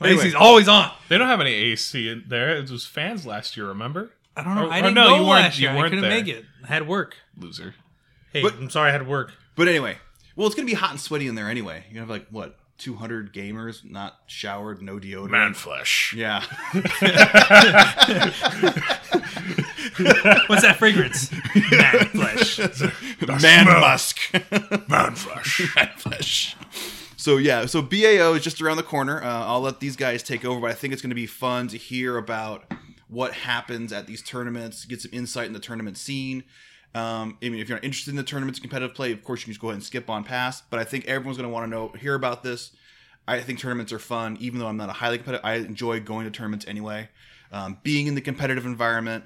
Speaker 1: My AC's always on.
Speaker 3: They don't have any AC in there. It was fans last year. Remember?
Speaker 1: I don't know.
Speaker 3: Or-
Speaker 1: I
Speaker 3: or
Speaker 1: didn't
Speaker 3: no,
Speaker 1: go
Speaker 3: you weren't-
Speaker 1: last
Speaker 3: you
Speaker 1: year. I
Speaker 3: weren't
Speaker 1: couldn't
Speaker 3: there.
Speaker 1: make it. I had work.
Speaker 3: Loser.
Speaker 1: Hey,
Speaker 2: But-
Speaker 1: I'm sorry, I had work.
Speaker 2: but anyway, well, it's gonna be hot and sweaty in there anyway. You have like what 200 gamers not showered, no deodorant.
Speaker 3: flesh.
Speaker 2: Yeah,
Speaker 1: What's that fragrance? Man flesh.
Speaker 2: man musk.
Speaker 3: Man flesh.
Speaker 2: So yeah, so BAO is just around the corner. Uh, I'll let these guys take over, but I think it's going to be fun to hear about what happens at these tournaments, get some insight in the tournament scene. Um, I mean, if you're not interested in the tournaments and competitive play, of course you can just go ahead and skip on past. But I think everyone's going to want to know, hear about this. I think tournaments are fun, even though I'm not a highly competitive. I enjoy going to tournaments anyway. Um, being in the competitive environment,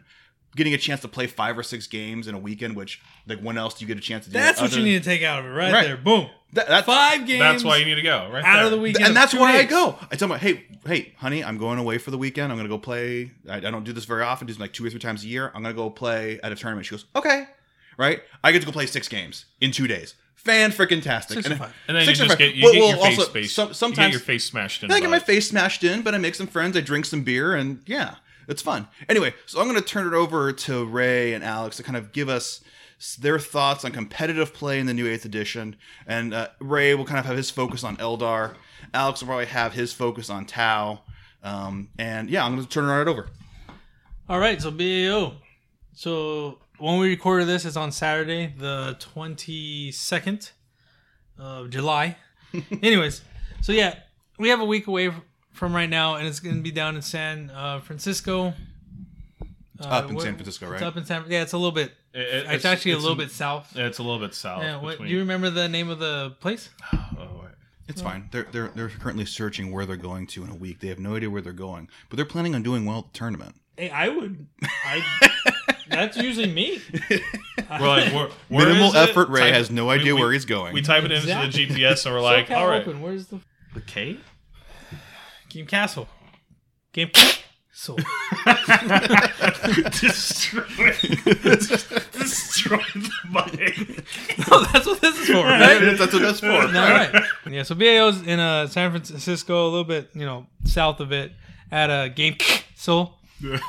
Speaker 2: getting a chance to play five or six games in a weekend, which like when else do you get a chance to do?
Speaker 1: That's
Speaker 2: it
Speaker 1: what
Speaker 2: other
Speaker 1: you
Speaker 2: than-
Speaker 1: need to take out of it right,
Speaker 2: Right.
Speaker 1: there. Boom.
Speaker 2: That, that's
Speaker 1: Five games.
Speaker 3: That's why you need to go right
Speaker 1: out of
Speaker 3: there.
Speaker 1: the weekend.
Speaker 2: and
Speaker 1: of
Speaker 2: that's
Speaker 1: two
Speaker 2: why I
Speaker 1: days.
Speaker 2: go. I tell my hey, hey, honey, I'm going away for the weekend. I'm gonna go play. I, I don't do this very often. Do this like two or three times a year. I'm gonna go play at a tournament. She goes, okay, right. I get to go play six games in two days. Fan freaking tastic.
Speaker 1: Six or five.
Speaker 3: And then you
Speaker 2: six or
Speaker 3: just
Speaker 2: five.
Speaker 3: get you
Speaker 2: Well,
Speaker 3: get
Speaker 2: well,
Speaker 3: your face
Speaker 2: also,
Speaker 3: based-
Speaker 2: some-
Speaker 3: you
Speaker 2: sometimes-
Speaker 3: get your face smashed in.
Speaker 2: I get
Speaker 3: by
Speaker 2: my
Speaker 3: it.
Speaker 2: face smashed in, but I make some friends. I drink some beer, and yeah, it's fun. Anyway, so I'm going to turn it over to Ray and Alex to kind of give us s- their thoughts on competitive play in the new Eighth Edition. And uh, Ray will kind of have his focus on Eldar. Alex will probably have his focus on Tau. Um, and yeah, I'm going to turn it right over.
Speaker 1: All right, so BAO. So when we recorded this, it's on Saturday, the 22nd of July. Anyways, so yeah, we have a week away from right now, and it's going to be down in San uh, Francisco. Uh,
Speaker 2: up in
Speaker 1: what-
Speaker 2: San Francisco,
Speaker 1: It's
Speaker 2: right?
Speaker 1: up in San Yeah, it's a little bit.
Speaker 3: It- it-
Speaker 1: It's, actually a
Speaker 3: it's
Speaker 1: little bit south.
Speaker 3: It's a little bit south.
Speaker 1: Yeah, what, do
Speaker 3: between-
Speaker 1: you remember the name of the place?
Speaker 3: oh, wait.
Speaker 2: It's fine. They're, they're they're currently searching where they're going to in a week. They have no idea where they're going, but they're planning on doing well at the tournament.
Speaker 1: Hey, I would. I, that's usually me.
Speaker 3: We're like, where, where
Speaker 2: Minimal
Speaker 3: is it?
Speaker 2: effort. Ray
Speaker 3: Type-
Speaker 2: has no
Speaker 3: we-
Speaker 2: idea
Speaker 3: we-
Speaker 2: where he's going.
Speaker 3: We type it into
Speaker 1: Exactly.
Speaker 3: the GPS and we're like,
Speaker 1: SoCal
Speaker 3: all right,
Speaker 1: Open, Where's the
Speaker 3: the K.
Speaker 1: Game Castle? Game Castle.
Speaker 3: destroy, destroy the money.
Speaker 1: no, Oh, that's what this is for, right?
Speaker 2: That's what that's for.
Speaker 1: All right. Yeah, so BAO's in uh, San Francisco, a little bit, you know, south of it, at a Game Castle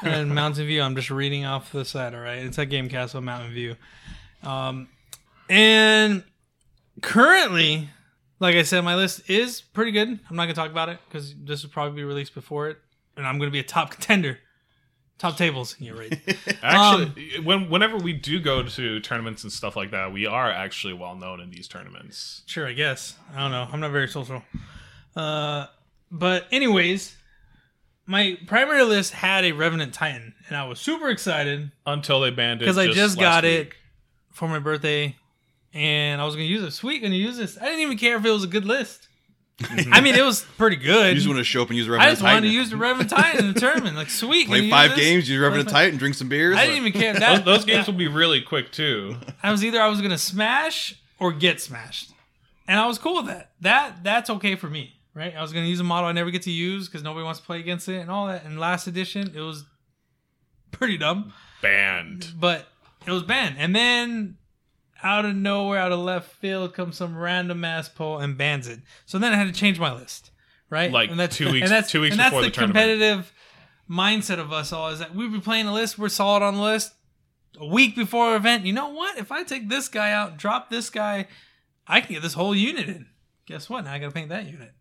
Speaker 1: and Mountain View. I'm just reading off the side, all right? It's at Game Castle, Mountain View. Um, and currently, like I said, my list is pretty good. I'm not going to talk about it because this will probably be released before it. And I'm going to be a top contender. Top tables. You're right.
Speaker 3: Actually, Um, when whenever we do go to tournaments and stuff like that, we are actually well known in these tournaments.
Speaker 1: Sure, I guess. I don't know. I'm not very social. Uh, but anyways, my primary list had a Revenant Titan, and I was super excited
Speaker 3: Until they banned it,
Speaker 1: because I just
Speaker 3: last
Speaker 1: got
Speaker 3: week.
Speaker 1: it for my birthday, and I was gonna use it. Sweet, gonna use this. I didn't even care if it was a good list. I mean, it was pretty
Speaker 2: You
Speaker 1: good.
Speaker 2: just want to show up and use Reverend
Speaker 1: I just wanted to
Speaker 2: Titan.
Speaker 1: use the Reverend Titan in the tournament. Like, sweet. gonna
Speaker 2: Play
Speaker 1: use
Speaker 2: five
Speaker 1: this.
Speaker 2: games, use Reverend Titan, drink some beers.
Speaker 1: I didn't even care
Speaker 3: Those,
Speaker 1: that.
Speaker 3: those games will be really quick too.
Speaker 1: I was either I was gonna smash or get smashed, and I was cool with that. That that's okay for me, right? I was gonna use a model I never get to use because nobody wants to play against it and all that. And last edition, it was pretty dumb,
Speaker 3: Banned.
Speaker 1: but it was banned. And then out of nowhere, out of left field, comes some random ass poll and bans it. So then I had to change my list, right?
Speaker 3: Like
Speaker 1: and that's,
Speaker 3: two weeks-
Speaker 1: and that's,
Speaker 3: two weeks
Speaker 1: and that's
Speaker 3: before
Speaker 1: the,
Speaker 3: the tournament.
Speaker 1: competitive mindset of us all is that we've been playing a list, we're solid on the list a week before our event, you know what? If I take this guy out, drop this guy, I can get this whole unit in. Guess what? Now I got to paint that unit.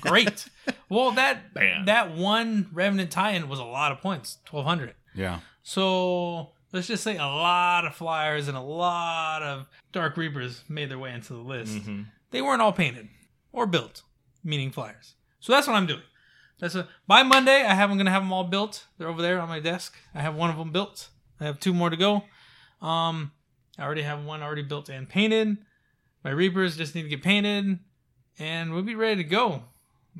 Speaker 1: Great. Well, that
Speaker 3: Bam.
Speaker 1: that one revenant tie-in was a lot of points, twelve hundred.
Speaker 2: Yeah.
Speaker 1: So let's just say a lot of flyers and a lot of dark reapers made their way into the list.
Speaker 3: Mm-hmm.
Speaker 1: They weren't all painted or built, meaning flyers. So that's what I'm doing. That's what, by Monday. I have. I'm gonna have them all built. They're over there on my desk. I have one of them built. I have two more to go. Um, I already have one already built and painted. My reapers just need to get painted, and we'll be ready to go.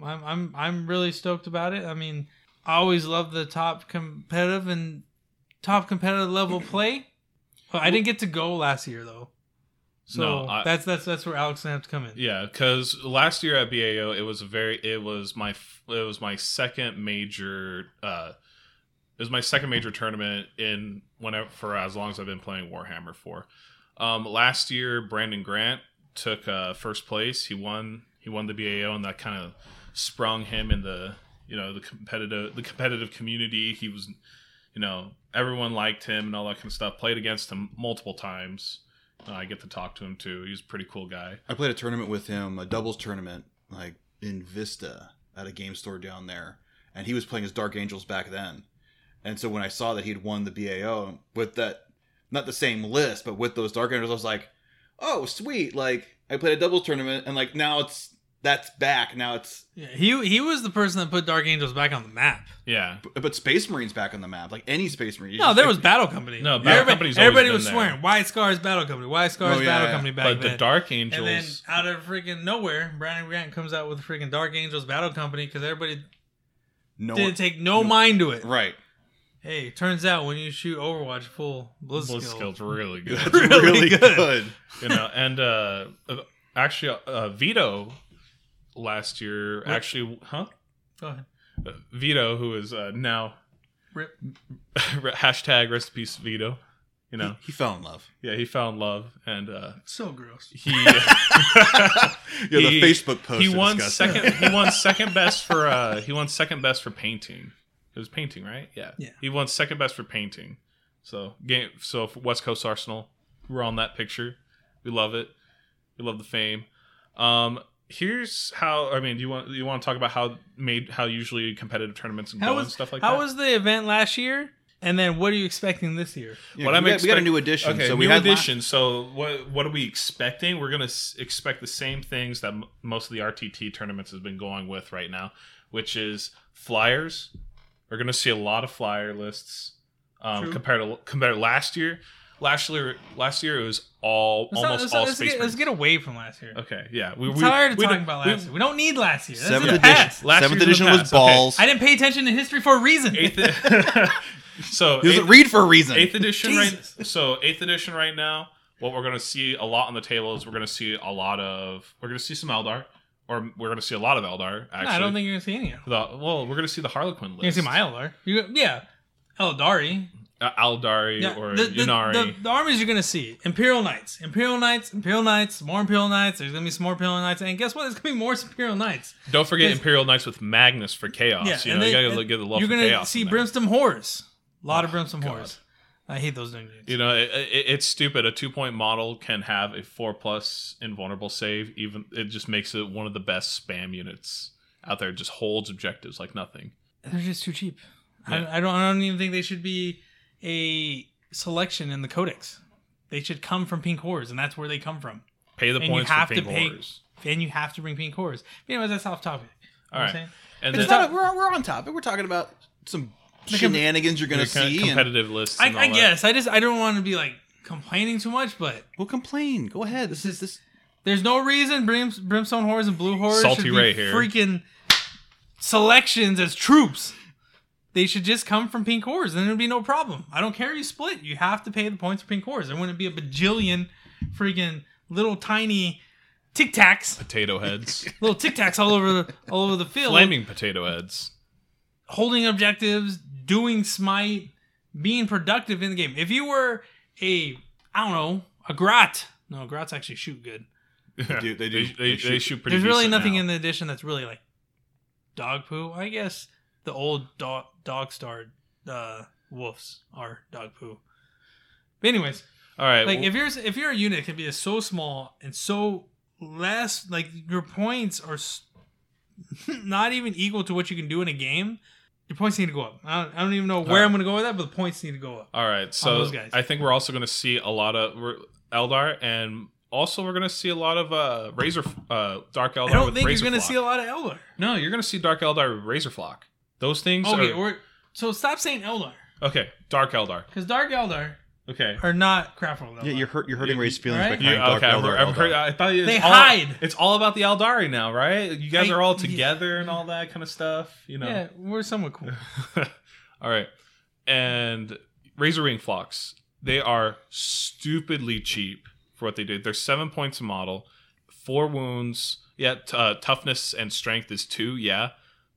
Speaker 1: I'm I'm I'm really stoked about it. I mean, I always love the top competitive and top competitive level play. But I didn't get to go last year though, so
Speaker 3: No, I-
Speaker 1: that's that's that's where Alex and I have to come in.
Speaker 3: Yeah, because last year at BAO, it was a very it was my f- it was my second major uh it was my second major tournament in whenever for as long as I've been playing Warhammer for. Um, last year, Brandon Grant took uh, first place. He won he won the BAO, and that kind of sprung him in the you know the competitive the competitive community. He was you know everyone liked him and all that kind of stuff. Played against him multiple times. Uh, I get to talk to him too. He's a pretty cool guy.
Speaker 2: I played a tournament with him, a doubles tournament, like in Vista at a game store down there, and he was playing his Dark Angels back then. And so when I saw that he'd won the BAO with that, not the same list, but with those Dark Angels, I was like, oh sweet! Like I played a doubles tournament, and like now it's that's back. Now it's
Speaker 1: Yeah, he he was the person that put Dark Angels back on the map.
Speaker 3: Yeah,
Speaker 2: but Space Marines back on the map, like any Space Marine. You
Speaker 1: No,
Speaker 2: just-
Speaker 1: there was Battle Company.
Speaker 3: No, Battle
Speaker 1: everybody,
Speaker 3: Company's always
Speaker 1: everybody
Speaker 3: been
Speaker 1: was
Speaker 3: there.
Speaker 1: swearing. White Scars Battle Company. White Scars
Speaker 2: Oh, yeah,
Speaker 1: Battle
Speaker 2: yeah.
Speaker 1: Company back
Speaker 3: but
Speaker 1: then.
Speaker 3: the Dark
Speaker 1: and then
Speaker 3: Angels.
Speaker 1: out of freaking nowhere, Brandon Grant comes out with freaking Dark Angels Battle Company because everybody
Speaker 2: no
Speaker 1: didn't take no mind to it.
Speaker 2: right.
Speaker 1: Hey, turns out when you shoot Overwatch full
Speaker 3: Blood
Speaker 1: Blitzkill,
Speaker 3: skills really good,
Speaker 1: Really good.
Speaker 3: you know. And uh, uh, actually, uh, Vito last year actually, huh?
Speaker 1: go ahead,
Speaker 3: Vito, who is uh, now
Speaker 1: rip.
Speaker 3: hashtag rest in peace Vito. You know,
Speaker 2: He fell in love.
Speaker 3: yeah, he found love and uh,
Speaker 1: So gross.
Speaker 3: he.
Speaker 2: Yeah, the
Speaker 3: He-
Speaker 2: Facebook post.
Speaker 3: he
Speaker 2: to
Speaker 3: won
Speaker 2: discuss
Speaker 3: second.
Speaker 2: that.
Speaker 3: He won second best for. Uh, he won second best for painting. It was painting, right? Yeah.
Speaker 1: Yeah.
Speaker 3: He won second best for painting. So game. So for West Coast Arsenal, we're on that picture. We love it. We love the fame. Um, here's how. I mean, do you want you want to talk about how made how usually competitive tournaments go
Speaker 1: How
Speaker 3: and
Speaker 1: was
Speaker 3: stuff like
Speaker 1: how
Speaker 3: that?
Speaker 1: was the event last year? And then what are you expecting this year?
Speaker 2: Yeah,
Speaker 3: What
Speaker 2: we
Speaker 3: I'm
Speaker 2: got- we got a
Speaker 3: expect-
Speaker 2: new edition.
Speaker 3: Okay,
Speaker 2: so
Speaker 3: new
Speaker 2: we had la-
Speaker 3: edition. so what what are we expecting? We're gonna s- expect the same things that m- most of the RTT tournaments has been going with right now, which is flyers. We're gonna see a lot of flyer lists um,
Speaker 1: True.
Speaker 3: compared to compared to last year. Last year, last year it was all
Speaker 1: Let's not-
Speaker 3: almost
Speaker 1: let's,
Speaker 3: all
Speaker 1: let's
Speaker 3: space.
Speaker 1: get, let's
Speaker 3: Marines.
Speaker 1: get away from last year.
Speaker 3: okay, yeah, we,
Speaker 1: I'm
Speaker 3: we-
Speaker 1: tired of
Speaker 3: we
Speaker 1: talking
Speaker 3: don't-
Speaker 1: about
Speaker 3: we-
Speaker 1: last year. We don't need last year. That's in
Speaker 2: Seventh
Speaker 1: the
Speaker 2: edition.
Speaker 1: past.
Speaker 3: Last
Speaker 2: Seventh
Speaker 3: year's in the
Speaker 2: edition was
Speaker 3: past, okay.
Speaker 2: balls.
Speaker 1: I didn't pay attention to history for a reason.
Speaker 3: Eighth, so
Speaker 2: He doesn't
Speaker 3: eighth-
Speaker 2: read for a reason.
Speaker 3: eighth edition
Speaker 1: Jesus.
Speaker 3: right so eighth edition right now what we're going to see a lot on the table is we're going to see a lot of we're going to see some eldar or we're going to see a lot of eldar actually
Speaker 1: No, I don't think you're gonna see any of them.
Speaker 3: the, well we're going to see the harlequin list
Speaker 1: You're gonna see my Eldar. You, yeah, Eldari.
Speaker 3: uh, aldari
Speaker 1: Yeah,
Speaker 3: or
Speaker 1: the, the,
Speaker 3: Yunari.
Speaker 1: the- the armies you're gonna see: Imperial Knights, Imperial Knights, Imperial Knights, more Imperial Knights. There's gonna be some more Imperial Knights, and guess what? There's gonna be more Imperial Knights.
Speaker 3: don't forget
Speaker 1: there's-
Speaker 3: imperial knights with magnus for chaos
Speaker 1: Yeah,
Speaker 3: you
Speaker 1: and
Speaker 3: know Oh,
Speaker 1: they-
Speaker 3: you got to
Speaker 1: and
Speaker 3: give the love
Speaker 1: You're
Speaker 3: for
Speaker 1: gonna
Speaker 3: chaos
Speaker 1: see
Speaker 3: in there. Oh,
Speaker 1: Brimstone Horrors. A lot of Brimstone
Speaker 3: God.
Speaker 1: Horrors. I hate those new units.
Speaker 3: you know it, it, it's stupid a two point model can have a four plus invulnerable save even it just makes it one of the best spam units out there It just holds objectives like nothing
Speaker 1: They're just too cheap.
Speaker 3: Yeah.
Speaker 1: I, I don't. I don't even think they should be a selection in the Codex. They should come from Pink Horrors, and that's where they come from.
Speaker 3: pay the
Speaker 1: And you
Speaker 3: points
Speaker 1: have
Speaker 3: for
Speaker 1: to
Speaker 3: pink
Speaker 1: pay-
Speaker 3: orders.
Speaker 1: And you have to bring Pink Horrors. Anyways, that's off topic. You know what
Speaker 3: All
Speaker 1: I'm
Speaker 3: right.
Speaker 1: saying?
Speaker 3: And
Speaker 2: It's
Speaker 3: then
Speaker 2: not, we're, we're on topic. We're talking about some shenanigans you're going
Speaker 3: the
Speaker 2: to
Speaker 3: kind of
Speaker 2: see. and-
Speaker 3: competitive lists.
Speaker 1: I,
Speaker 3: and
Speaker 1: I
Speaker 3: all that.
Speaker 1: guess I just I don't want to be like complaining too much, but
Speaker 2: We'll complain. Go ahead. This is this.
Speaker 1: there's no reason Brim, Brimstone Horrors and Blue Horrors
Speaker 3: Salty
Speaker 1: should be
Speaker 3: Ray here.
Speaker 1: freaking selections as troops. They should just come from Pink Horrors, and there'd be no problem. I don't care you split. You have to pay the points for Pink Horrors. There wouldn't be a bajillion freaking little tiny tic tacs,
Speaker 3: Potato heads.
Speaker 1: little tic tacs all over the all over the field,
Speaker 3: Flaming potato heads.
Speaker 1: holding objectives, doing smite, being productive in the game. If you were a I don't know a grot, no grots actually shoot good.
Speaker 2: do- they
Speaker 3: They,
Speaker 2: do-
Speaker 3: they,
Speaker 2: they
Speaker 3: shoot. they
Speaker 2: shoot.
Speaker 3: shoot pretty
Speaker 1: There's really
Speaker 3: decent
Speaker 1: nothing
Speaker 3: now.
Speaker 1: in the edition that's really like dog poo. I guess the old dog dog star uh, wolves are dog poo. But anyways,
Speaker 3: All right.
Speaker 1: like
Speaker 3: well,
Speaker 1: if you're if you're a unit can be so small and so less, like your points are s- not even equal to what you can do in a game. Your points need to go up. I don't, I don't even know where
Speaker 3: right.
Speaker 1: I'm going to go with that, but the points need to go up.
Speaker 3: All right, so
Speaker 1: those guys.
Speaker 3: I think we're also going to see a lot of we're- Eldar, and also we're going to see a lot of uh, Razor uh, Dark Eldar.
Speaker 1: I don't
Speaker 3: with
Speaker 1: think you're
Speaker 3: Razor
Speaker 1: going to
Speaker 3: Flock.
Speaker 1: see a lot of Eldar.
Speaker 3: No, you're going to see Dark Eldar with Razor Flock. Those things.
Speaker 1: Okay,
Speaker 3: are,
Speaker 1: we're, so stop saying Eldar
Speaker 3: okay, Dark Eldar.
Speaker 1: because Dark Eldar
Speaker 3: Okay.
Speaker 1: are not crap Eldar.
Speaker 2: Yeah, you're hurt. You're hurting
Speaker 3: You-
Speaker 2: Ray's feelings
Speaker 1: right?
Speaker 2: by
Speaker 3: You,
Speaker 2: crying Dark
Speaker 3: okay, I've
Speaker 2: Elder
Speaker 3: heard- I've
Speaker 2: Eldar.
Speaker 3: heard- I thought it's
Speaker 1: They
Speaker 3: all,
Speaker 1: hide.
Speaker 3: It's all about the Eldari now, right? You guys
Speaker 1: I-
Speaker 3: are all
Speaker 1: yeah.
Speaker 3: together and all that kind of stuff. You know.
Speaker 1: Yeah, we're somewhat cool.
Speaker 3: All right. And Razor Wing Flocks. They are stupidly cheap for what they do. They're seven points a model, four wounds. Yeah, t- uh, toughness and strength is two. Yeah.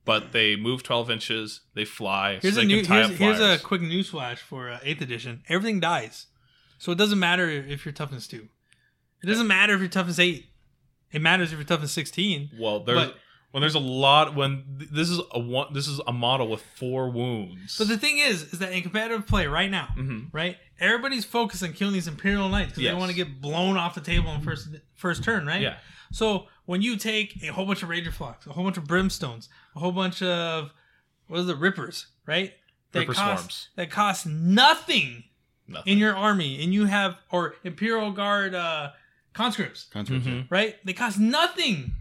Speaker 3: But they move 12 inches. They fly. so
Speaker 1: Here's a
Speaker 3: they
Speaker 1: new,
Speaker 3: can tie
Speaker 1: here's,
Speaker 3: up
Speaker 1: here's a
Speaker 3: flyers.
Speaker 1: quick news flash for uh, eighth edition. Everything dies, so it doesn't matter if you're toughness two. It doesn't matter if you're toughness eight. It matters if you're toughness sixteen.
Speaker 3: Well, there's.
Speaker 1: but-
Speaker 3: when there's a lot, when th- this is a one, this is a model with four wounds.
Speaker 1: But the thing is, is that in competitive play right now,
Speaker 3: Mhm.
Speaker 1: right? Everybody's focused on killing these Imperial Knights because
Speaker 3: Yes.
Speaker 1: they want to get blown off the table in first first turn, right?
Speaker 3: Yeah.
Speaker 1: So when you take a whole bunch of Ranger Flocks, a whole bunch of Brimstones, a whole bunch of what is it, Rippers, right? That
Speaker 3: Ripper
Speaker 1: cost,
Speaker 3: Swarms.
Speaker 1: That cost nothing
Speaker 3: Nothing.
Speaker 1: in your army, and you have or Imperial Guard uh, conscripts,
Speaker 2: mm-hmm.
Speaker 1: right? They cost nothing.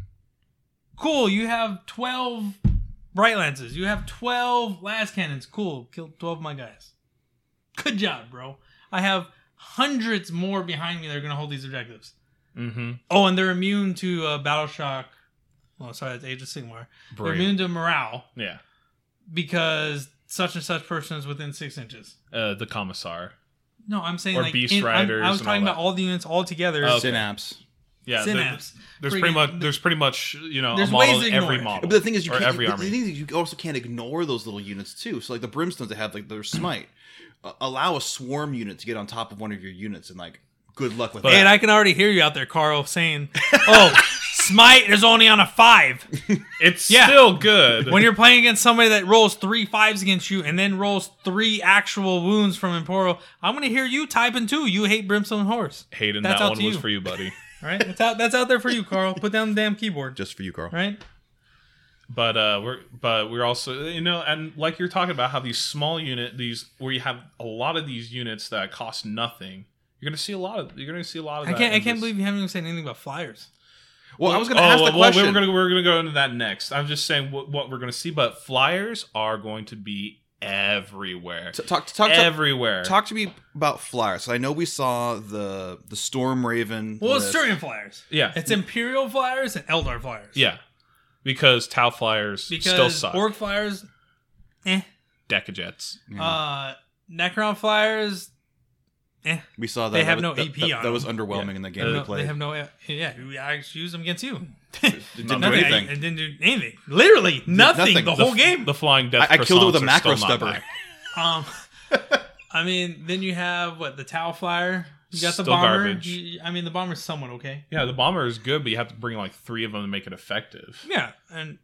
Speaker 1: Cool. You have twelve bright lances. You have twelve last cannons. Cool. Killed twelve of my guys. Good job, bro. I have hundreds more behind me that are gonna hold these objectives.
Speaker 3: mm-hmm.
Speaker 1: Oh, and they're immune to uh, battle shock. Oh, sorry, that's Age of Sigmar. They're
Speaker 3: Brave.
Speaker 1: immune to morale
Speaker 3: Yeah.
Speaker 1: because such and such person is within six inches.
Speaker 3: Uh, the commissar.
Speaker 1: No, I'm saying
Speaker 3: Or
Speaker 1: like
Speaker 3: Beast
Speaker 1: in- I'm-
Speaker 3: Riders
Speaker 1: I was
Speaker 3: and
Speaker 1: talking
Speaker 3: all
Speaker 1: about all the units all together.
Speaker 3: Oh,
Speaker 2: Synapse.
Speaker 3: Yeah. the-
Speaker 1: Synapse.
Speaker 3: There's
Speaker 1: Friggin-
Speaker 3: pretty much there's pretty much you know a
Speaker 1: There's
Speaker 3: model
Speaker 1: ways
Speaker 3: in
Speaker 1: to ignore
Speaker 3: every
Speaker 1: it.
Speaker 3: model.
Speaker 2: But the thing is, you
Speaker 3: or
Speaker 2: can't,
Speaker 3: every
Speaker 2: the
Speaker 3: army.
Speaker 2: thing is you also can't ignore those little units too. So like the brimstones that have like their smite, uh, allow a swarm unit to get on top of one of your units and like good luck with
Speaker 3: But-
Speaker 1: And
Speaker 2: that.
Speaker 1: I can already hear you out there, Carl, saying, "Oh, smite is only on a five.
Speaker 3: it's
Speaker 1: Yeah.
Speaker 3: still good.
Speaker 1: When you're playing against somebody that rolls three fives against you and then rolls three actual wounds from Emporio, I'm gonna hear you typing too. You hate brimstone horse,
Speaker 3: Hayden,
Speaker 1: That's
Speaker 3: that
Speaker 1: out
Speaker 3: one
Speaker 1: to
Speaker 3: was
Speaker 1: you.
Speaker 3: for you, buddy.
Speaker 1: all right? That's out. That's out there for you, Carl. Put down the damn keyboard,
Speaker 2: Just for you, Carl.
Speaker 1: all right?
Speaker 3: But uh, we're but we're also you know and like you're talking about how these small unit these where you have a lot of these units that cost nothing. You're gonna see a lot of you're gonna see a lot of.
Speaker 1: I
Speaker 3: that
Speaker 1: can't. I
Speaker 3: in
Speaker 1: can't
Speaker 3: this.
Speaker 1: believe you haven't even said anything about flyers.
Speaker 2: Well, I was going
Speaker 3: oh,
Speaker 2: to ask the
Speaker 3: well,
Speaker 2: question.
Speaker 3: we were gonna we are gonna go into that next. I'm just saying what, what we're gonna see, but flyers are going to be everywhere,
Speaker 2: T- talk, talk, talk,
Speaker 3: everywhere.
Speaker 2: talk to me about flyers. I know we saw the the storm raven.
Speaker 1: Well, it's
Speaker 2: list.
Speaker 1: Turian flyers.
Speaker 3: Yeah.
Speaker 1: it's Imperial flyers and Eldar flyers.
Speaker 3: yeah, because Tau flyers
Speaker 1: because
Speaker 3: still suck.
Speaker 1: orc flyers, eh?
Speaker 3: Decajets.
Speaker 1: Uh, Necron flyers, eh?
Speaker 2: We saw that.
Speaker 1: They
Speaker 2: that
Speaker 1: have
Speaker 2: was-
Speaker 1: no
Speaker 2: that,
Speaker 1: EP
Speaker 2: That,
Speaker 1: on
Speaker 2: that was
Speaker 1: them.
Speaker 2: underwhelming in the game
Speaker 3: Uh,
Speaker 2: we
Speaker 1: No,
Speaker 2: played.
Speaker 1: They have no. Yeah, I just used them against you.
Speaker 2: It didn't do
Speaker 3: Nothing.
Speaker 2: anything.
Speaker 1: I, I didn't do anything. Literally nothing.
Speaker 2: nothing.
Speaker 1: The
Speaker 2: The
Speaker 1: whole
Speaker 3: f-
Speaker 1: game.
Speaker 3: The flying death.
Speaker 2: I- I killed it with a
Speaker 3: croissants are
Speaker 2: macro
Speaker 3: still not
Speaker 2: stubber.
Speaker 3: back.
Speaker 1: um, I mean, then you have what the Tau flyer. You got the
Speaker 3: Still
Speaker 1: bomber.
Speaker 3: garbage.
Speaker 1: You- I mean, the bomber's somewhat okay.
Speaker 3: Yeah, the bomber is good, but you have to bring like three of them to make it effective.
Speaker 1: Yeah, and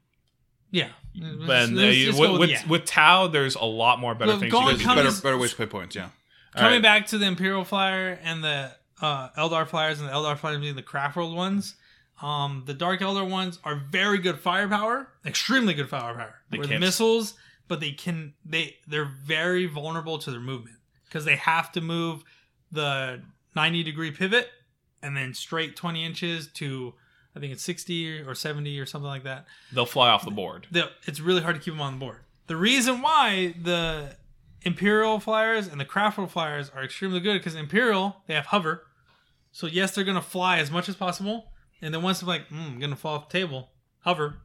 Speaker 1: yeah. Let's-
Speaker 3: And uh,
Speaker 1: let's
Speaker 3: you-
Speaker 1: just
Speaker 3: with,
Speaker 1: go
Speaker 3: with,
Speaker 1: yeah.
Speaker 3: with Tau, there's a lot more better
Speaker 1: But
Speaker 3: things
Speaker 1: go
Speaker 3: you
Speaker 1: on,
Speaker 3: can do.
Speaker 1: come-
Speaker 2: better,
Speaker 1: Cummings-
Speaker 2: better ways to play points. Yeah.
Speaker 1: coming
Speaker 3: Alright.
Speaker 1: back to the Imperial flyer and the uh, Eldar flyers and the Eldar flyers being the craft world ones. Um, the Dark Elder ones are very good firepower, extremely good firepower.
Speaker 3: They
Speaker 1: with
Speaker 3: can't-
Speaker 1: missiles, but they can they they're very vulnerable to their movement because they have to move the ninety degree pivot and then straight twenty inches to I think it's sixty or seventy or something like that
Speaker 3: They'll fly off the board.
Speaker 1: the, it's really hard to keep them on the board. The reason why the Imperial flyers and the Craftworld flyers are extremely good because Imperial they have hover, so yes, they're gonna fly as much as possible, and then once they're like, mm, I'm gonna fall off the table, hover,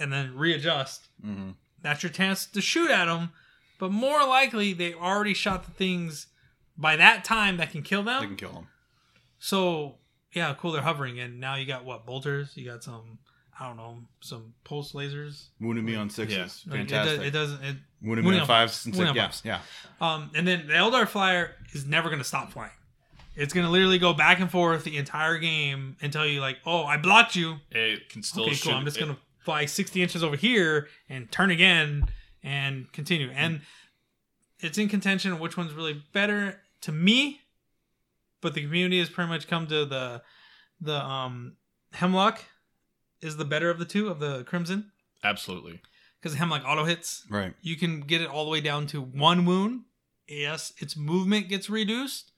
Speaker 1: and then readjust.
Speaker 2: Mhm.
Speaker 1: That's your chance to shoot at them, but more likely they already shot the things by that time that can kill them.
Speaker 2: They can kill him.
Speaker 1: So yeah, cool. They're hovering, and now you got what bolters? You got some, I don't know, some pulse lasers.
Speaker 2: Wounded me on sixes.
Speaker 3: Yeah.
Speaker 1: Like, it does-
Speaker 2: Fantastic.
Speaker 1: It, doesn't. It,
Speaker 2: Wounded me
Speaker 1: Wounded
Speaker 2: on
Speaker 1: on
Speaker 2: fives
Speaker 1: fives.
Speaker 2: and
Speaker 1: Wounded
Speaker 2: sixes.
Speaker 1: on
Speaker 2: Yeah.
Speaker 1: fives.
Speaker 2: yeah.
Speaker 1: um, and then the Eldar Flyer is never gonna stop flying. It's gonna literally go back and forth the entire game until you like, oh, I blocked you.
Speaker 3: It can still.
Speaker 1: Okay, cool.
Speaker 3: shoot-
Speaker 1: I'm just
Speaker 3: it-
Speaker 1: gonna fly 60 inches over here and turn again and continue. And it's in contention which one's really better to me, but the community has pretty much come to the the um Hemlock is the better of the two of the Crimson
Speaker 3: absolutely.
Speaker 1: because Hemlock auto hits.
Speaker 2: Right.
Speaker 1: You can get it all the way down to one wound. Yes, its movement gets reduced,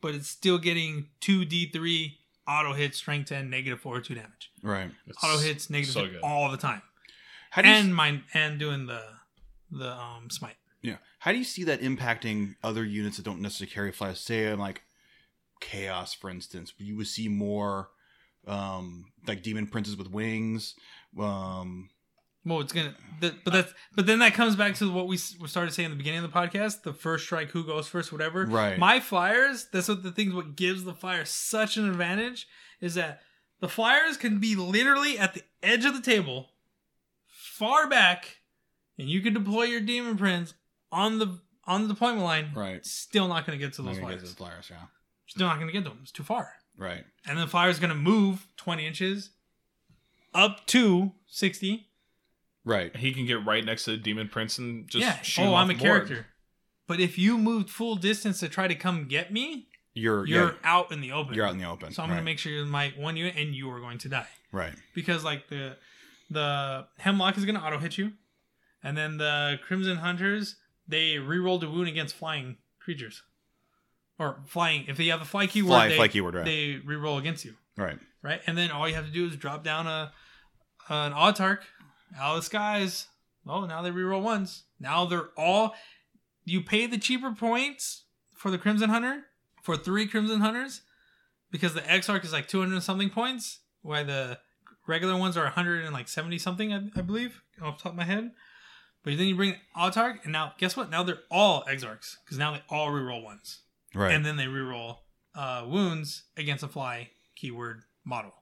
Speaker 1: but it's still getting two D3 auto hit, strength 10, negative 4, 2 damage
Speaker 2: Right.
Speaker 3: It's
Speaker 1: auto hits negative
Speaker 3: so
Speaker 1: hit
Speaker 3: good.
Speaker 1: all the time,
Speaker 2: How do you
Speaker 1: and mine and doing the the um smite.
Speaker 2: Yeah. How do you see that impacting other units that don't necessarily carry flash? Say, I'm like chaos, for instance, you would see more um like demon princes with wings. Um,
Speaker 1: Well, it's gonna, th- but that's but then that comes back to what we, s- we started saying at the beginning of the podcast: the first strike, who goes first, whatever.
Speaker 2: Right.
Speaker 1: My flyers. That's what the things what gives the flyer such an advantage is that the flyers can be literally at the edge of the table, far back, and you can deploy your demon prints on the on the deployment line.
Speaker 2: Right.
Speaker 1: Still not gonna get to
Speaker 2: I'm
Speaker 1: those
Speaker 2: gonna get
Speaker 1: flyers.
Speaker 2: to the flyers, yeah.
Speaker 1: Still not gonna get to them. It's too far.
Speaker 2: Right.
Speaker 1: and the flyer's gonna move 20 inches up to 60
Speaker 2: Right.
Speaker 3: He can get right next to the demon prince and just
Speaker 1: yeah
Speaker 3: shoot.
Speaker 1: oh
Speaker 3: him
Speaker 1: i'm a
Speaker 3: off the board.
Speaker 1: character but if you moved full distance to try to come get me
Speaker 2: You're
Speaker 1: you're
Speaker 2: you're
Speaker 1: out in the open
Speaker 2: you're out in the open.
Speaker 1: so i'm
Speaker 2: Right.
Speaker 1: gonna make sure you're my one unit and you are going to die
Speaker 2: right.
Speaker 1: because like the the hemlock is gonna auto hit you and then the crimson hunters they rerolled a wound against flying creatures or flying if they have a fly keyword
Speaker 2: Fly-
Speaker 1: they,
Speaker 2: fly keyword, right.
Speaker 1: they reroll against you
Speaker 2: Right.
Speaker 1: right? And then all you have to do is drop down a an autark out of the skies. Oh, now they reroll ones. Now they're all you pay the cheaper points for the Crimson Hunter for three Crimson Hunters because the Exarch is like two hundred something points, while the regular ones are hundred and like seventy something, I, I believe, off the top of my head. But then you bring Autark, and now guess what? Now they're all Exarchs because now they all reroll ones
Speaker 2: Right.
Speaker 1: and then they reroll uh, wounds against a fly keyword model.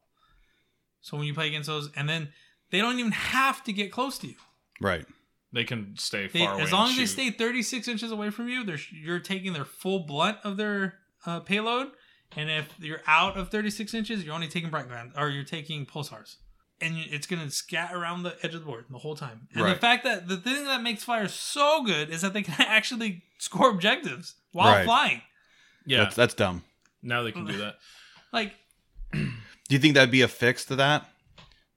Speaker 1: So when you play against those, and then they don't even have to get close to you.
Speaker 2: right.
Speaker 3: They can stay
Speaker 1: They,
Speaker 3: far away.
Speaker 1: as long as
Speaker 3: and
Speaker 1: they stay
Speaker 3: shoot.
Speaker 1: 36 inches away from you, they're, you're taking their full blunt of their uh, payload. And if you're out of 36 inches, you're only taking bright gland or you're taking pulsars. And you- it's going to scat around the edge of the board the whole time. And the
Speaker 2: Right.
Speaker 1: fact that the thing that makes fire so good is that they can actually score objectives while
Speaker 2: Right.
Speaker 1: flying.
Speaker 3: Yeah,
Speaker 2: That's that's dumb.
Speaker 3: now they can do that.
Speaker 1: Like,
Speaker 2: Do you think that'd be a fix to that?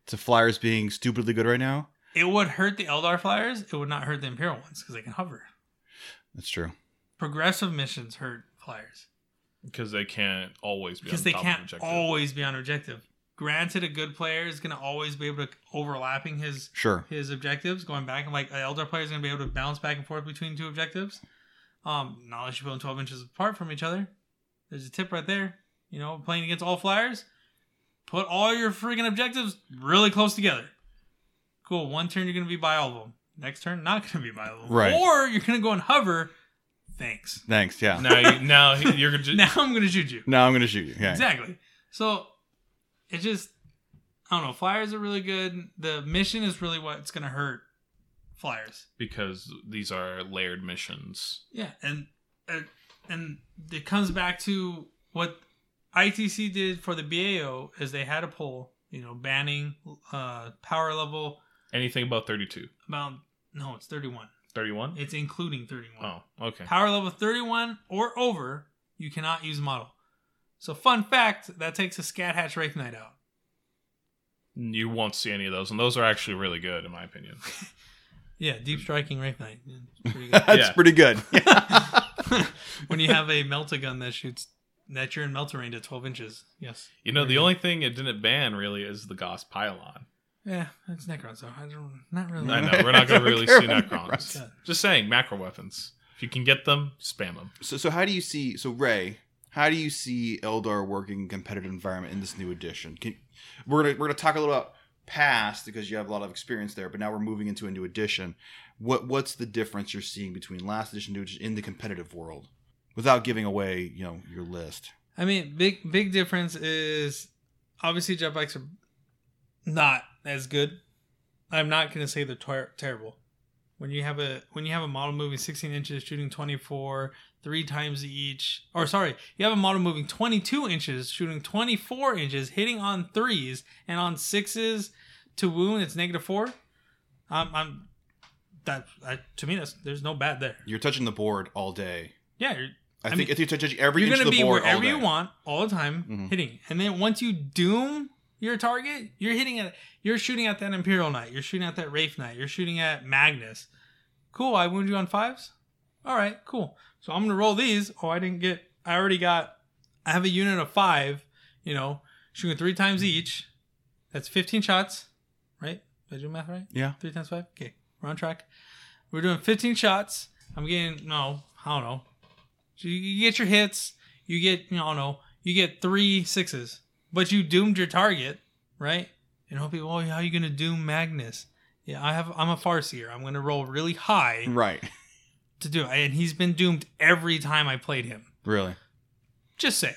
Speaker 2: To flyers being stupidly good right now?
Speaker 1: It would hurt the Eldar flyers. It would not hurt the Imperial ones because they can hover.
Speaker 2: That's true.
Speaker 1: Progressive missions hurt flyers
Speaker 3: because they can't always be
Speaker 1: because
Speaker 3: on
Speaker 1: they
Speaker 3: top of
Speaker 1: can't
Speaker 3: objective.
Speaker 1: always be on objective. Granted, a good player is going to always be able to overlapping his
Speaker 2: Sure.
Speaker 1: his objectives going back. Like an Eldar player is going to be able to bounce back and forth between two objectives. Um, not unless you put them twelve inches apart from each other. There's a tip right there. You know, playing against all flyers, put all your freaking objectives really close together. Cool. One turn you're going to be by all of them. Next turn, not going to be by all of them.
Speaker 2: Right.
Speaker 1: Or you're going to go and hover. Thanks.
Speaker 2: Thanks. Yeah.
Speaker 3: now, you, now he- you're just,
Speaker 1: Now I'm going to shoot you.
Speaker 2: Now I'm gonna shoot you. Yeah.
Speaker 1: Exactly. So it just I don't know. Flyers are really good. The mission is really what's going to hurt flyers.
Speaker 3: because these are layered missions.
Speaker 1: Yeah, and uh, and it comes back to what ITC did for the BAO is they had a poll, you know, banning uh, power level
Speaker 3: Anything above 32,
Speaker 1: amount. No, it's thirty-one.
Speaker 3: 31.
Speaker 1: It's including thirty-one.
Speaker 3: Oh, okay.
Speaker 1: Power level thirty-one or over, you cannot use model. So, fun fact that takes a Scat Hatch Wraith Knight out.
Speaker 3: You won't see any of those, and those are actually really good, in my opinion.
Speaker 1: Yeah, deep striking Wraith Knight. Yeah, it's pretty good.
Speaker 2: That's
Speaker 3: Yeah.
Speaker 2: pretty good.
Speaker 1: when you have a melta gun that shoots that you're in melta range at twelve inches. Yes.
Speaker 3: You know, the only thing it didn't ban really is the Goss Pylon.
Speaker 1: Yeah, it's Necrons though. I don't, not really.
Speaker 3: I know we're not going to really see Necrons.
Speaker 1: Necrons.
Speaker 3: Just saying, macro weapons. If you can get them, spam them.
Speaker 2: So, so how do you see? So Ray, how do you see Eldar working in competitive environment in this new edition? Can, we're gonna we're gonna talk a little about past because you have a lot of experience there, but now we're moving into a new edition. What what's the difference you're seeing between last edition and new edition in the competitive world, without giving away you know your list?
Speaker 1: I mean, big big difference is obviously jet bikes are not as good. I'm not gonna say they're ter- terrible. When you have a when you have a model moving 16 inches, shooting 24, three times each, or sorry, you have a model moving 22 inches, shooting 24 inches, hitting on threes and on sixes to wound, it's negative four. I'm, I'm that I, to me that's there's no bad there.
Speaker 2: You're touching the board all day.
Speaker 1: Yeah, you're,
Speaker 2: I,
Speaker 1: I
Speaker 2: think
Speaker 1: mean,
Speaker 2: if you're touching every
Speaker 1: you're
Speaker 2: inch of
Speaker 1: gonna
Speaker 2: the
Speaker 1: be
Speaker 2: board all
Speaker 1: wherever
Speaker 2: day. Mm-hmm.
Speaker 1: you want all the time hitting and then once you doom your target you're hitting at you're shooting at that imperial knight you're shooting at that wraith knight you're shooting at magnus cool i wound you on fives all right cool so i'm gonna roll these oh i didn't get i already got i have a unit of five you know shooting three times each that's 15 shots right did i do math right
Speaker 2: Yeah.
Speaker 1: Three times five? Okay, we're on track. We're doing 15 shots. I'm getting, no, I don't know. So you- you get your hits, you get, I don't know, you get three sixes, but you doomed your target, right? And hope people, oh, how you going to doom Magnus? Yeah, I have, I'm a Farseer. I'm going to roll really high
Speaker 2: Right.
Speaker 1: to do it. And he's been doomed every time I played him.
Speaker 2: Really.
Speaker 1: Just saying.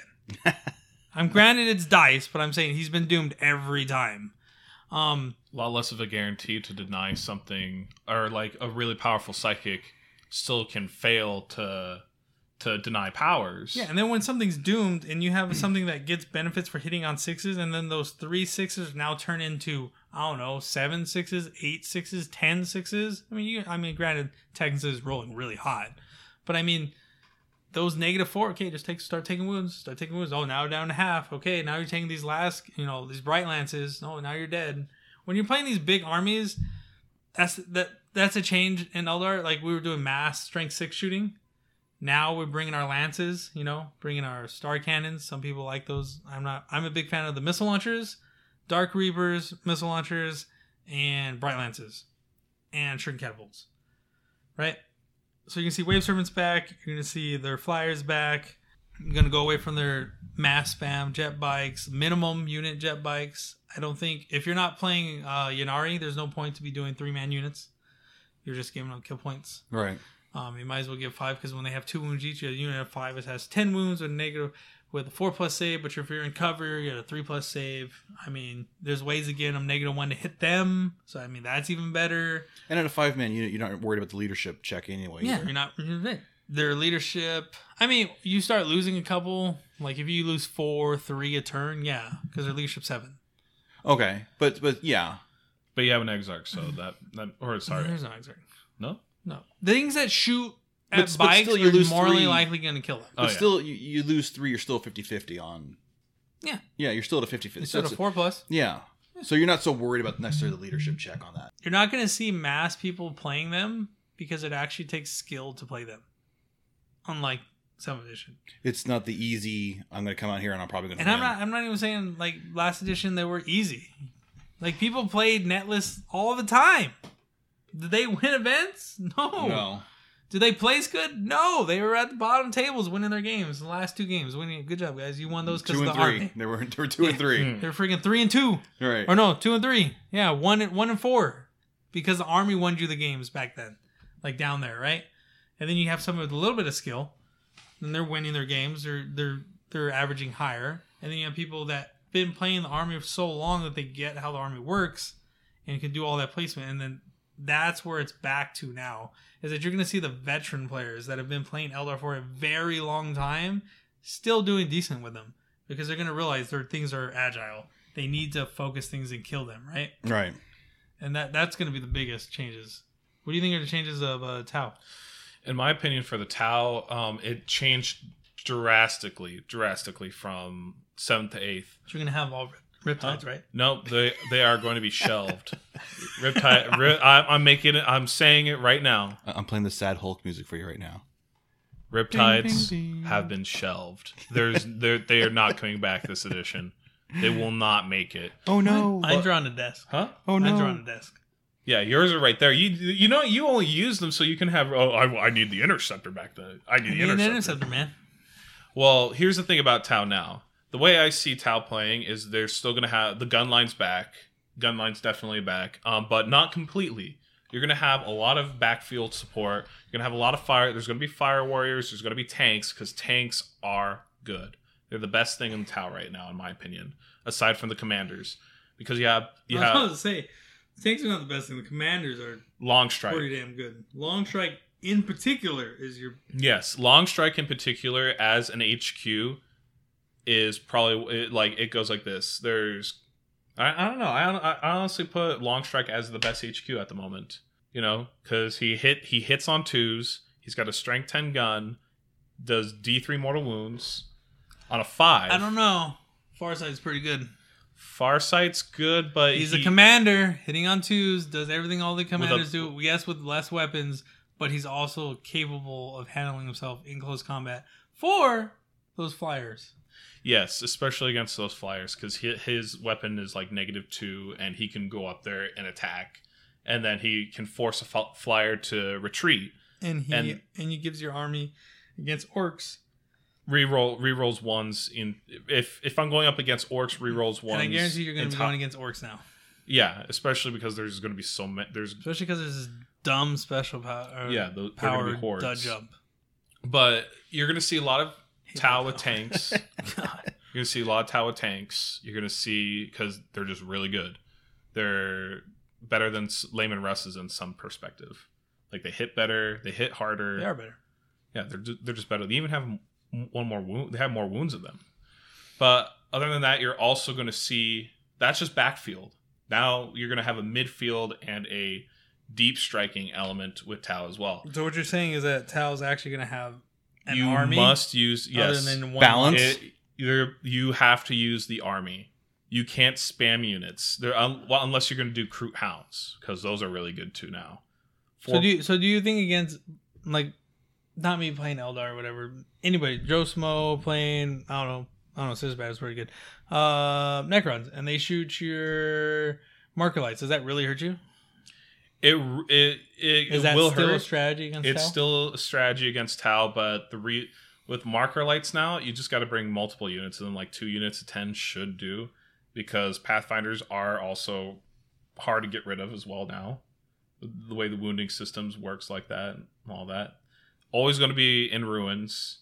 Speaker 1: I'm granted it's dice, but I'm saying he's been doomed every time. Um,
Speaker 3: A lot less of a guarantee to deny something, or like a really powerful psychic still can fail to to deny powers.
Speaker 1: Yeah, and then when something's doomed and you have something that gets benefits for hitting on sixes, and then those three sixes now turn into I don't know seven sixes, eight sixes, ten sixes. I mean, you. I mean, granted, Texas is rolling really hot, but I mean, those negative four. Okay, just take start taking wounds. Start taking wounds. Oh, now we're down to half. Okay, now you're taking these last. You know, these bright lances. Oh, now you're dead. When you're playing these big armies, that's that. That's a change in Eldar. Like we were doing mass strength six shooting now we're bringing our lances you know bringing our star cannons some people like those i'm not i'm a big fan of the missile launchers dark reapers missile launchers and bright lances and shrink catapults right so you can see wave serpents back you're gonna see their flyers back you're gonna go away from their mass spam jet bikes minimum unit jet bikes i don't think if you're not playing uh yanari there's no point to be doing three-man units you're just giving up kill points
Speaker 2: Right.
Speaker 1: um, you might as well give five because when they have two wounds each, your unit of five is- has ten wounds with negative with a four plus save. But if you're in cover, you got a three plus save. I mean, there's ways to get them negative one to hit them. So I mean, that's even better.
Speaker 2: And in a five man unit, you're not worried about the leadership check anyway.
Speaker 1: Yeah,
Speaker 2: either.
Speaker 1: you're not you're right. their leadership. I mean, you start losing a couple. Like if you lose four, three a turn, yeah, because their leadership seven.
Speaker 2: Okay. But but yeah.
Speaker 3: But you have an exarch, so that, that or sorry,
Speaker 1: There's no exact.
Speaker 3: no.
Speaker 1: No things that shoot
Speaker 2: But-
Speaker 1: at
Speaker 2: but
Speaker 1: bikes
Speaker 2: still you
Speaker 1: are
Speaker 2: lose
Speaker 1: morally
Speaker 2: three.
Speaker 1: likely going to kill them.
Speaker 3: Oh,
Speaker 2: But
Speaker 3: yeah.
Speaker 2: still, you, you lose three. You're still 50-50 on.
Speaker 1: Yeah.
Speaker 2: Yeah, you're still at a 50 50.
Speaker 1: Instead of four plus.
Speaker 2: Yeah. So you're not so worried about necessarily the leadership check on that.
Speaker 1: you're not going to see mass people playing them because it actually takes skill to play them unlike some edition
Speaker 2: It's not the easy. I'm going to come out here and I'm probably going to.
Speaker 1: and i'm not i'm not even saying like last edition they were easy like people played netlist all the time did they win events no
Speaker 2: No.
Speaker 1: did they place good no they were at the bottom tables winning their games the last two games winning good job guys you won those because
Speaker 2: Two
Speaker 1: of
Speaker 2: and
Speaker 1: the
Speaker 2: three.
Speaker 1: army
Speaker 2: There were, there were two and three.
Speaker 1: they're freaking three and two
Speaker 2: Right.
Speaker 1: or no, two and three. Yeah, one and one and four, because the army won you the games back then, like down there, right? And then you have some with a little bit of skill, and they're winning their games. They're they're they're averaging higher, and then you have people that been playing the army for so long that they get how the army works, and can do all that placement. And then that's where it's back to now is that you're going to see the veteran players that have been playing Eldar for a very long time still doing decent with them because they're going to realize their things are agile. They need to focus things and kill them, right?
Speaker 2: Right.
Speaker 1: And that that's going to be the biggest changes. What do you think are the changes of uh, Tau?
Speaker 3: in my opinion, for the Tau, um, it changed drastically, drastically from seventh to eighth.
Speaker 1: You're going to have all riptides, right?
Speaker 3: No, they they are going to be shelved. Riptide. Ri- I, I'm making it. I'm saying it right now.
Speaker 2: I- I'm playing the sad Hulk music for you right now.
Speaker 3: Riptides have been shelved. There's they're they are not coming back this edition. They will not make it.
Speaker 2: Oh no!
Speaker 1: Mine's are on the desk.
Speaker 3: Huh?
Speaker 2: oh
Speaker 1: Mine's are on
Speaker 2: no!
Speaker 1: the desk.
Speaker 3: Yeah, yours are right there. You you know you only use them so you can have. Oh, I, I need the interceptor back then. I need,
Speaker 1: You
Speaker 3: the,
Speaker 1: need an
Speaker 3: interceptor.
Speaker 1: interceptor, man.
Speaker 3: Well, here's the thing about Tau now. The way I see Tau playing is they're still gonna have the gun lines back. Gun lines definitely back, um, but not completely. You're gonna have a lot of backfield support. You're gonna have a lot of fire. There's gonna be fire warriors. There's gonna be tanks because tanks are good. They're the best thing in Tau right now, in my opinion, aside from the commanders, because you have you
Speaker 1: I was
Speaker 3: have
Speaker 1: about to say, tanks are not the best thing. The commanders are
Speaker 3: long strike.
Speaker 1: pretty damn good. Long strike in particular is your
Speaker 3: Yes, Long Strike in particular as an HQ is probably it, like it goes like this. There's I, I don't know. I, hon- I honestly put Long Strike as the best HQ at the moment. You know, because he hit he hits on twos. He's got a strength ten gun, does D three mortal wounds on a five.
Speaker 1: I don't know. Farsight's pretty good.
Speaker 3: Farsight's good, but
Speaker 1: He's
Speaker 3: he-
Speaker 1: a commander, hitting on twos, does everything all the commanders
Speaker 3: a-
Speaker 1: do. Yes, with less weapons, but he's also capable of handling himself in close combat for those flyers.
Speaker 3: Yes, especially against those flyers, because his weapon is like negative two, and he can go up there and attack, and then he can force a fl- flyer to retreat.
Speaker 1: And he and,
Speaker 3: And-
Speaker 1: he gives your army against orcs.
Speaker 3: Reroll rerolls ones in if if I'm going up against orcs, rerolls
Speaker 1: and
Speaker 3: ones.
Speaker 1: I guarantee you're going
Speaker 3: in
Speaker 1: to be
Speaker 3: top-
Speaker 1: going against orcs now,
Speaker 3: Yeah, especially because there's going to be so many. There's
Speaker 1: especially because there's this dumb special power.
Speaker 3: Yeah, tho- they're
Speaker 1: Uh,
Speaker 3: gonna be
Speaker 1: power
Speaker 3: hordes.
Speaker 1: dud jump.
Speaker 3: but you're going to see a lot of Tau with tanks.
Speaker 1: God.
Speaker 3: You're gonna see a lot of Tower tanks. You're gonna see because they're just really good. They're better than s- Layman Russes in some perspective. Like they hit better, they hit harder.
Speaker 1: They are better.
Speaker 3: Yeah, they're ju- they're just better. They even have m- one more wound. They have more wounds in them. But other than that, you're also gonna see that's just backfield. Now you're gonna have a midfield and a deep striking element with Tau as well.
Speaker 1: So what you're saying is that Tal's actually going to have an
Speaker 3: you
Speaker 1: army
Speaker 3: must use yes
Speaker 1: other than one
Speaker 2: Balance.
Speaker 3: it, you're, you have to use the army. You can't spam units. There, un, well, unless you're going to do crew hounds, because those are really good too now.
Speaker 1: So do you, so do you think against like not me playing Eldar or whatever anybody Joe Smo playing I don't know I don't know Scissor Bat is pretty good uh Necrons and they shoot your marker lights does that really hurt you
Speaker 3: it it it,
Speaker 1: is
Speaker 3: it
Speaker 1: that
Speaker 3: will
Speaker 1: still a
Speaker 3: hurt.
Speaker 1: strategy against
Speaker 3: it's
Speaker 1: Tau?
Speaker 3: still a strategy against Tau, but the re with marker lights now, you just got to bring multiple units, and then like two units of ten should do, because pathfinders are also hard to get rid of as well now. The way the wounding systems works like that and all that, always going to be in ruins,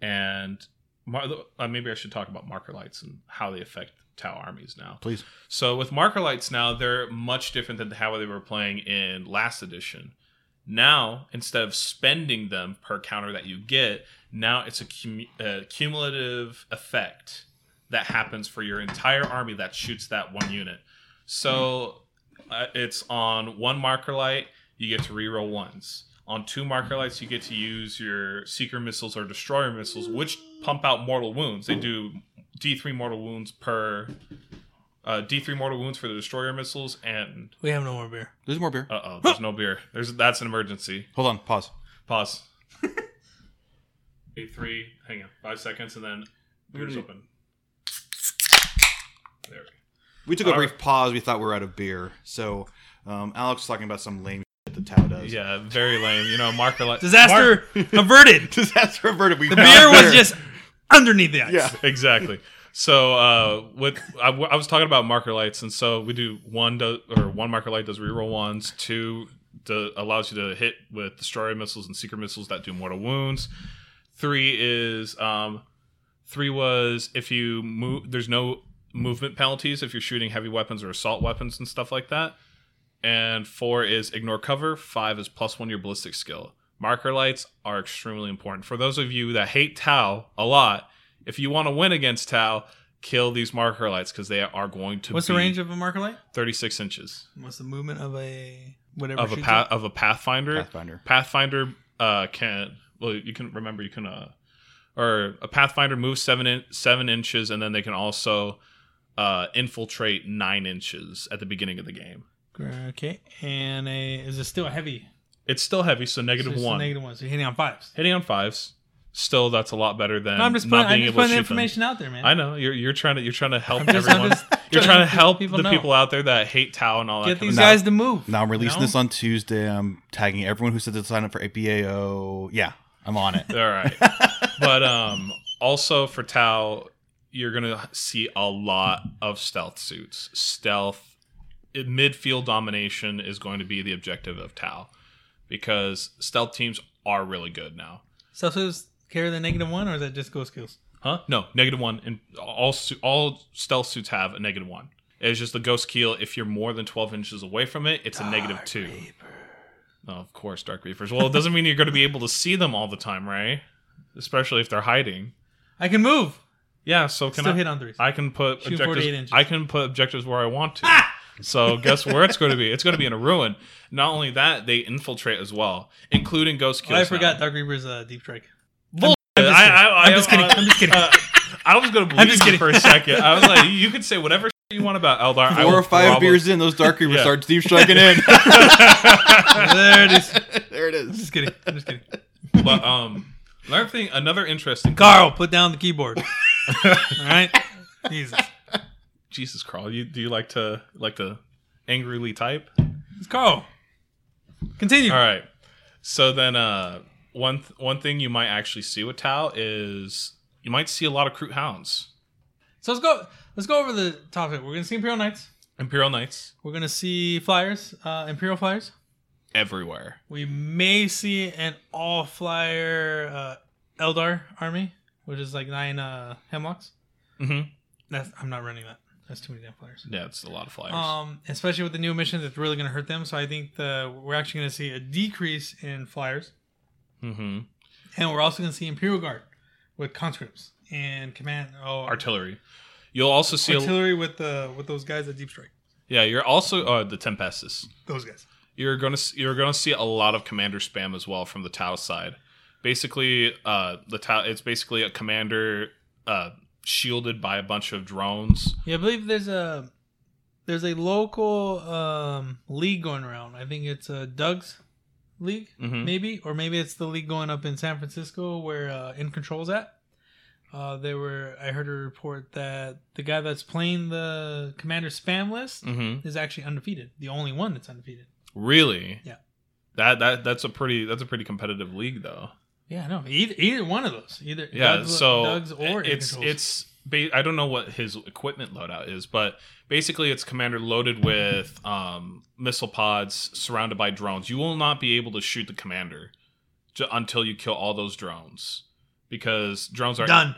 Speaker 3: and mar- uh, maybe I should talk about marker lights and how they affect Tau armies now.
Speaker 2: Please.
Speaker 3: So with marker lights now, they're much different than how they were playing in last edition. Now, instead of spending them per counter that you get, now it's a, cum- a cumulative effect that happens for your entire army that shoots that one unit. So uh, it's on one marker light, you get to reroll ones. On two marker lights, you get to use your seeker missiles or destroyer missiles, which pump out mortal wounds. They do D3 mortal wounds per uh, D3 mortal wounds for the destroyer missiles, and
Speaker 1: we have no more beer
Speaker 2: There's more beer.
Speaker 3: uh oh, there's no beer. There's that's an emergency.
Speaker 2: Hold on. Pause.
Speaker 3: Pause. Eight three. Hang on, five seconds, and then beer's
Speaker 2: Mm.
Speaker 3: open. There. we
Speaker 2: We took a
Speaker 3: All
Speaker 2: brief pause. We thought we were out of beer. So um, Alex was talking about some lame shit that Tao
Speaker 3: go.
Speaker 2: does.
Speaker 3: Yeah, very lame. You know, marker like
Speaker 1: disaster averted
Speaker 2: Disaster averted. We
Speaker 1: the beer
Speaker 2: found
Speaker 1: was just underneath the ice
Speaker 2: Yeah.
Speaker 3: exactly. So uh, with I, I was talking about marker lights, and so we do one do, or one marker light does reroll ones, two do, allows you to hit with destroyer missiles and secret missiles that do mortal wounds. Three is um, three was if you move, there's no movement penalties if you're shooting heavy weapons or assault weapons and stuff like that. And four is ignore cover. Five is plus one your ballistic skill. Marker lights are extremely important. For those of you that hate Tau a lot, if you want to win against Tau, kill these marker lights because they are going to
Speaker 1: what's
Speaker 3: be
Speaker 1: the range of a marker light
Speaker 3: 36 inches
Speaker 1: what's the movement of a whatever
Speaker 3: of a
Speaker 1: shoots
Speaker 3: pa-
Speaker 1: it?
Speaker 3: of a pathfinder.
Speaker 2: Pathfinder.
Speaker 3: Pathfinder uh, can well you can remember you can uh, or a pathfinder moves seven in, seven inches and then they can also uh, infiltrate nine inches at the beginning of the game.
Speaker 1: okay and a is it still a heavy
Speaker 3: It's still heavy, so
Speaker 1: So
Speaker 3: negative
Speaker 1: it's a
Speaker 3: one.
Speaker 1: negative one so you're hitting on fives
Speaker 3: Hitting on fives. still that's a lot better than
Speaker 1: No, I'm just
Speaker 3: Um, not
Speaker 1: putting,
Speaker 3: being
Speaker 1: I'm just putting
Speaker 3: able to shoot
Speaker 1: the
Speaker 3: them.
Speaker 1: information out there, man.
Speaker 3: I know you're you're trying to you're trying to help
Speaker 1: just- I'm
Speaker 3: everyone.
Speaker 1: just
Speaker 3: you're
Speaker 1: trying
Speaker 3: trying
Speaker 1: to
Speaker 3: to help
Speaker 1: people
Speaker 3: the
Speaker 1: know.
Speaker 3: people out there that hate Tao and all that.
Speaker 1: Get
Speaker 3: kind of
Speaker 1: these
Speaker 3: stuff.
Speaker 1: guys to move.
Speaker 2: Now I'm releasing
Speaker 3: No?
Speaker 2: this on Tuesday. I'm tagging everyone who said to sign up for APAO. Yeah, I'm on it.
Speaker 3: All right, but um, also for Tau, you're gonna see a lot of stealth suits. Stealth i- midfield domination is going to be the objective of Tau because stealth teams are really good now.
Speaker 1: So, so is carry the negative one, or is that just ghost skills?
Speaker 3: Huh? No, negative one, and all su- all stealth suits have a negative one. It's just the ghost keel. If you're more than twelve inches away from it, it's a negative two. Oh, of course, dark reapers. Well, it doesn't mean you're going to be able to see them all the time, right? Especially if they're hiding.
Speaker 1: I can move.
Speaker 3: Yeah. So can
Speaker 1: Still
Speaker 3: I
Speaker 1: hit on threes.
Speaker 3: I can put
Speaker 1: Shoot 48
Speaker 3: objectives.
Speaker 1: inches.
Speaker 3: I can put objectives where I want to. So guess where it's going to be? It's going to be in a ruin. Not only that, they infiltrate as well, including ghost
Speaker 1: Oh,
Speaker 3: kills.
Speaker 1: I forgot
Speaker 3: now.
Speaker 1: Dark Reaper's uh, deep strike.
Speaker 3: I, I,
Speaker 1: I'm just kidding. I'm just kidding.
Speaker 3: uh, I was going to believe
Speaker 1: just
Speaker 3: you
Speaker 1: kidding.
Speaker 3: for a second. I was like, you could say whatever shit you want about Eldar. I
Speaker 2: Four
Speaker 3: will
Speaker 2: or five
Speaker 3: probably-
Speaker 2: beers in, those dark reapers
Speaker 3: Yeah.
Speaker 2: start deep striking in.
Speaker 1: there it is.
Speaker 2: there it is.
Speaker 1: Just kidding. I'm just kidding.
Speaker 3: But um, another thing, another interesting.
Speaker 1: Carl, put down the keyboard. All right. Jesus.
Speaker 3: Jesus, Carl, you do you like to like to angrily type?
Speaker 1: It's Carl. Continue.
Speaker 3: All right. So then, uh, one th- one thing you might actually see with Tau is you might see a lot of Crute Hounds,
Speaker 1: So let's go. Let's go over the topic. We're gonna see Imperial Knights.
Speaker 3: Imperial Knights
Speaker 1: We're gonna see Flyers. Uh, Imperial Flyers.
Speaker 3: everywhere.
Speaker 1: We may see an all flyer uh, Eldar army, which is like nine uh, hemlocks.
Speaker 3: Mhm.
Speaker 1: That's I'm not running that. That's too many damn flyers.
Speaker 3: Yeah, it's a lot of flyers.
Speaker 1: Um, especially with the new missions, it's really gonna hurt them. So I think the, we're actually gonna see a decrease in flyers,
Speaker 3: mm-hmm.
Speaker 1: and we're also gonna see Imperial Guard with conscripts and command oh,
Speaker 3: Artillery. You'll also see. a-
Speaker 1: artillery with the with those guys at deep strike.
Speaker 3: yeah, you're also uh, the Tempestus.
Speaker 1: Those guys.
Speaker 3: you're gonna s- you're gonna see a lot of commander spam as well from the Tau side. Basically, uh, the Tau it's basically a commander uh, shielded by a bunch of drones.
Speaker 1: Yeah, I believe there's a there's a local um, league going around. I think it's uh, Doug's league,
Speaker 3: Mhm.
Speaker 1: maybe, or maybe it's the league going up in San Francisco where uh, In Control's at. Uh, they were. I heard a report that the guy that's playing the commander spam list
Speaker 3: Mm-hmm.
Speaker 1: is actually undefeated. The only one that's undefeated.
Speaker 3: Really?
Speaker 1: Yeah.
Speaker 3: That that that's a pretty that's a pretty competitive league though.
Speaker 1: Yeah, no, either either one of those, either
Speaker 3: Yeah.
Speaker 1: Doug's,
Speaker 3: so
Speaker 1: Doug's or In
Speaker 3: it's
Speaker 1: Control's.
Speaker 3: it's ba- I don't know what his equipment loadout is, but basically it's commander loaded with um, missile pods surrounded by drones. You will not be able to shoot the commander ju- until you kill all those drones because drones are
Speaker 1: done.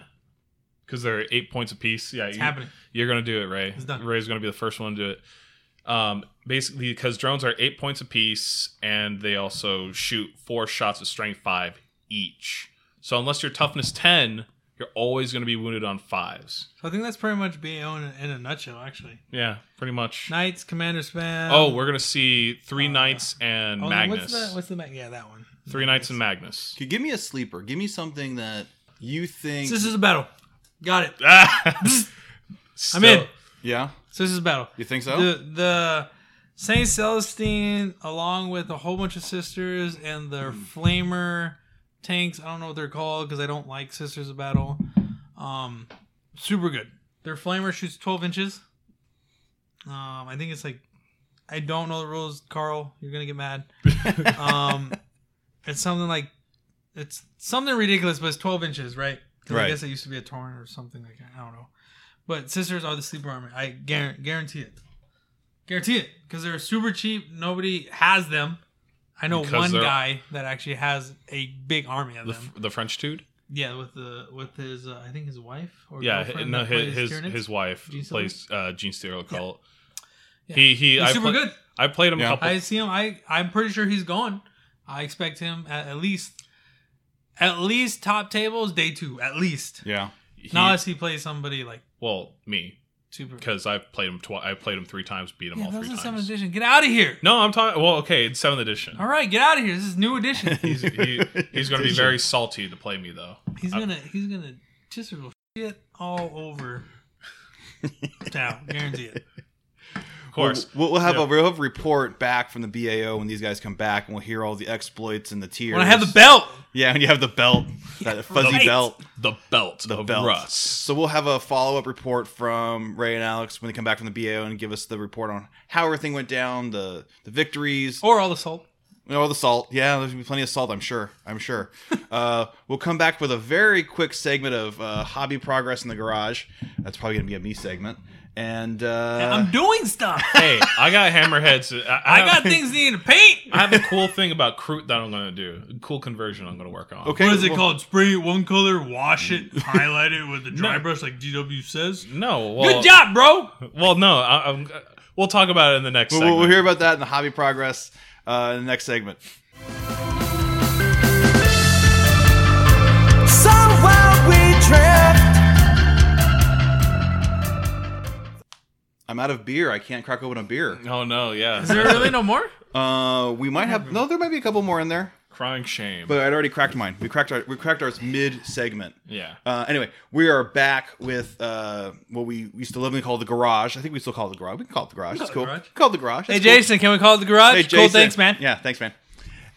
Speaker 3: because they're eight points apiece. Yeah,
Speaker 1: It's
Speaker 3: you,
Speaker 1: happening.
Speaker 3: you're gonna do it, Ray.
Speaker 1: It's done.
Speaker 3: Ray's gonna be the first one to do it. Um, basically, because drones are eight points apiece, and they also shoot four shots at strength five each. So unless you're toughness ten, you're always gonna be wounded on fives.
Speaker 1: So I think that's pretty much BAO in a, in a nutshell, actually.
Speaker 3: Yeah, pretty much.
Speaker 1: Knights, commander spam.
Speaker 3: oh, we're gonna see three knights and
Speaker 1: Oh, no,
Speaker 3: Magnus.
Speaker 1: What's the, what's the mag- yeah that one?
Speaker 3: three knights and Magnus.
Speaker 2: Okay, give me a sleeper. Give me something that you think.
Speaker 1: This is a battle. Got it.
Speaker 3: Still-
Speaker 1: I'm in.
Speaker 2: yeah,
Speaker 1: So this is a battle.
Speaker 2: you think so?
Speaker 1: The the Saint Celestine, along with a whole bunch of sisters and their
Speaker 2: Hmm.
Speaker 1: flamer tanks. I don't know what they're called because I don't like sisters of battle. Um, super good. Their flamer shoots twelve inches. Um, I think it's like I don't know the rules, Carl. You're gonna get mad. um, it's something like it's something ridiculous, but it's twelve inches, right? 'Cause I
Speaker 2: Right.
Speaker 1: guess it used to be a torrent or something like that. I don't know. But sisters are the sleeper army. I guar- guarantee it. Guarantee it because they're super cheap. Nobody has them. I know
Speaker 3: Because
Speaker 1: one
Speaker 3: they're-
Speaker 1: guy that actually has a big army of
Speaker 3: The,
Speaker 1: them.
Speaker 3: f- the French dude.
Speaker 1: Yeah, with the with his uh, I think his wife or
Speaker 3: Yeah, hi-
Speaker 1: girlfriend
Speaker 3: no,
Speaker 1: that plays
Speaker 3: his his,
Speaker 1: Tyranids.
Speaker 3: his wife
Speaker 1: Gene Steeler?
Speaker 3: plays uh, Gene Steeler Cult.
Speaker 1: Yeah.
Speaker 3: He he.
Speaker 1: He's
Speaker 3: I
Speaker 1: super
Speaker 3: pla-
Speaker 1: good.
Speaker 3: I played him
Speaker 2: Yeah.
Speaker 3: a couple.
Speaker 1: I see him. I I'm pretty sure he's gone. I expect him at, at least at least top tables day two at least.
Speaker 2: yeah.
Speaker 3: he-
Speaker 1: Not unless he plays somebody like
Speaker 3: well, me
Speaker 1: super.
Speaker 3: because I've played him twice. I played him three times, beat him
Speaker 1: Yeah,
Speaker 3: all
Speaker 1: that was
Speaker 3: three
Speaker 1: in
Speaker 3: times.
Speaker 1: seventh edition. Get out of here.
Speaker 3: No, I'm talking. Well, okay, it's seventh edition.
Speaker 1: All right, get out of here. This is new edition.
Speaker 3: He's, he, he's going to be very salty to play me though.
Speaker 1: He's gonna he's gonna just shit all over town. Guarantee it.
Speaker 3: of course.
Speaker 2: We'll, we'll have
Speaker 3: Yeah.
Speaker 2: a we'll have a report back from the BAO when these guys come back, and we'll hear all the exploits and the tears.
Speaker 1: When I have the belt,
Speaker 2: yeah, when you have the belt, that fuzzy
Speaker 1: right.
Speaker 2: belt,
Speaker 5: The belt
Speaker 2: the
Speaker 5: of
Speaker 2: belt.
Speaker 5: Russ.
Speaker 2: So we'll have a follow up report from Ray and Alex when they come back from the BAO and give us the report on how everything went down, the the victories,
Speaker 1: or all the salt.
Speaker 2: Oh, the salt. Yeah, there's gonna be plenty of salt. I'm sure. I'm sure. uh, we'll come back with a very quick segment of uh, hobby progress in the garage. That's probably gonna be a me segment. And uh,
Speaker 1: I'm doing stuff.
Speaker 3: hey, I got hammerheads. I,
Speaker 1: I got
Speaker 3: have-
Speaker 1: things needing to paint.
Speaker 3: I have a cool thing about Crute that I'm going to do. A cool conversion I'm going to work on.
Speaker 2: okay,
Speaker 1: What is it
Speaker 2: well,
Speaker 1: called? Spray it one color, wash it, highlight it with a dry
Speaker 3: No.
Speaker 1: brush, like DW says.
Speaker 3: No. Well,
Speaker 1: Good job, bro.
Speaker 3: Well, no. I, I'm, we'll talk about it in the next.
Speaker 2: We'll,
Speaker 3: segment.
Speaker 2: we'll hear about that in the hobby progress uh, in the next segment.
Speaker 4: So while we drift,
Speaker 2: I'm out of beer. I can't crack open a beer.
Speaker 3: Oh no! Yeah.
Speaker 1: Is there really no more?
Speaker 2: Uh, we might have no. There might be a couple more in there,
Speaker 3: crying shame?
Speaker 2: but I'd already cracked mine. We cracked our we cracked ours mid segment.
Speaker 3: yeah.
Speaker 2: Uh, anyway, we are back with uh, what we used to lovingly call the garage. I think we still call it the garage. We can call it the garage. It's
Speaker 1: it
Speaker 2: cool.
Speaker 1: the garage.
Speaker 2: Call it the garage.
Speaker 1: Hey,
Speaker 2: It's cool.
Speaker 1: Jason, can we call it the garage?
Speaker 2: Hey,
Speaker 1: Cool,
Speaker 2: Jason.
Speaker 1: thanks, man.
Speaker 2: Yeah, thanks, man.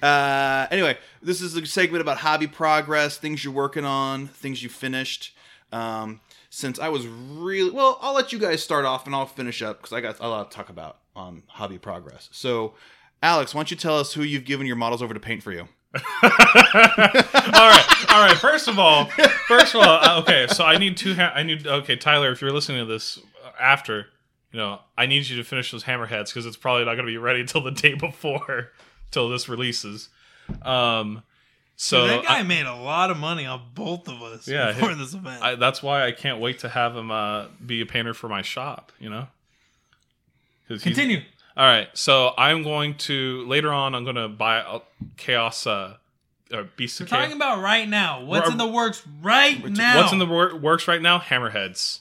Speaker 2: Uh, anyway, this is a segment about hobby progress, things you're working on, things you finished. Um, since I was really well, I'll let you guys start off and I'll finish up because I got a lot to talk about on hobby progress. So, Alex, why don't you tell us who you've given your models over to paint for you?
Speaker 3: all right, all right. First of all, first of all, uh, okay. So I need two. Ha- I need okay, Tyler. If you're listening to this uh, after, you know, I need you to finish those hammerheads because it's probably not going to be ready till the day before, till this releases. Um, so
Speaker 1: Dude, that guy
Speaker 3: I-
Speaker 1: made a lot of money on both of us
Speaker 3: Yeah,
Speaker 1: before
Speaker 3: he-
Speaker 1: this event.
Speaker 3: I, that's why I can't wait to have him uh, be a painter for my shop. You know. 'Cause he's-
Speaker 1: Continue.
Speaker 3: All right, so I'm going to later on. I'm going to buy a chaos, uh, uh beast
Speaker 1: We're
Speaker 3: of
Speaker 1: talking
Speaker 3: chaos.
Speaker 1: about right now. What's
Speaker 3: We're-
Speaker 1: in the works right now?
Speaker 3: What's in the wor- works right now? Hammerheads,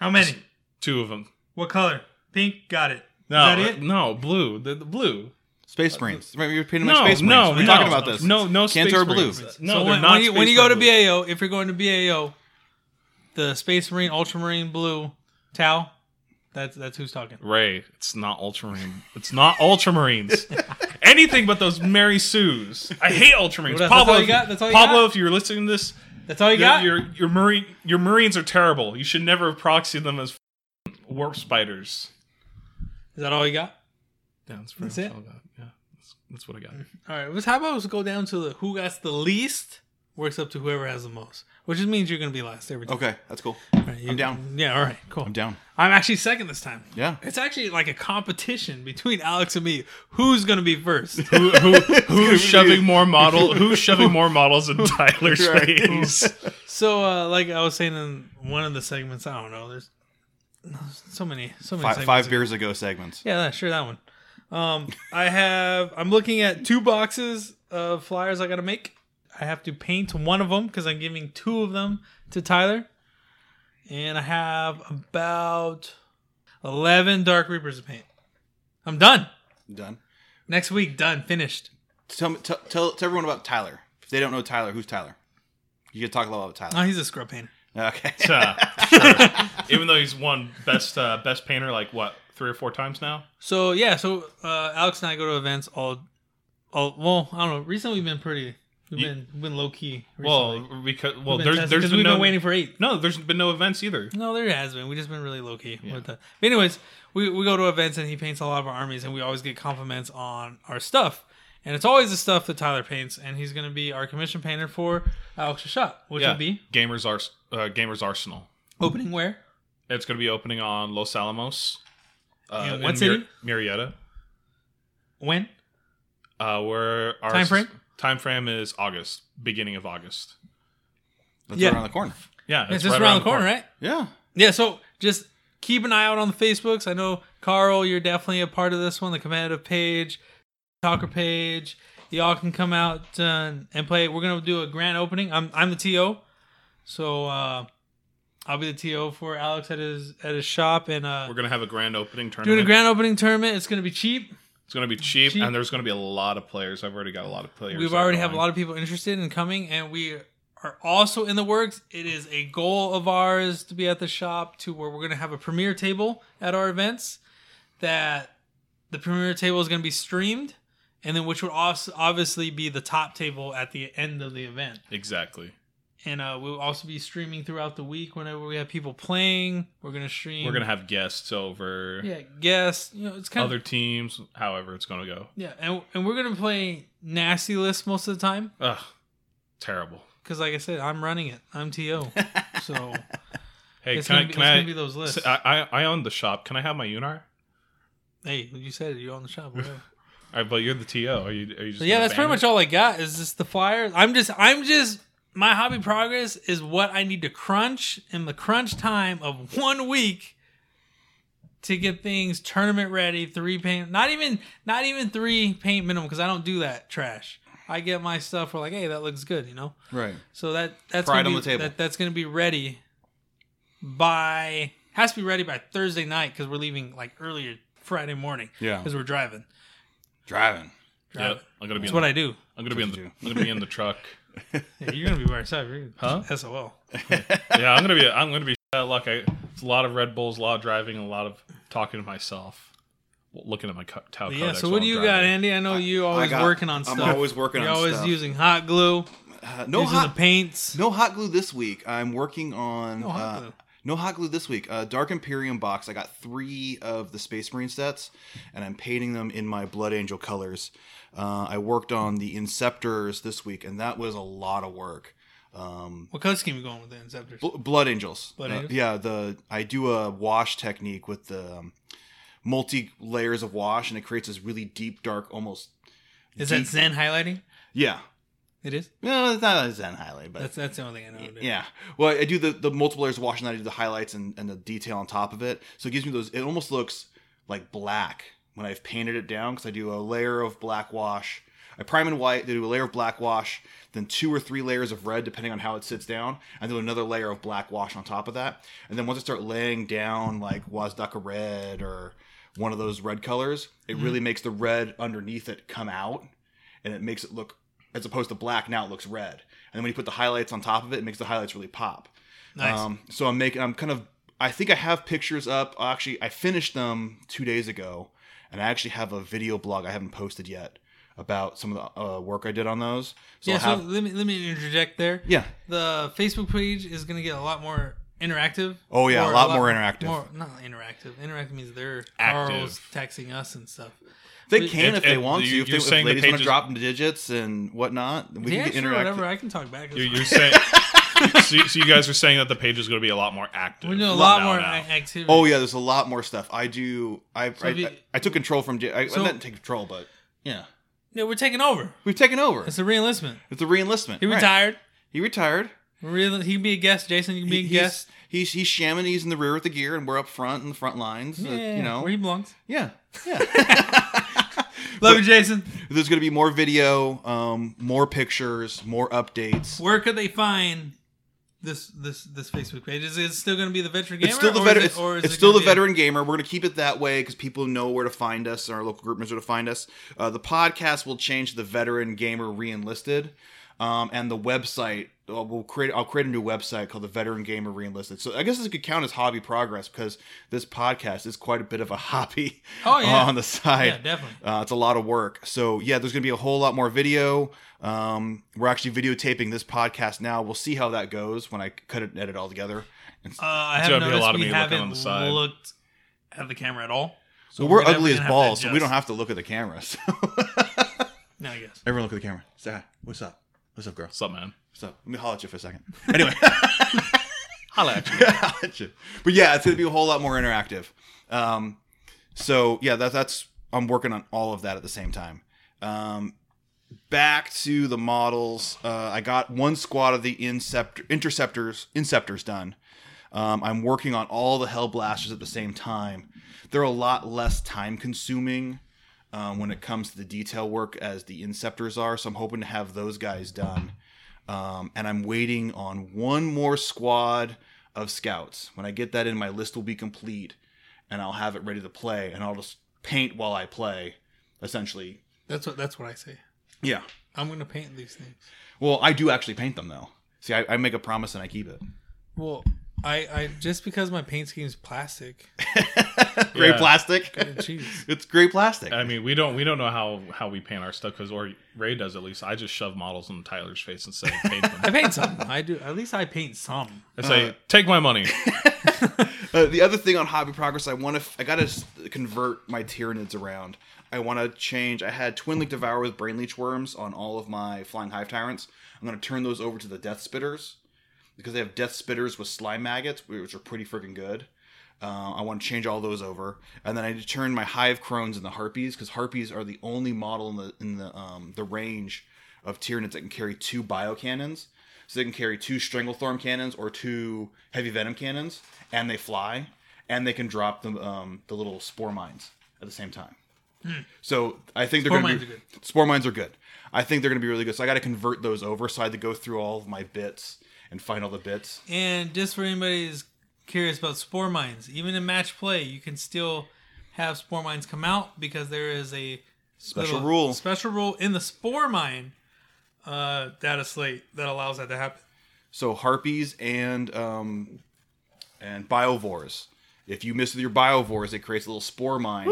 Speaker 1: How many?
Speaker 3: two of them.
Speaker 1: What color? Pink. Got it.
Speaker 3: No, uh,
Speaker 1: Is that it?
Speaker 3: no, blue. The, the blue.
Speaker 2: Space Marines. Remember, you're painting
Speaker 3: No,
Speaker 2: like Space
Speaker 3: no,
Speaker 2: Marines. We're
Speaker 3: no,
Speaker 2: talking about this.
Speaker 3: No, no, space
Speaker 2: Cantor Blue.
Speaker 3: Marines. No,
Speaker 1: so
Speaker 3: they're
Speaker 1: when,
Speaker 3: not
Speaker 1: when you, when
Speaker 3: Space
Speaker 1: you go to
Speaker 3: Marine blue.
Speaker 1: BAO, if you're going to BAO, the Space Marine, Ultramarine, Blue, Tau, that's that's who's talking.
Speaker 3: Ray, it's not Ultramarine. It's not Ultramarines. Anything but those Mary Sues. I hate Ultramarines.
Speaker 1: What else? That's
Speaker 3: Pablo,
Speaker 1: all you
Speaker 3: if-
Speaker 1: got? That's all you
Speaker 3: Pablo,
Speaker 1: got?
Speaker 3: if you're listening to this,
Speaker 1: That's all you
Speaker 3: your,
Speaker 1: got.
Speaker 3: your your Marine your Marines are terrible. You should never have proxied them as f***ing warp spiders.
Speaker 1: Is that all you got?
Speaker 3: Yeah, that's pretty
Speaker 1: That's
Speaker 3: much all I got. Yeah, that's, that's what I got.
Speaker 1: All right. Let's, how about let's go down to the who got the least works up to whoever has the most, which just means you're going to be last every time.
Speaker 2: Okay, that's cool.
Speaker 1: All right, you-
Speaker 2: I'm down.
Speaker 1: Yeah. All right. Cool.
Speaker 2: I'm down.
Speaker 1: I'm actually second this time.
Speaker 2: Yeah.
Speaker 1: It's actually like a competition between Alex and me. Who's gonna be first?
Speaker 3: Who, who, who's shoving more model? Who's shoving more models in Tyler's face?
Speaker 1: so, uh, like I was saying in one of the segments, I don't know. There's there's so many, so many.
Speaker 2: Five,
Speaker 1: segments
Speaker 2: five
Speaker 1: ago.
Speaker 2: beers ago segments.
Speaker 1: Yeah, that- sure that one. Um, I have. I'm looking at two boxes of flyers I gotta make. I have to paint one of them because I'm giving two of them to Tyler, and I have about eleven Dark Reapers to paint. I'm done.
Speaker 2: Done.
Speaker 1: Next week, done, finished.
Speaker 2: Tell, me- tell, tell, tell everyone about Tyler. If they don't know Tyler, who's Tyler? You can talk a lot about
Speaker 1: Oh,
Speaker 2: Tyler.
Speaker 1: he's a scrub painter.
Speaker 2: Okay.
Speaker 3: Uh, Even though he's won best uh, best painter like what three or four times now.
Speaker 1: So yeah, so uh, Alex and I go to events all, all. Well, I don't know. Recently, we've been pretty. We've
Speaker 3: Ye-
Speaker 1: been we've been low key.
Speaker 3: Well,
Speaker 1: Recently.
Speaker 3: because well,
Speaker 1: We've been
Speaker 3: there's
Speaker 1: testing-
Speaker 3: there's
Speaker 1: 'cause
Speaker 3: been
Speaker 1: we've
Speaker 3: no
Speaker 1: been waiting for eight.
Speaker 3: no there's been no events either.
Speaker 1: No, there has been. We just been really low key with that. But anyways, we, we go to events and he paints a lot of our armies, and we always get compliments on our stuff. And it's always the stuff that Tyler paints, and he's going to be our commission painter for Alex Shot, which
Speaker 3: yeah,
Speaker 1: will be
Speaker 3: gamers Ars- uh, gamers arsenal.
Speaker 1: opening where?
Speaker 3: It's going to be opening on Los Alamos. Uh,
Speaker 1: And what
Speaker 3: in
Speaker 1: city?
Speaker 3: Marietta.
Speaker 1: When?
Speaker 3: Uh, where our
Speaker 1: Time frame?
Speaker 3: time frame is August, beginning of August.
Speaker 2: That's
Speaker 1: Yeah.
Speaker 2: right around the corner.
Speaker 3: Yeah,
Speaker 1: It's, just around, the corner, right?
Speaker 2: Yeah.
Speaker 1: Yeah, so just keep an eye out on the Facebooks. I know Carl, you're definitely a part of this one, the competitive page, talker page. Y'all can come out uh, and- and play. We're gonna do a grand opening. I'm I'm the TO, so uh, I'll be the TO for Alex at his at his shop and uh,
Speaker 3: We're going to have a grand opening
Speaker 1: doing
Speaker 3: tournament.
Speaker 1: a grand opening tournament. It's gonna be cheap.
Speaker 3: it's going to be cheap,
Speaker 1: Cheap.
Speaker 3: and there's going to be a lot of players. I've already got a lot of players.
Speaker 1: We've
Speaker 3: that
Speaker 1: already
Speaker 3: are
Speaker 1: have a
Speaker 3: going.
Speaker 1: lot of people interested in coming, and we are also in the works. It is a goal of ours to be at the shop to where we're going to have a premiere table at our events. that the premier table is going to be streamed, and then which would also obviously be the top table at the end of the event.
Speaker 3: Exactly.
Speaker 1: And uh, we'll also be streaming throughout the week whenever we have people playing. We're going to stream.
Speaker 3: We're gonna have guests over,
Speaker 1: yeah guests. You know, it's kind
Speaker 3: other
Speaker 1: of
Speaker 3: teams, however it's gonna go.
Speaker 1: yeah, and, and we're going to play nasty list most of the time
Speaker 3: Ugh, terrible.
Speaker 1: because, like I said, I'm running it. I'm to so.
Speaker 3: Hey,
Speaker 1: It's
Speaker 3: can I?
Speaker 1: gonna be-
Speaker 3: can
Speaker 1: it's
Speaker 3: I?
Speaker 1: gonna be those lists.
Speaker 3: so I, I I own the shop. Can I have my Unar?
Speaker 1: Hey, you said it. You're on the shop. Whatever.
Speaker 3: All right, but you're the TO. Are you? Are you just
Speaker 1: But yeah,
Speaker 3: gonna
Speaker 1: that's pretty
Speaker 3: ban
Speaker 1: much
Speaker 3: it?
Speaker 1: all I got. Is just the flyers. I'm just, I'm just. My hobby progress is what I need to crunch in the crunch time of one week to get things tournament ready. Three paint, not even, not even three paint minimum because I don't do that trash. I get my stuff. We're like, hey, that looks good, you know.
Speaker 2: Right.
Speaker 1: So that that's
Speaker 2: Pride
Speaker 1: gonna
Speaker 2: on
Speaker 1: be,
Speaker 2: the table.
Speaker 1: That, that's going to be ready by has to be ready by Thursday night because we're leaving like earlier Friday morning.
Speaker 2: Yeah.
Speaker 1: because we're driving.
Speaker 2: Driving.
Speaker 1: Drive
Speaker 3: Yep, I'm gonna be.
Speaker 1: That's
Speaker 3: In
Speaker 1: what
Speaker 3: the,
Speaker 1: I do.
Speaker 3: I'm gonna be in
Speaker 2: what
Speaker 3: the.
Speaker 2: you
Speaker 3: I'm gonna be in the truck.
Speaker 1: Yeah, you're gonna be by yourself. You're
Speaker 3: Huh?
Speaker 1: SOL.
Speaker 3: Yeah, I'm gonna be. I'm gonna be uh, like I. It's a lot of Red Bulls, a lot of driving, and a lot of talking to myself, looking at my co- towel.
Speaker 1: yeah. So what do you got, Andy? I know you always
Speaker 2: got-
Speaker 1: working on
Speaker 2: I'm
Speaker 1: stuff.
Speaker 2: always working
Speaker 1: You're
Speaker 2: on
Speaker 1: always
Speaker 2: stuff.
Speaker 1: using hot glue.
Speaker 2: Uh, no
Speaker 1: using
Speaker 2: hot.
Speaker 1: the paints.
Speaker 2: no hot glue this week. I'm working on.
Speaker 1: No hot
Speaker 2: uh,
Speaker 1: glue.
Speaker 2: No hot glue this week. Uh, Dark Imperium box. I got three of the Space Marine sets, and I'm painting them in my Blood Angel colors. Uh, I worked on the Inceptors this week, and that was a lot of work. Um,
Speaker 1: What color scheme you going with the Inceptors?
Speaker 2: Bl- Blood Angels.
Speaker 1: Blood
Speaker 2: Uh,
Speaker 1: Angels?
Speaker 2: yeah, the I do a wash technique with the um, multi layers of wash, and it creates this really deep, dark, almost.
Speaker 1: Is that
Speaker 2: deep-
Speaker 1: Zen highlighting?
Speaker 2: Yeah,
Speaker 1: It is.
Speaker 2: no, it's not a Zen highlight, but
Speaker 1: That's that's the only thing I know. dude.
Speaker 2: yeah. Well, I do the the multiple layers of wash, and I do the highlights and, and the detail on top of it. So it gives me those. It almost looks like black when I've painted it down because I do a layer of black wash. I prime in white, they do a layer of black wash, then two or three layers of red, depending on how it sits down, and then another layer of black wash on top of that. And then once I start laying down like Wazdaka red or one of those red colors, it really makes the red underneath it come out and it makes it look as opposed to black now it looks red and then when you put the highlights on top of it it makes the highlights really pop
Speaker 1: Nice.
Speaker 2: um, so i'm making i'm kind of i think i have pictures up actually i finished them two days ago and i actually have a video blog i haven't posted yet about some of the uh, work i did on those so
Speaker 1: yeah.
Speaker 2: I'll have
Speaker 1: so let me let me interject there.
Speaker 2: yeah
Speaker 1: the Facebook page is going to get a lot more interactive.
Speaker 2: Oh, yeah, a
Speaker 1: Or
Speaker 2: lot more interactive.
Speaker 1: not interactive. Interactive means they're
Speaker 3: Active.
Speaker 1: Carl's texting us and stuff.
Speaker 2: they
Speaker 1: If-
Speaker 2: can if, they
Speaker 3: if
Speaker 2: want
Speaker 3: you-
Speaker 2: to if, they,
Speaker 3: you're
Speaker 2: if
Speaker 3: saying the
Speaker 2: ladies want
Speaker 3: pages-
Speaker 2: to drop them digits and whatnot we
Speaker 1: yeah,
Speaker 2: can get
Speaker 1: sure,
Speaker 2: interactive
Speaker 1: whatever. I can talk back.
Speaker 3: You're, you're saying. so, you- so you guys are saying that the page is gonna be a lot more active.
Speaker 1: We're doing a lot
Speaker 3: now-
Speaker 1: more
Speaker 3: now.
Speaker 1: a- activity.
Speaker 2: oh yeah there's a lot more stuff i do i I,
Speaker 1: if you-
Speaker 2: I, I took control from J- I,
Speaker 1: So-
Speaker 2: I didn't take control but yeah
Speaker 1: yeah, we're taking over.
Speaker 2: we've taken over
Speaker 1: It's a reenlistment.
Speaker 2: It's a reenlistment.
Speaker 1: He
Speaker 2: right.
Speaker 1: retired.
Speaker 2: He retired.
Speaker 1: We're Re- he can be a guest. Jason, you can be
Speaker 2: He-
Speaker 1: a
Speaker 2: he's-
Speaker 1: guest.
Speaker 2: He's he's shaman. He's in the rear with the gear, and we're up front in the front lines. uh,
Speaker 1: Yeah,
Speaker 2: you know.
Speaker 1: where he belongs.
Speaker 2: yeah. Yeah.
Speaker 1: Love you, Jason.
Speaker 2: There's gonna be more video, um, more pictures, more updates.
Speaker 1: Where could they find this this this Facebook page? Is it still going to be the veteran gamer?
Speaker 2: It's still the
Speaker 1: or is
Speaker 2: veteran.
Speaker 1: it-
Speaker 2: It's,
Speaker 1: or is
Speaker 2: it's
Speaker 1: it
Speaker 2: still
Speaker 1: gonna
Speaker 2: the
Speaker 1: be a-
Speaker 2: veteran gamer. We're gonna keep it that way because people know where to find us, and our local group knows where to find us. Uh, the podcast will change to the veteran gamer reenlisted, um, and the website uh, will create. I'll create a new website called the veteran gamer reenlisted. So I guess this could count as hobby progress because this podcast is quite a bit of a hobby
Speaker 1: Oh, yeah.
Speaker 2: on the side.
Speaker 1: Yeah, definitely.
Speaker 2: Uh, it's a lot of work. So yeah, there's going to be a whole lot more video. Um, we're actually videotaping this podcast now. We'll see how that goes when I cut it and edit it all together. And
Speaker 1: Uh, I
Speaker 3: It's
Speaker 1: have
Speaker 3: gonna be a
Speaker 1: noticed
Speaker 3: lot of
Speaker 1: we
Speaker 3: me looking on
Speaker 1: haven't
Speaker 3: the side.
Speaker 1: looked at the camera at all. So
Speaker 2: well, we're,
Speaker 1: gonna-
Speaker 2: ugly as
Speaker 1: gonna have to
Speaker 2: balls, so we don't
Speaker 1: adjust.
Speaker 2: have to look at the camera. So.
Speaker 1: No, I guess.
Speaker 2: Everyone, look at the camera. Say hi. What's up? What's up, girl?
Speaker 3: What's up, man?
Speaker 2: What's up? Let me holler at you for a second. Anyway, holler at you. But yeah, it's going to be a whole lot more interactive. Um, so yeah, that, that's I'm working on all of that at the same time. Um, back to the models. Uh, I got one squad of the inceptor, interceptors inceptors done. Um, I'm working on all the Hellblasters at the same time. They're a lot less time consuming um, when it comes to the detail work as the Inceptors are. So I'm hoping to have those guys done. Um, and I'm waiting on one more squad of scouts. When I get that in, my list will be complete and I'll have it ready to play and I'll just paint while I play, essentially.
Speaker 1: That's what that's what I say.
Speaker 2: Yeah.
Speaker 1: I'm gonna paint these things.
Speaker 2: Well, I do actually paint them though. See, I, I make a promise and I keep it.
Speaker 1: Well, I, I just because my paint scheme is plastic.
Speaker 2: gray
Speaker 3: Yeah.
Speaker 2: plastic.
Speaker 1: Jeez.
Speaker 2: it's gray plastic.
Speaker 3: I mean, we don't we don't know how how we paint our stuff because or Ray does at least. I just shove models in Tyler's face and say paint
Speaker 1: I
Speaker 3: them.
Speaker 1: paint some. I do. At least I paint some.
Speaker 3: I say take my money.
Speaker 2: Uh, the other thing on hobby progress, I want to, I gotta s- convert my Tyranids around. I want to change. I had Twin Leak Devour with Brain Leech Worms on all of my Flying Hive Tyrants. I'm gonna turn those over to the Death Spitters because they have Death Spitters with Slime Maggots, which are pretty freaking good. Uh, I want to change all those over, and then I need to turn my Hive Crones and the Harpies because Harpies are the only model in the in the um, the range of Tyranids that can carry two bio cannons. So they can carry two Stranglethorn cannons or two Heavy Venom cannons, and they fly, and they can drop the um, the little spore mines at the same time. So I think they're
Speaker 1: Hmm. Spore
Speaker 2: going to
Speaker 1: mines
Speaker 2: be
Speaker 1: are
Speaker 2: spore mines are good. I think they're going to be really good. So I got to convert those over. So I had to go through all of my bits and find all the bits.
Speaker 1: And just for anybody who's curious about spore mines, even in match play, you can still have spore mines come out because there is a
Speaker 2: Special rule.
Speaker 1: special rule in the spore mine uh, data slate that allows that to happen.
Speaker 2: So harpies and um, and biovores. If you miss with your biovores, it creates a little spore mine.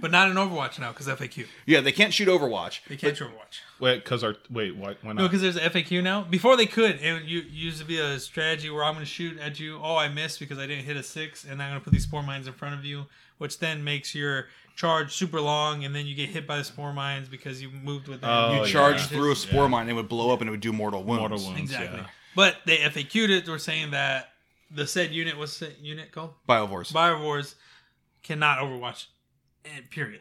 Speaker 1: But not in Overwatch now because FAQ.
Speaker 2: Yeah, they can't shoot Overwatch.
Speaker 1: They can't shoot Overwatch.
Speaker 3: Wait, because our wait, why, why
Speaker 1: No,
Speaker 3: not?
Speaker 1: because there's a FAQ now. Before they could, it you used to be a strategy where I'm going to shoot at you. Oh, I missed because I didn't hit a six, and I'm going to put these spore mines in front of you, which then makes your charge super long, and then you get hit by the spore mines because you moved with them.
Speaker 3: Oh,
Speaker 2: You
Speaker 3: yeah.
Speaker 2: charge
Speaker 1: Just-
Speaker 2: through a spore mine, it would blow up and it would do mortal wounds.
Speaker 3: Mortal wounds,
Speaker 1: Exactly.
Speaker 3: yeah.
Speaker 1: But they FAQ'd it. We're saying that the said unit, what's that unit called?
Speaker 2: Biovores.
Speaker 1: Biowars cannot Overwatch, and period.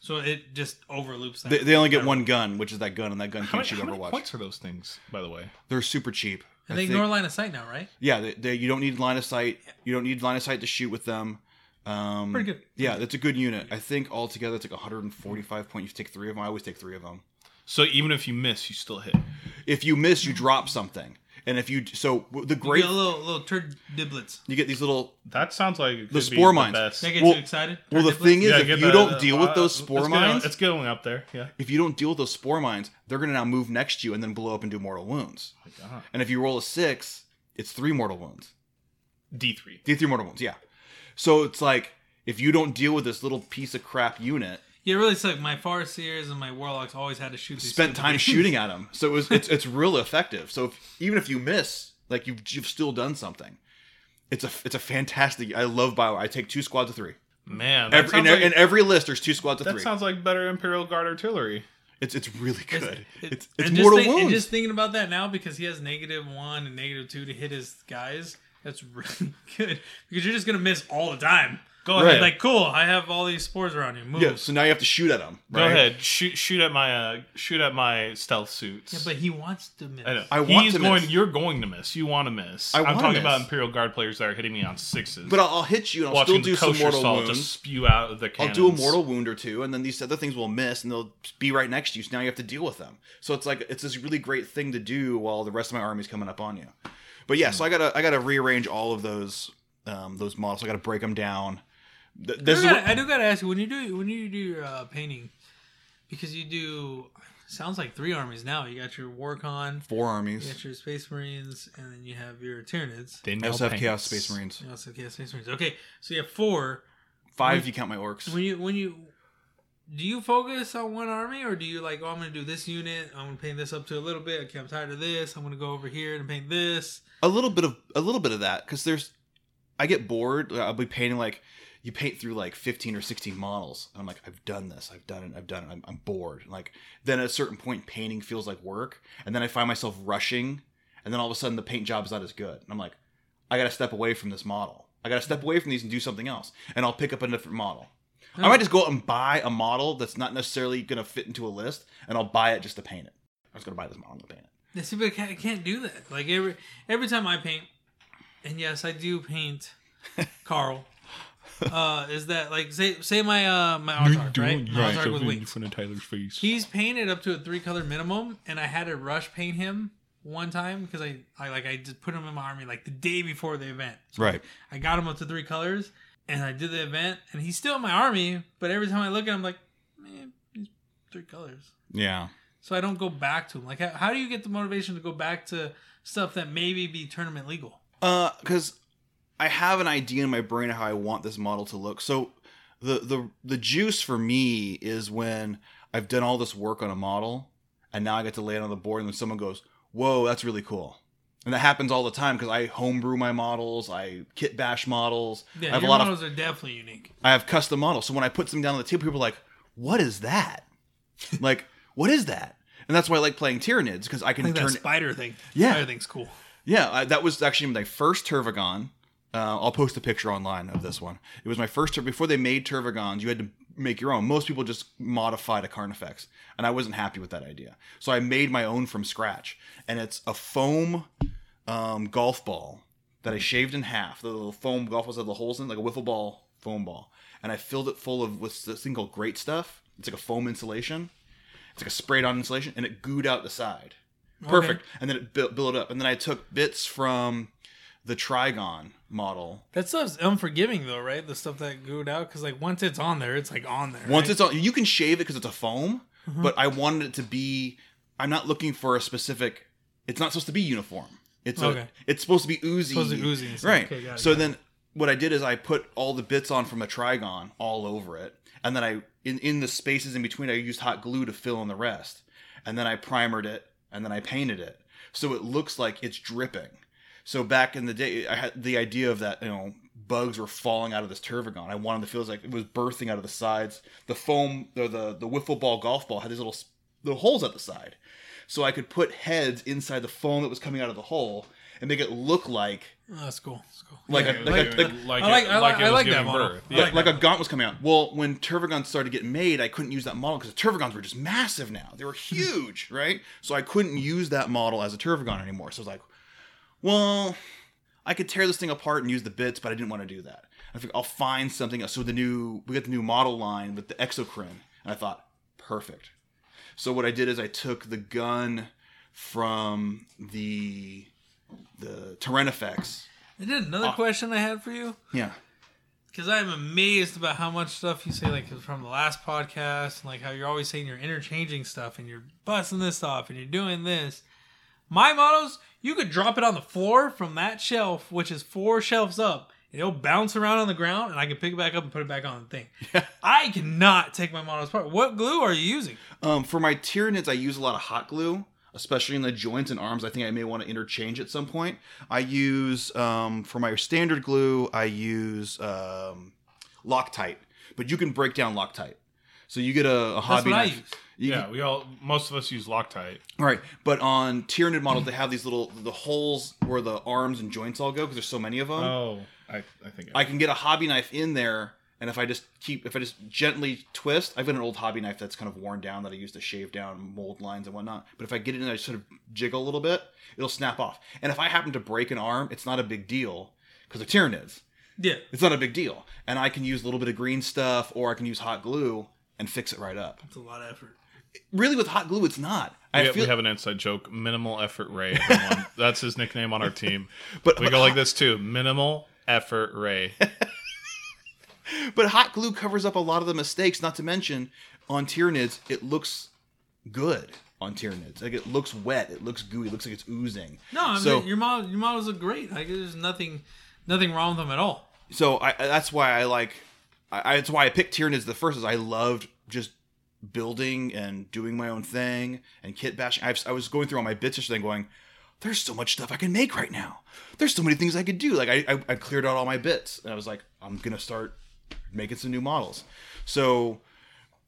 Speaker 1: So it just overloops that.
Speaker 2: they, they only get one gun, which is that gun, and that gun can't
Speaker 3: How many,
Speaker 2: shoot
Speaker 3: how many
Speaker 2: Overwatch.
Speaker 3: points are those things, by the way?
Speaker 2: They're super cheap.
Speaker 1: and they
Speaker 2: think-
Speaker 1: ignore line of sight now, right?
Speaker 2: Yeah, they, they, you don't need line of sight. You don't need line of sight to shoot with them. Um,
Speaker 1: Pretty good.
Speaker 2: Yeah, that's a good unit. I think altogether it's like 145 point. You take three of them. I always take three of them.
Speaker 3: So even if you miss, you still hit.
Speaker 2: If you miss, you drop something, and if you so w- the
Speaker 1: You
Speaker 2: great
Speaker 1: get little little turd diblets.
Speaker 2: you get these little
Speaker 3: That sounds like it could
Speaker 2: The
Speaker 3: be
Speaker 2: spore mines.
Speaker 3: best.
Speaker 1: That gets
Speaker 2: Well-
Speaker 1: you excited.
Speaker 2: Well, the
Speaker 1: Turd
Speaker 2: thing
Speaker 1: diblets?
Speaker 2: is,
Speaker 3: Yeah,
Speaker 2: if
Speaker 3: get
Speaker 2: you
Speaker 3: the-
Speaker 2: don't
Speaker 3: the-
Speaker 2: deal with those
Speaker 3: uh,
Speaker 2: spore
Speaker 3: it's going-
Speaker 2: mines,
Speaker 3: it's going up there. Yeah.
Speaker 2: if you don't deal with those spore mines, they're going to now move next to you and then blow up and do mortal wounds.
Speaker 3: Uh-huh.
Speaker 2: And if you roll a six, it's three mortal wounds.
Speaker 3: D three.
Speaker 2: D three mortal wounds, yeah. So it's like if you don't deal with this little piece of crap unit,
Speaker 1: Yeah, it really sucked. My Farseers and my Warlocks always had to shoot. These
Speaker 2: spent
Speaker 1: stupid
Speaker 2: time
Speaker 1: things.
Speaker 2: shooting at them. So it was it's it's real effective. So if, even if you miss, like you've you've still done something. It's a it's a fantastic. I love bio. I take two squads of three.
Speaker 3: Man, that,
Speaker 2: Every, in,
Speaker 3: sounds,
Speaker 2: e-
Speaker 3: like,
Speaker 2: in every list, there's two squads of
Speaker 3: that
Speaker 2: three.
Speaker 3: sounds like better Imperial Guard artillery.
Speaker 2: it's it's really good.
Speaker 1: It-
Speaker 2: It's it's,
Speaker 1: and just
Speaker 2: mortal
Speaker 1: think-
Speaker 2: wounds.
Speaker 1: And just thinking about that now, because he has negative one and negative two to hit his guys, that's really good. Because you're just gonna miss all the time.
Speaker 3: Go
Speaker 2: Right.
Speaker 3: ahead.
Speaker 1: Like, cool, I have all these spores around you. Move.
Speaker 2: yeah. So now you have to shoot at them.
Speaker 3: Go ahead. Shoot shoot at my uh, shoot at my stealth suits.
Speaker 1: Yeah, but he wants to miss.
Speaker 3: I know.
Speaker 2: I want
Speaker 3: He's
Speaker 2: to
Speaker 3: going.
Speaker 2: miss.
Speaker 3: You're going to miss. You want to miss.
Speaker 2: I
Speaker 3: I'm
Speaker 2: wanna
Speaker 3: talking about
Speaker 2: miss.
Speaker 3: Imperial Guard players that are hitting me on sixes.
Speaker 2: But I'll, I'll hit you and I'll
Speaker 3: watching
Speaker 2: still do
Speaker 3: the
Speaker 2: some
Speaker 3: kosher
Speaker 2: mortal
Speaker 3: salt
Speaker 2: wounds.
Speaker 3: just spew out of the
Speaker 2: I'll
Speaker 3: cannons.
Speaker 2: do a mortal wound or two, and then these other things will miss, and they'll be right next to you. So now you have to deal with them. So it's like it's this really great thing to do while the rest of my army's coming up on you. But yeah, so
Speaker 3: Hmm.
Speaker 2: I gotta I gotta rearrange all of those um, those models. I gotta break them down. Th-
Speaker 1: I
Speaker 2: This
Speaker 1: do,
Speaker 2: is
Speaker 1: gotta,
Speaker 2: what,
Speaker 1: I do gotta ask you when you do when you do your uh, painting, because you do sounds like three armies now. You got your Warcon,
Speaker 2: four
Speaker 1: you
Speaker 2: armies.
Speaker 1: got your Space Marines, and then you have your Tyranids.
Speaker 3: They
Speaker 2: I
Speaker 3: nail
Speaker 2: also have
Speaker 3: paints.
Speaker 2: Chaos Space Marines.
Speaker 1: You also have Space Marines. Okay, so you have four.
Speaker 2: Five if you count my orcs.
Speaker 1: When you when you do you focus on one army or do you like oh I'm gonna do this unit I'm gonna paint this up to a little bit okay I'm tired of this I'm gonna go over here and paint this
Speaker 2: a little bit of a little bit of that because there's i get bored uh, i'll be painting like you paint through like 15 or 16 models and i'm like i've done this i've done it i've done it i'm, I'm bored like then at a certain point painting feels like work and then i find myself rushing and then all of a sudden the paint job's not as good and i'm like i gotta step away from this model i gotta step away from these and do something else and i'll pick up a different model i might just go out and buy a model that's not necessarily gonna fit into a list and i'll buy it just to paint it i'm just gonna buy this model to paint it
Speaker 1: Yeah, see but I can't, I can't do that like every every time I paint and yes I do paint Carl uh is that like say say my uh my Ozark right my Ozark with wings
Speaker 3: front of Tyler's face.
Speaker 1: He's painted up to a three color minimum, and I had to rush paint him one time because I, I like I just put him in my army like the day before the event. So
Speaker 2: Right.
Speaker 1: I got him up to three colors, and I did the event, and he's still in my army. But every time I look at him, I'm like, man, he's three colors.
Speaker 2: yeah
Speaker 1: So I don't go back to him. Like, how, how do you get the motivation to go back to stuff that maybe be tournament legal?
Speaker 2: because Uh, I have an idea in my brain of how I want this model to look. So the the the juice for me is when I've done all this work on a model and now I get to lay it on the board and then someone goes, "Whoa, that's really cool." And that happens all the time because I homebrew my models, I kit bash models.
Speaker 1: Yeah,
Speaker 2: I have a
Speaker 1: your
Speaker 2: lot of
Speaker 1: models are definitely unique.
Speaker 2: I have custom models. So when I put something down on the table, people are like, "What is that?" like, "What is that?" And that's why I like playing Tyranids because I
Speaker 1: I
Speaker 2: can
Speaker 1: think
Speaker 2: turn
Speaker 1: that spider thing.
Speaker 2: Yeah.
Speaker 1: spider thing's cool.
Speaker 2: yeah, I, that was actually my first Turvagon. Uh, I'll post a picture online of this one. It was my first Tur- before they made Turvagons. You had to make your own. Most people just modified a Carnifex, and I wasn't happy with that idea. So I made my own from scratch, and it's a foam um, golf ball that I shaved in half. The little foam golf balls that have the holes in, it, like a wiffle ball foam ball, and I filled it full of with this thing called Great Stuff. It's like a foam insulation. It's like a sprayed-on insulation, and it gooed out the side perfect and then it built, built up and then i took bits from the trigon model
Speaker 1: That stuff's unforgiving though, right? The stuff that gooed out because like once it's on there, it's like on there.
Speaker 2: once
Speaker 1: right?
Speaker 2: it's on you can shave it because it's a foam but i wanted it to be i'm not looking for a specific it's not supposed to be uniform it's a-
Speaker 1: Okay.
Speaker 2: it's supposed to be oozy
Speaker 1: Supposed to be oozy and stuff.
Speaker 2: right
Speaker 1: Okay, got it,
Speaker 2: so
Speaker 1: got it.
Speaker 2: then what i did is i put all the bits on from a trigon all over it and then i in, in the spaces in between i used hot glue to fill in the rest and then i primered it and then i painted it so it looks like it's dripping So back in the day, I had the idea of that, you know, bugs were falling out of this turvagon. I wanted to feel like it was birthing out of the sides. The foam, the the, the wiffle ball golf ball had these little s- little holes at the side, so I could put heads inside the foam that was coming out of the hole and make it look like
Speaker 1: Oh, that's cool. That's cool.
Speaker 2: like
Speaker 1: Yeah,
Speaker 2: a, like, a, like,
Speaker 1: I like-
Speaker 3: it-
Speaker 1: I like-
Speaker 3: it
Speaker 1: I
Speaker 3: was
Speaker 1: like that
Speaker 3: giving
Speaker 1: model.
Speaker 3: birth.
Speaker 1: I
Speaker 3: Yeah.
Speaker 2: like, like a gaunt was coming out. Well, when Turvagons started getting made, I couldn't use that model because the Turvagons were just massive now. They were huge, right? So I couldn't use that model as a Turvagon anymore. So I was like, well, I could tear this thing apart and use the bits, but I didn't want to do that. I think I'll find something else. So the new we got the new model line with the exocrine, and I thought, perfect. So what I did is I took the gun from the the Tyranifex.
Speaker 1: I did another
Speaker 2: Ah.
Speaker 1: question I had for you
Speaker 2: Yeah.
Speaker 1: because I'm amazed about how much stuff you say like from the last podcast and like how you're always saying you're interchanging stuff and you're busting this off and you're doing this. My models, you could drop it on the floor from that shelf, which is four shelves up. and It'll bounce around on the ground, and I can pick it back up and put it back on the thing. I cannot take my models apart. What glue are you using?
Speaker 2: Um, for my Tyranids, I use a lot of hot glue, especially in the joints and arms. I think I may want to interchange at some point. I use um, for my standard glue, I use um, Loctite, but you can break down Loctite. So you get a, a hobby
Speaker 1: what I
Speaker 2: knife.
Speaker 1: use.
Speaker 2: You
Speaker 3: Yeah, we all most of us use Loctite.
Speaker 2: all right, but on Tyranid models, they have these little the holes where the arms and joints all go because there's so many of them.
Speaker 3: Oh, I, I think
Speaker 2: I can get a hobby knife in there, and if I just keep, if I just gently twist, I've got an old hobby knife that's kind of worn down that I use to shave down mold lines and whatnot. But if I get it in, I sort of jiggle a little bit, it'll snap off. And if I happen to break an arm, it's not a big deal because the Tyranids.
Speaker 1: Yeah,
Speaker 2: It's not a big deal, and I can use a little bit of green stuff, or I can use hot glue and fix it right up.
Speaker 1: it's a lot of effort.
Speaker 2: Really, with hot glue, it's not.
Speaker 3: we,
Speaker 2: I
Speaker 3: we
Speaker 2: feel,
Speaker 3: have an inside joke. Minimal effort Ray. everyone. That's his nickname on our team.
Speaker 2: but
Speaker 3: We
Speaker 2: but
Speaker 3: go like this too. Minimal effort Ray.
Speaker 2: But hot glue covers up a lot of the mistakes. Not to mention, on Tyranids, it looks good on Tyranids. Like it looks wet, it looks gooey, it looks like it's oozing.
Speaker 1: No, I mean,
Speaker 2: so
Speaker 1: your model, your models look great. Like there's nothing, nothing wrong with them at all.
Speaker 2: so I, I- that's why I like. I, I- it's why I picked Tyranids the first. Is I loved just building and doing my own thing and kit bashing. I've, I was going through all my bits yesterday, and going. There's so much stuff I can make right now. There's so many things I could do. Like I, I, I cleared out all my bits, and I was like, I'm gonna start making some new models. So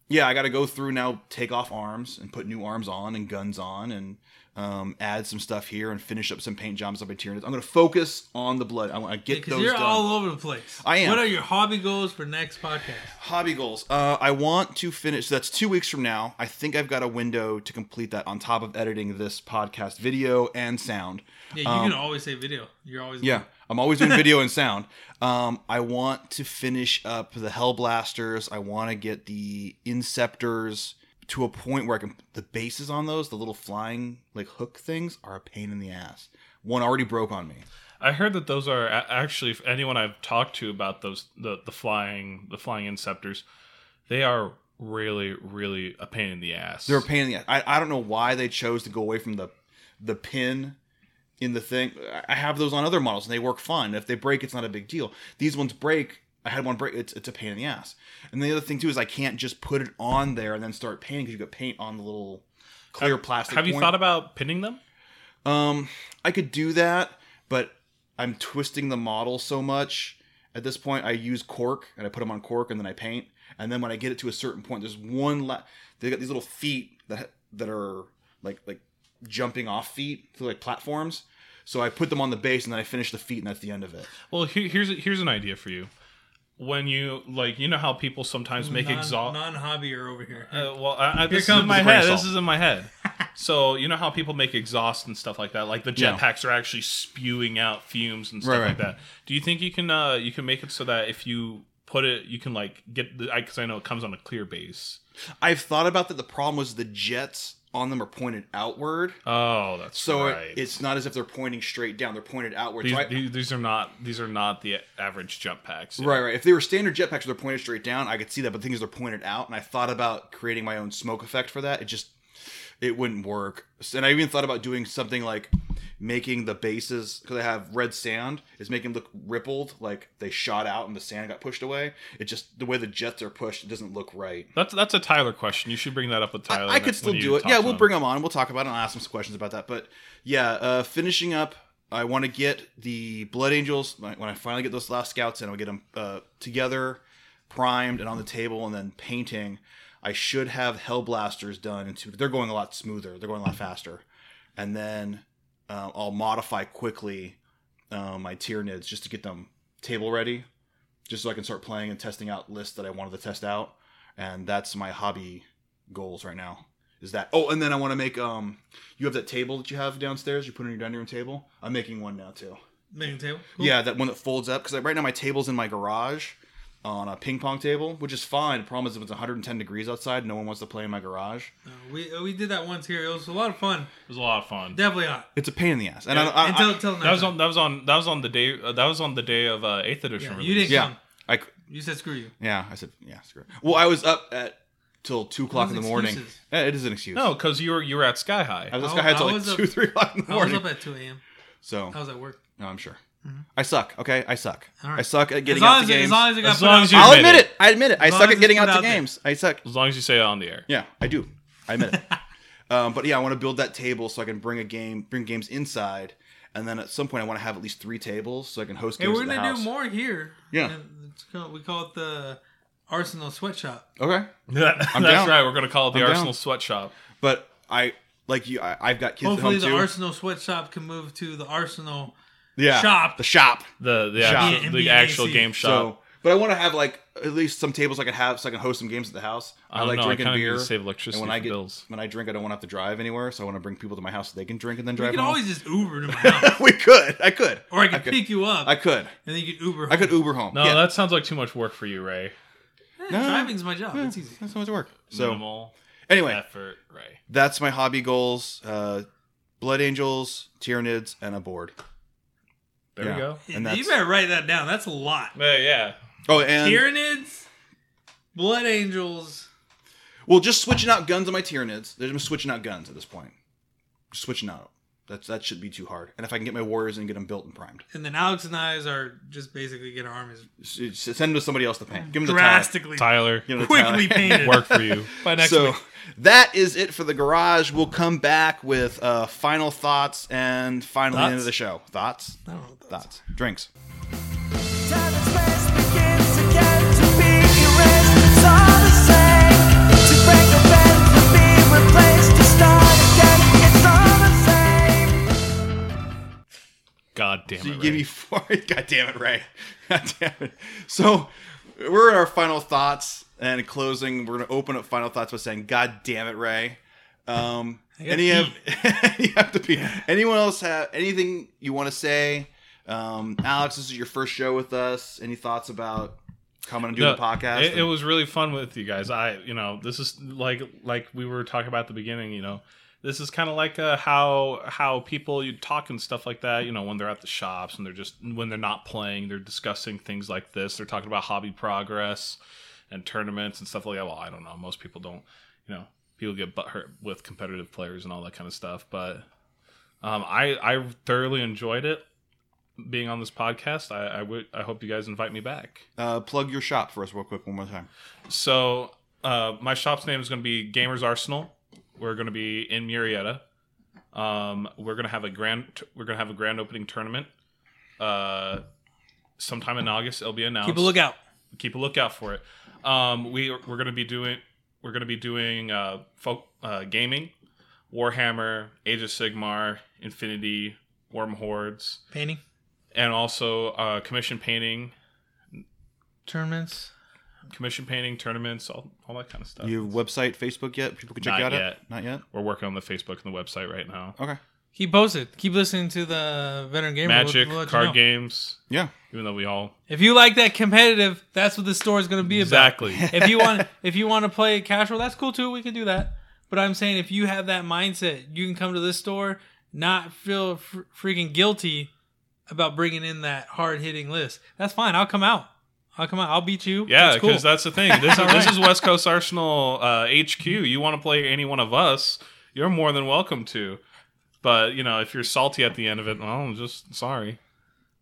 Speaker 2: yeah, I got to go through now, take off arms and put new arms on and guns on and um, add some stuff here and finish up some paint jobs up at Tyranids. I'm going to focus on the blood. I want to get
Speaker 1: Because
Speaker 2: those
Speaker 1: you're
Speaker 2: done.
Speaker 1: all over the place.
Speaker 2: I am.
Speaker 1: What are your hobby goals for next podcast?
Speaker 2: Hobby goals. Uh, I want to finish. So that's two weeks from now. I think I've got a window to complete that on top of editing this podcast video and sound.
Speaker 1: Yeah, you can always say video. You're always
Speaker 2: Um, Yeah, I'm always doing video and sound. Um, I want to finish up the Hellblasters. I want to get the Inceptors to a point where I can. The bases on those, the little flying like hook things, are a pain in the ass. One already broke on me.
Speaker 3: I heard that those are a- actually if anyone I've talked to about those the the flying the flying inceptors, they are really really a pain in the ass.
Speaker 2: They're a pain in the ass. I, I don't know why they chose to go away from the the pin in the thing. I have those on other models and they work fine. If they break, it's not a big deal. These ones break. I had one break. It's, it's a pain in the ass. And the other thing too is I can't just put it on there and then start painting because you got paint on the little clear plastic.
Speaker 3: Have you
Speaker 2: point.
Speaker 3: thought about pinning them?
Speaker 2: Um, I could do that, but I'm twisting the model so much at this point. I use cork and I put them on cork and then I paint. And then when I get it to a certain point, there's one. La- they got these little feet that that are like like jumping off feet, so like platforms. So I put them on the base and then I finish the feet and that's the end of it.
Speaker 3: Well, here, here's here's an idea for you. When you like, you know how people sometimes make exalt.
Speaker 1: non hobbyer over here.
Speaker 3: Uh, well, I, I, this is
Speaker 1: comes
Speaker 3: in my
Speaker 2: the brain
Speaker 3: head. This
Speaker 2: salt.
Speaker 3: is in my head. so you know how people make exhaust and stuff like that. Like the
Speaker 2: Yeah.
Speaker 3: jetpacks are actually spewing out fumes and stuff
Speaker 2: Right,
Speaker 3: like
Speaker 2: right.
Speaker 3: that. Do you think you can uh you can make it so that if you put it, you can like get the because I know it comes on a clear base.
Speaker 2: I've thought about that. The problem was the jets on them are pointed outward,
Speaker 3: Oh, that's
Speaker 2: so it-
Speaker 3: right.
Speaker 2: it's not as if they're pointing straight down. They're pointed outward.
Speaker 3: these,
Speaker 2: so I-
Speaker 3: these, these are not these are not the average jump packs.
Speaker 2: Right, right. If they were standard jetpacks, they're pointed straight down. I could see that, but the thing is, they're pointed out, and I thought about creating my own smoke effect for that. It just it wouldn't work. So- And I even thought about doing something like making the bases because I have red sand is making them look rippled, like they shot out and the sand got pushed away. It just the way the jets are pushed, it doesn't look right.
Speaker 3: That's that's a Tyler question. You should bring that up with Tyler.
Speaker 2: I, I
Speaker 3: next- when
Speaker 2: could still
Speaker 3: you
Speaker 2: do it.
Speaker 3: talk
Speaker 2: Yeah,
Speaker 3: to
Speaker 2: we'll
Speaker 3: him.
Speaker 2: bring them on. We'll talk about it. and I'll ask him some questions about that. But yeah, uh, finishing up, I want to get the Blood Angels when I finally get those last scouts in. I'll get them uh, together, primed and on the table, and then painting. I should have Hellblasters done. Into they're going a lot smoother. They're going a lot faster, and then uh, I'll modify quickly uh, my Tyranids just to get them table ready, just so I can start playing and testing out lists that I wanted to test out. And that's my hobby goals right now is that oh and then i want to make um you have that table that you have downstairs you put on your dining room table i'm making one now too
Speaker 1: Main table.
Speaker 2: yeah that one that folds up because right now my table's in my garage on a ping pong table which is fine the problem is if it's 110 degrees outside no one wants to play in my garage
Speaker 1: No, we uh, we did that once here. It was a lot of fun.
Speaker 3: It was a lot of fun.
Speaker 1: Definitely hot.
Speaker 2: it's a pain in the ass and I, Uh, I,
Speaker 1: Until
Speaker 2: I,
Speaker 1: until now.
Speaker 3: That was on. That was on. That was on the day. Uh, that was on the day of uh, eighth edition.
Speaker 1: Yeah,
Speaker 3: release.
Speaker 1: you didn't
Speaker 2: yeah
Speaker 1: come.
Speaker 2: i
Speaker 1: You said screw you.
Speaker 2: yeah i said yeah screw it. well i was up at till two o'clock in
Speaker 1: Those
Speaker 2: the morning
Speaker 1: excuses.
Speaker 2: yeah, it is an excuse
Speaker 3: No, because you were you were at Sky High.
Speaker 2: i was
Speaker 1: I-
Speaker 2: at Sky High till
Speaker 1: I
Speaker 2: like
Speaker 1: was up-
Speaker 2: two three o'clock in the
Speaker 1: I was
Speaker 2: morning
Speaker 1: up at 2 a.m.
Speaker 2: so
Speaker 1: I was at work.
Speaker 2: no, i'm sure i suck okay i suck
Speaker 1: All right.
Speaker 2: i suck at
Speaker 1: As
Speaker 2: getting out
Speaker 1: long
Speaker 2: to
Speaker 1: as,
Speaker 2: games
Speaker 1: as long as it got
Speaker 3: As
Speaker 1: put
Speaker 3: long
Speaker 1: out
Speaker 3: as
Speaker 1: there.
Speaker 3: you-
Speaker 2: I'll
Speaker 3: admit
Speaker 2: admit
Speaker 3: it.
Speaker 2: it. I admit it. I
Speaker 1: long
Speaker 2: suck
Speaker 1: as
Speaker 2: at
Speaker 1: it's
Speaker 2: getting
Speaker 1: put
Speaker 2: out to
Speaker 1: out there.
Speaker 2: games. I suck.
Speaker 3: as long as you say it on the air.
Speaker 2: Yeah, I do. I admit it. um, but yeah, I want to build that table so I can bring a game, bring games inside, and then at some point I want to have at least three tables so I can host
Speaker 1: Hey,
Speaker 2: games.
Speaker 1: we're
Speaker 2: at the
Speaker 1: gonna do
Speaker 2: house.
Speaker 1: more here.
Speaker 2: Yeah.
Speaker 1: And it's called- We call it the Arsenal Sweatshop.
Speaker 2: Okay,
Speaker 3: That's
Speaker 2: down.
Speaker 3: right. We're gonna call it the
Speaker 2: I'm down.
Speaker 3: Arsenal Sweatshop.
Speaker 2: but I like you. I, I've got kids
Speaker 1: Hopefully,
Speaker 2: at
Speaker 1: the
Speaker 2: home too.
Speaker 1: Arsenal Sweatshop can move to the Arsenal.
Speaker 2: yeah,
Speaker 1: shop.
Speaker 2: the shop.
Speaker 3: The the
Speaker 2: Shop.
Speaker 3: actual, the
Speaker 1: NBA
Speaker 3: actual
Speaker 1: seat.
Speaker 3: game
Speaker 2: So,
Speaker 3: shop.
Speaker 2: but I want to have like at least some tables I can have so I can host some games at the house. I,
Speaker 3: don't
Speaker 2: like
Speaker 3: know, I
Speaker 2: drinking
Speaker 3: kinda need to
Speaker 2: beer.
Speaker 3: save electricity
Speaker 2: and when I
Speaker 3: for
Speaker 2: get
Speaker 3: bills.
Speaker 2: when I drink, I don't want to have to drive anywhere, so I want to bring people to my house so they can drink and then
Speaker 1: You
Speaker 2: drive.
Speaker 1: can
Speaker 2: home.
Speaker 1: always just Uber to my house,
Speaker 2: we could. I could.
Speaker 1: or I can
Speaker 2: I could.
Speaker 1: pick you up,
Speaker 2: I could.
Speaker 1: and then you can Uber.
Speaker 2: I could
Speaker 1: home.
Speaker 2: Uber home.
Speaker 3: no,
Speaker 2: yeah.
Speaker 3: that sounds like too much work for you, Ray.
Speaker 1: Yeah,
Speaker 2: No.
Speaker 1: Driving's my job. It's easy.
Speaker 2: That's how much work. So
Speaker 3: Minimal
Speaker 2: anyway,
Speaker 3: effort, Ray.
Speaker 2: that's my hobby goals: uh, blood angels, tyranids, and a board.
Speaker 3: There
Speaker 2: Yeah.
Speaker 3: we go.
Speaker 2: And
Speaker 1: you
Speaker 2: that's-
Speaker 1: better write that down. That's a lot.
Speaker 3: Yeah, yeah.
Speaker 2: Oh, and
Speaker 1: Tyranids, Blood Angels.
Speaker 2: well, just switching out guns on my tyranids. They're just switching out guns at this point. Just switching out. That's that should be too hard. And if I can get my warriors and get them built and primed,
Speaker 1: And then Alex and I's are just basically get our armies
Speaker 2: S- s- send them to somebody else to paint. Give them the Tyler.
Speaker 1: drastically,
Speaker 3: Tyler,
Speaker 2: Give them to Tyler.
Speaker 1: quickly painted.
Speaker 3: work for you.
Speaker 1: by next
Speaker 2: so
Speaker 1: week.
Speaker 2: that is it for the garage. We'll come back with uh, final thoughts and finally the end
Speaker 1: Thoughts?
Speaker 2: of the show. Thoughts,
Speaker 1: I don't know what those-
Speaker 2: thoughts, drinks.
Speaker 4: Time and space begins again to be erased. It's all the same. To break a bend, to be replaced, to start again. It's all the same.
Speaker 3: God damn
Speaker 2: So
Speaker 3: it.
Speaker 2: you
Speaker 3: Ray.
Speaker 2: give me four. God damn it, Ray. God damn it. So we're in our final thoughts and in closing. We're gonna open up final thoughts by saying, "God damn it, Ray." Um,
Speaker 1: gotta
Speaker 2: any of you have to be. Anyone else have anything you want to say? Um, Alex, this is your first show with us. Any thoughts about coming and doing the
Speaker 3: No,
Speaker 2: podcast?
Speaker 3: It, it was really fun with you guys. I, you know, this is like like we were talking about at the beginning. You know, this is kind of like uh, how how people you talk and stuff like that. You know, when they're at the shops and they're just when they're not playing, they're discussing things like this. They're talking about hobby progress and tournaments and stuff like that. Well, I don't know. Most people don't. You know, people get butthurt with competitive players and all that kind of stuff, but. Um, I I thoroughly enjoyed it being on this podcast. I I, would, I hope you guys invite me back.
Speaker 2: Uh, plug your shop for us real quick one more time.
Speaker 3: So uh, my shop's name is going to be Gamers Arsenal. We're going to be in Murrieta. Um, we're going to have a grand. We're going to have a grand opening tournament. Uh, sometime in August, it'll be announced.
Speaker 1: Keep a lookout.
Speaker 3: Keep a lookout for it. Um, we we're going to be doing. We're going to be doing uh, folk, uh, gaming, Warhammer, Age of Sigmar, Infinity, Worm Hordes,
Speaker 1: Painting
Speaker 3: and also uh, commission painting,
Speaker 1: tournaments.
Speaker 3: commission painting tournaments, all, all that kind of stuff.
Speaker 2: Your website, Facebook yet? People can check
Speaker 3: Uh, Not
Speaker 2: you out at?
Speaker 3: yet.
Speaker 2: Not yet.
Speaker 3: We're working on the Facebook and the website right now.
Speaker 2: Okay.
Speaker 1: Keep posted. Keep listening to the veteran gamer. We'll-
Speaker 3: Magic,
Speaker 1: we'll let you
Speaker 3: card
Speaker 1: know.
Speaker 3: games,
Speaker 2: Yeah.
Speaker 3: even though we all
Speaker 1: If you like that competitive, that's what the store is going to be about.
Speaker 3: exactly.
Speaker 1: if you want if you want to play casual, that's cool too. We can do that. But I'm saying if you have that mindset, you can come to this store, not feel fr- freaking guilty about bringing in that hard hitting list. That's fine. I'll come out. I'll come out. I'll beat you.
Speaker 3: yeah,
Speaker 1: cool.
Speaker 3: because that's the thing. This is this is West Coast Arsenal uh, HQ. You want to play any one of us? You're more than welcome to. But you know, if you're salty at the end of it, well, I'm just sorry.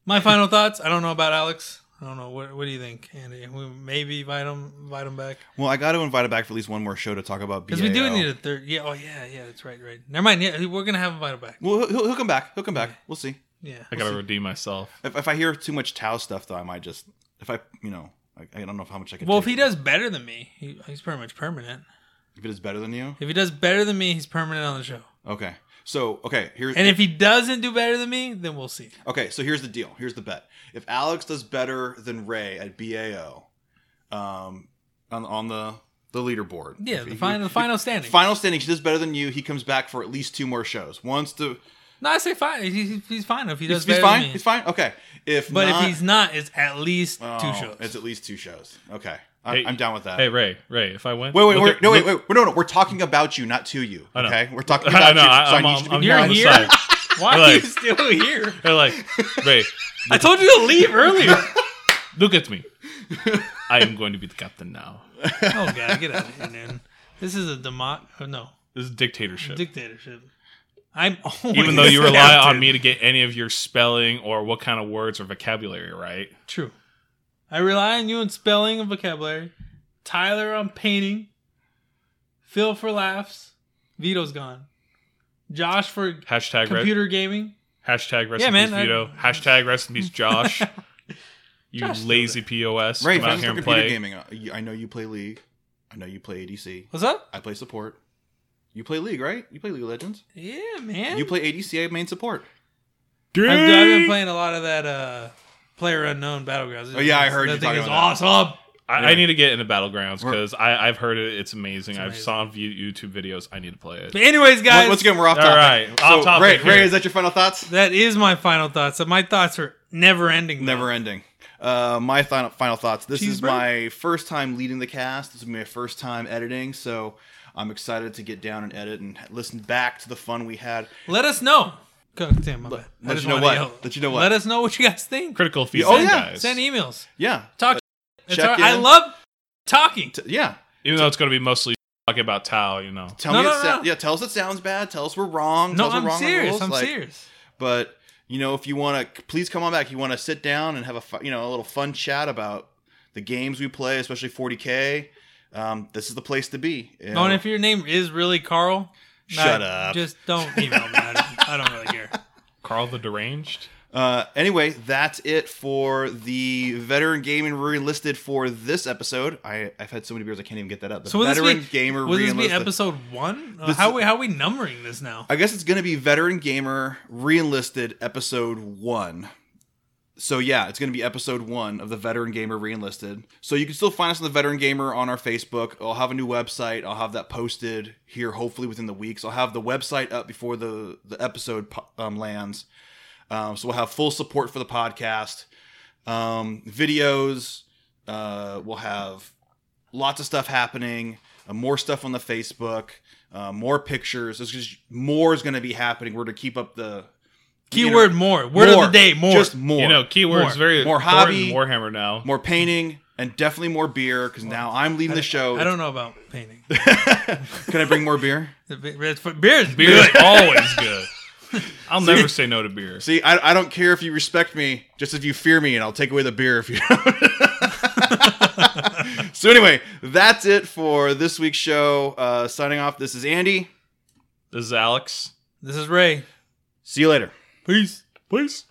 Speaker 1: my final thoughts. I don't know about Alex. I don't know. What, what do you think, Andy? We maybe invite him, invite him back
Speaker 2: Well, I got to invite him back for at least one more show to talk about.
Speaker 1: because we do
Speaker 2: BAO.
Speaker 1: need a third. Yeah. Oh yeah. Yeah. That's right. Right. Never mind. Yeah. We're gonna have him invite him back.
Speaker 2: Well, he'll- he'll, he'll come back. He'll come back. We'll see.
Speaker 1: Yeah.
Speaker 3: I gotta redeem myself.
Speaker 2: If, if I hear too much Tao stuff, though, I might just if I you know I, I don't know how much I can.
Speaker 1: Well, if
Speaker 2: take.
Speaker 1: he does better than me, he, he's pretty much permanent.
Speaker 2: if it is better than you,
Speaker 1: If he does better than me, he's permanent on the show.
Speaker 2: okay. So okay, here's
Speaker 1: And if he doesn't do better than me, then we'll see.
Speaker 2: okay. So here's the deal. Here's the bet. If Alex does better than Ray at BAO, um, on on the the leaderboard,
Speaker 1: Yeah,
Speaker 2: if
Speaker 1: the
Speaker 2: he-
Speaker 1: final, the final standing.
Speaker 2: final standing, she does better than you. He comes back for at least two more shows. Once to
Speaker 1: No, I say fine. He's, he's- he's fine if he does
Speaker 2: he's
Speaker 1: better
Speaker 2: fine.
Speaker 1: than me.
Speaker 2: He's fine. Okay. If
Speaker 1: But
Speaker 2: not,
Speaker 1: if he's not, it's at least two
Speaker 2: Oh,
Speaker 1: shows.
Speaker 2: it's at least two shows. Okay, I,
Speaker 3: Hey,
Speaker 2: I'm down with that.
Speaker 3: Hey Ray, Ray, if I win,
Speaker 2: Wait, wait,
Speaker 3: look
Speaker 2: wait,
Speaker 3: at-
Speaker 2: no, wait,
Speaker 3: look-
Speaker 2: wait, wait, no, no. We're talking about you, not to you.
Speaker 3: know.
Speaker 2: Okay, we're talking
Speaker 3: I
Speaker 2: about
Speaker 3: know.
Speaker 2: you.
Speaker 3: I,
Speaker 2: so
Speaker 3: am
Speaker 2: I need you to
Speaker 3: I'm
Speaker 2: be
Speaker 1: You're
Speaker 3: here on the
Speaker 1: here?
Speaker 3: side.
Speaker 1: Why are
Speaker 3: Like-
Speaker 1: you still here?
Speaker 3: They're like, Ray,
Speaker 1: I told you to leave earlier.
Speaker 3: look at me. I am going to be the captain now.
Speaker 1: oh god, get out of here, man. This is a democ. Oh, no,
Speaker 3: This is dictatorship.
Speaker 1: dictatorship. I'm always
Speaker 3: even though you
Speaker 1: down
Speaker 3: rely
Speaker 1: to-
Speaker 3: on me to get any of your spelling or what kind of words or vocabulary right.
Speaker 1: True. I rely on you in spelling and vocabulary. Tyler on painting. Phil for laughs. Vito's gone. Josh for
Speaker 3: Hashtag rest,
Speaker 1: computer gaming.
Speaker 3: hashtag rest
Speaker 1: Yeah,
Speaker 3: in
Speaker 1: man,
Speaker 3: peace
Speaker 1: I-
Speaker 3: Vito. hashtag rest in peace Josh. you
Speaker 1: Josh still
Speaker 3: lazy pos.
Speaker 2: Ray,
Speaker 3: Come out
Speaker 2: fans
Speaker 3: here
Speaker 2: for
Speaker 3: and
Speaker 2: computer
Speaker 3: play.
Speaker 2: gaming. uh, you- I know you play League. I know you play ADC.
Speaker 1: What's up?
Speaker 2: I play support. You play League, right? You play League of Legends.
Speaker 1: Yeah, man.
Speaker 2: You play ADC. I main support.
Speaker 1: I've, I've been playing a lot of that uh, player unknown battlegrounds.
Speaker 2: Oh, yeah, I heard
Speaker 1: that
Speaker 2: you
Speaker 1: thing
Speaker 2: talking
Speaker 1: is
Speaker 2: about
Speaker 1: awesome.
Speaker 3: I, I need to get into battlegrounds
Speaker 2: We're-
Speaker 3: because I I've heard it. It's amazing. I've
Speaker 1: amazing.
Speaker 3: saw view YouTube videos. I need to play it.
Speaker 1: But anyways, guys,
Speaker 2: Once once again, we're off
Speaker 3: All
Speaker 2: topic.
Speaker 3: right,
Speaker 2: So,
Speaker 3: off topic
Speaker 2: Ray,
Speaker 3: here.
Speaker 2: Ray, is that your final thoughts?
Speaker 1: that is my final thoughts. So my thoughts are never ending. though.
Speaker 2: Never ending. Uh, my final final thoughts. This is
Speaker 1: Cheeseburger?
Speaker 2: my first time leading the cast. This is my first time editing, so I'm excited to get down and edit and listen back to the fun we had.
Speaker 1: Let us know. God damn, my bad. I
Speaker 2: let
Speaker 1: just
Speaker 2: you know
Speaker 1: wanted to
Speaker 2: what.
Speaker 1: yell.
Speaker 2: Let you know what.
Speaker 1: Let us know what you guys think.
Speaker 3: Critical feedback,
Speaker 2: oh, yeah.
Speaker 3: guys.
Speaker 1: Send emails.
Speaker 2: Yeah,
Speaker 1: Talk.
Speaker 2: Uh,
Speaker 1: It's
Speaker 2: check
Speaker 1: our- I
Speaker 2: in.
Speaker 1: love talking.
Speaker 2: t- yeah.
Speaker 3: Even though it's going to be mostly talking about Tao, you know.
Speaker 2: Tell
Speaker 1: No,
Speaker 2: me,
Speaker 1: no,
Speaker 2: it
Speaker 1: no,
Speaker 2: sou-
Speaker 1: no.
Speaker 2: yeah. Tell us it sounds bad. Tell us we're wrong.
Speaker 1: No,
Speaker 2: tell us we're
Speaker 1: I'm
Speaker 2: wrong on
Speaker 1: serious.
Speaker 2: rules,
Speaker 1: I'm
Speaker 2: like-
Speaker 1: serious.
Speaker 2: But you know, if you want to, please come on back. You want to sit down and have a fu- you know a little fun chat about the games we play, especially 40k. Um, this is the place to be. You
Speaker 1: Oh,
Speaker 2: know?
Speaker 1: and if your name is really Carl,
Speaker 2: Shut
Speaker 1: nah,
Speaker 2: up.
Speaker 1: Just don't email me. I don't, I don't really care.
Speaker 3: Carl the Deranged.
Speaker 2: Uh, anyway, that's it for the veteran gamer re-enlisted for this episode. I, I've had so many beers I can't even get that up. The
Speaker 1: So will this
Speaker 2: veteran
Speaker 1: be,
Speaker 2: gamer
Speaker 1: will this be
Speaker 2: re-enlisted.
Speaker 1: episode one? Uh,
Speaker 2: This
Speaker 1: how
Speaker 2: is-
Speaker 1: we how we numbering this now?
Speaker 2: I guess it's gonna be veteran gamer re-enlisted episode one. So yeah, it's gonna be episode one of the veteran gamer re-enlisted. So you can still find us on the veteran gamer on our Facebook. I'll have a new website. I'll have that posted here hopefully within the weeks. I'll have the website up before the the episode po- um, lands. Um, so we'll have full support for the podcast, um, videos. Uh, we'll have lots of stuff happening, uh, more stuff on the Facebook, uh, more pictures. There's just more is going to be happening. We're to keep up the
Speaker 1: Keyword
Speaker 2: you know,
Speaker 1: more. Word
Speaker 2: more,
Speaker 1: of the day more.
Speaker 2: just more,
Speaker 3: You know,
Speaker 1: More.
Speaker 3: keywords very
Speaker 2: More
Speaker 3: important in
Speaker 2: hobby.
Speaker 3: Warhammer now.
Speaker 2: more painting, and definitely more beer because now I'm leaving the show.
Speaker 1: I don't know about painting.
Speaker 2: Can I bring more beer?
Speaker 1: The be- It's for beers.
Speaker 3: Beer is always good.
Speaker 1: I'll
Speaker 3: Never
Speaker 1: never.
Speaker 3: say no to beer.
Speaker 2: See, I, I don't care if you respect me, just if you fear me, and I'll take away the beer if you don't. so, anyway, that's it for this week's show. Uh, signing off, this is Andy.
Speaker 3: This is Alex.
Speaker 1: This is Ray.
Speaker 2: See you later.
Speaker 3: Peace. Peace.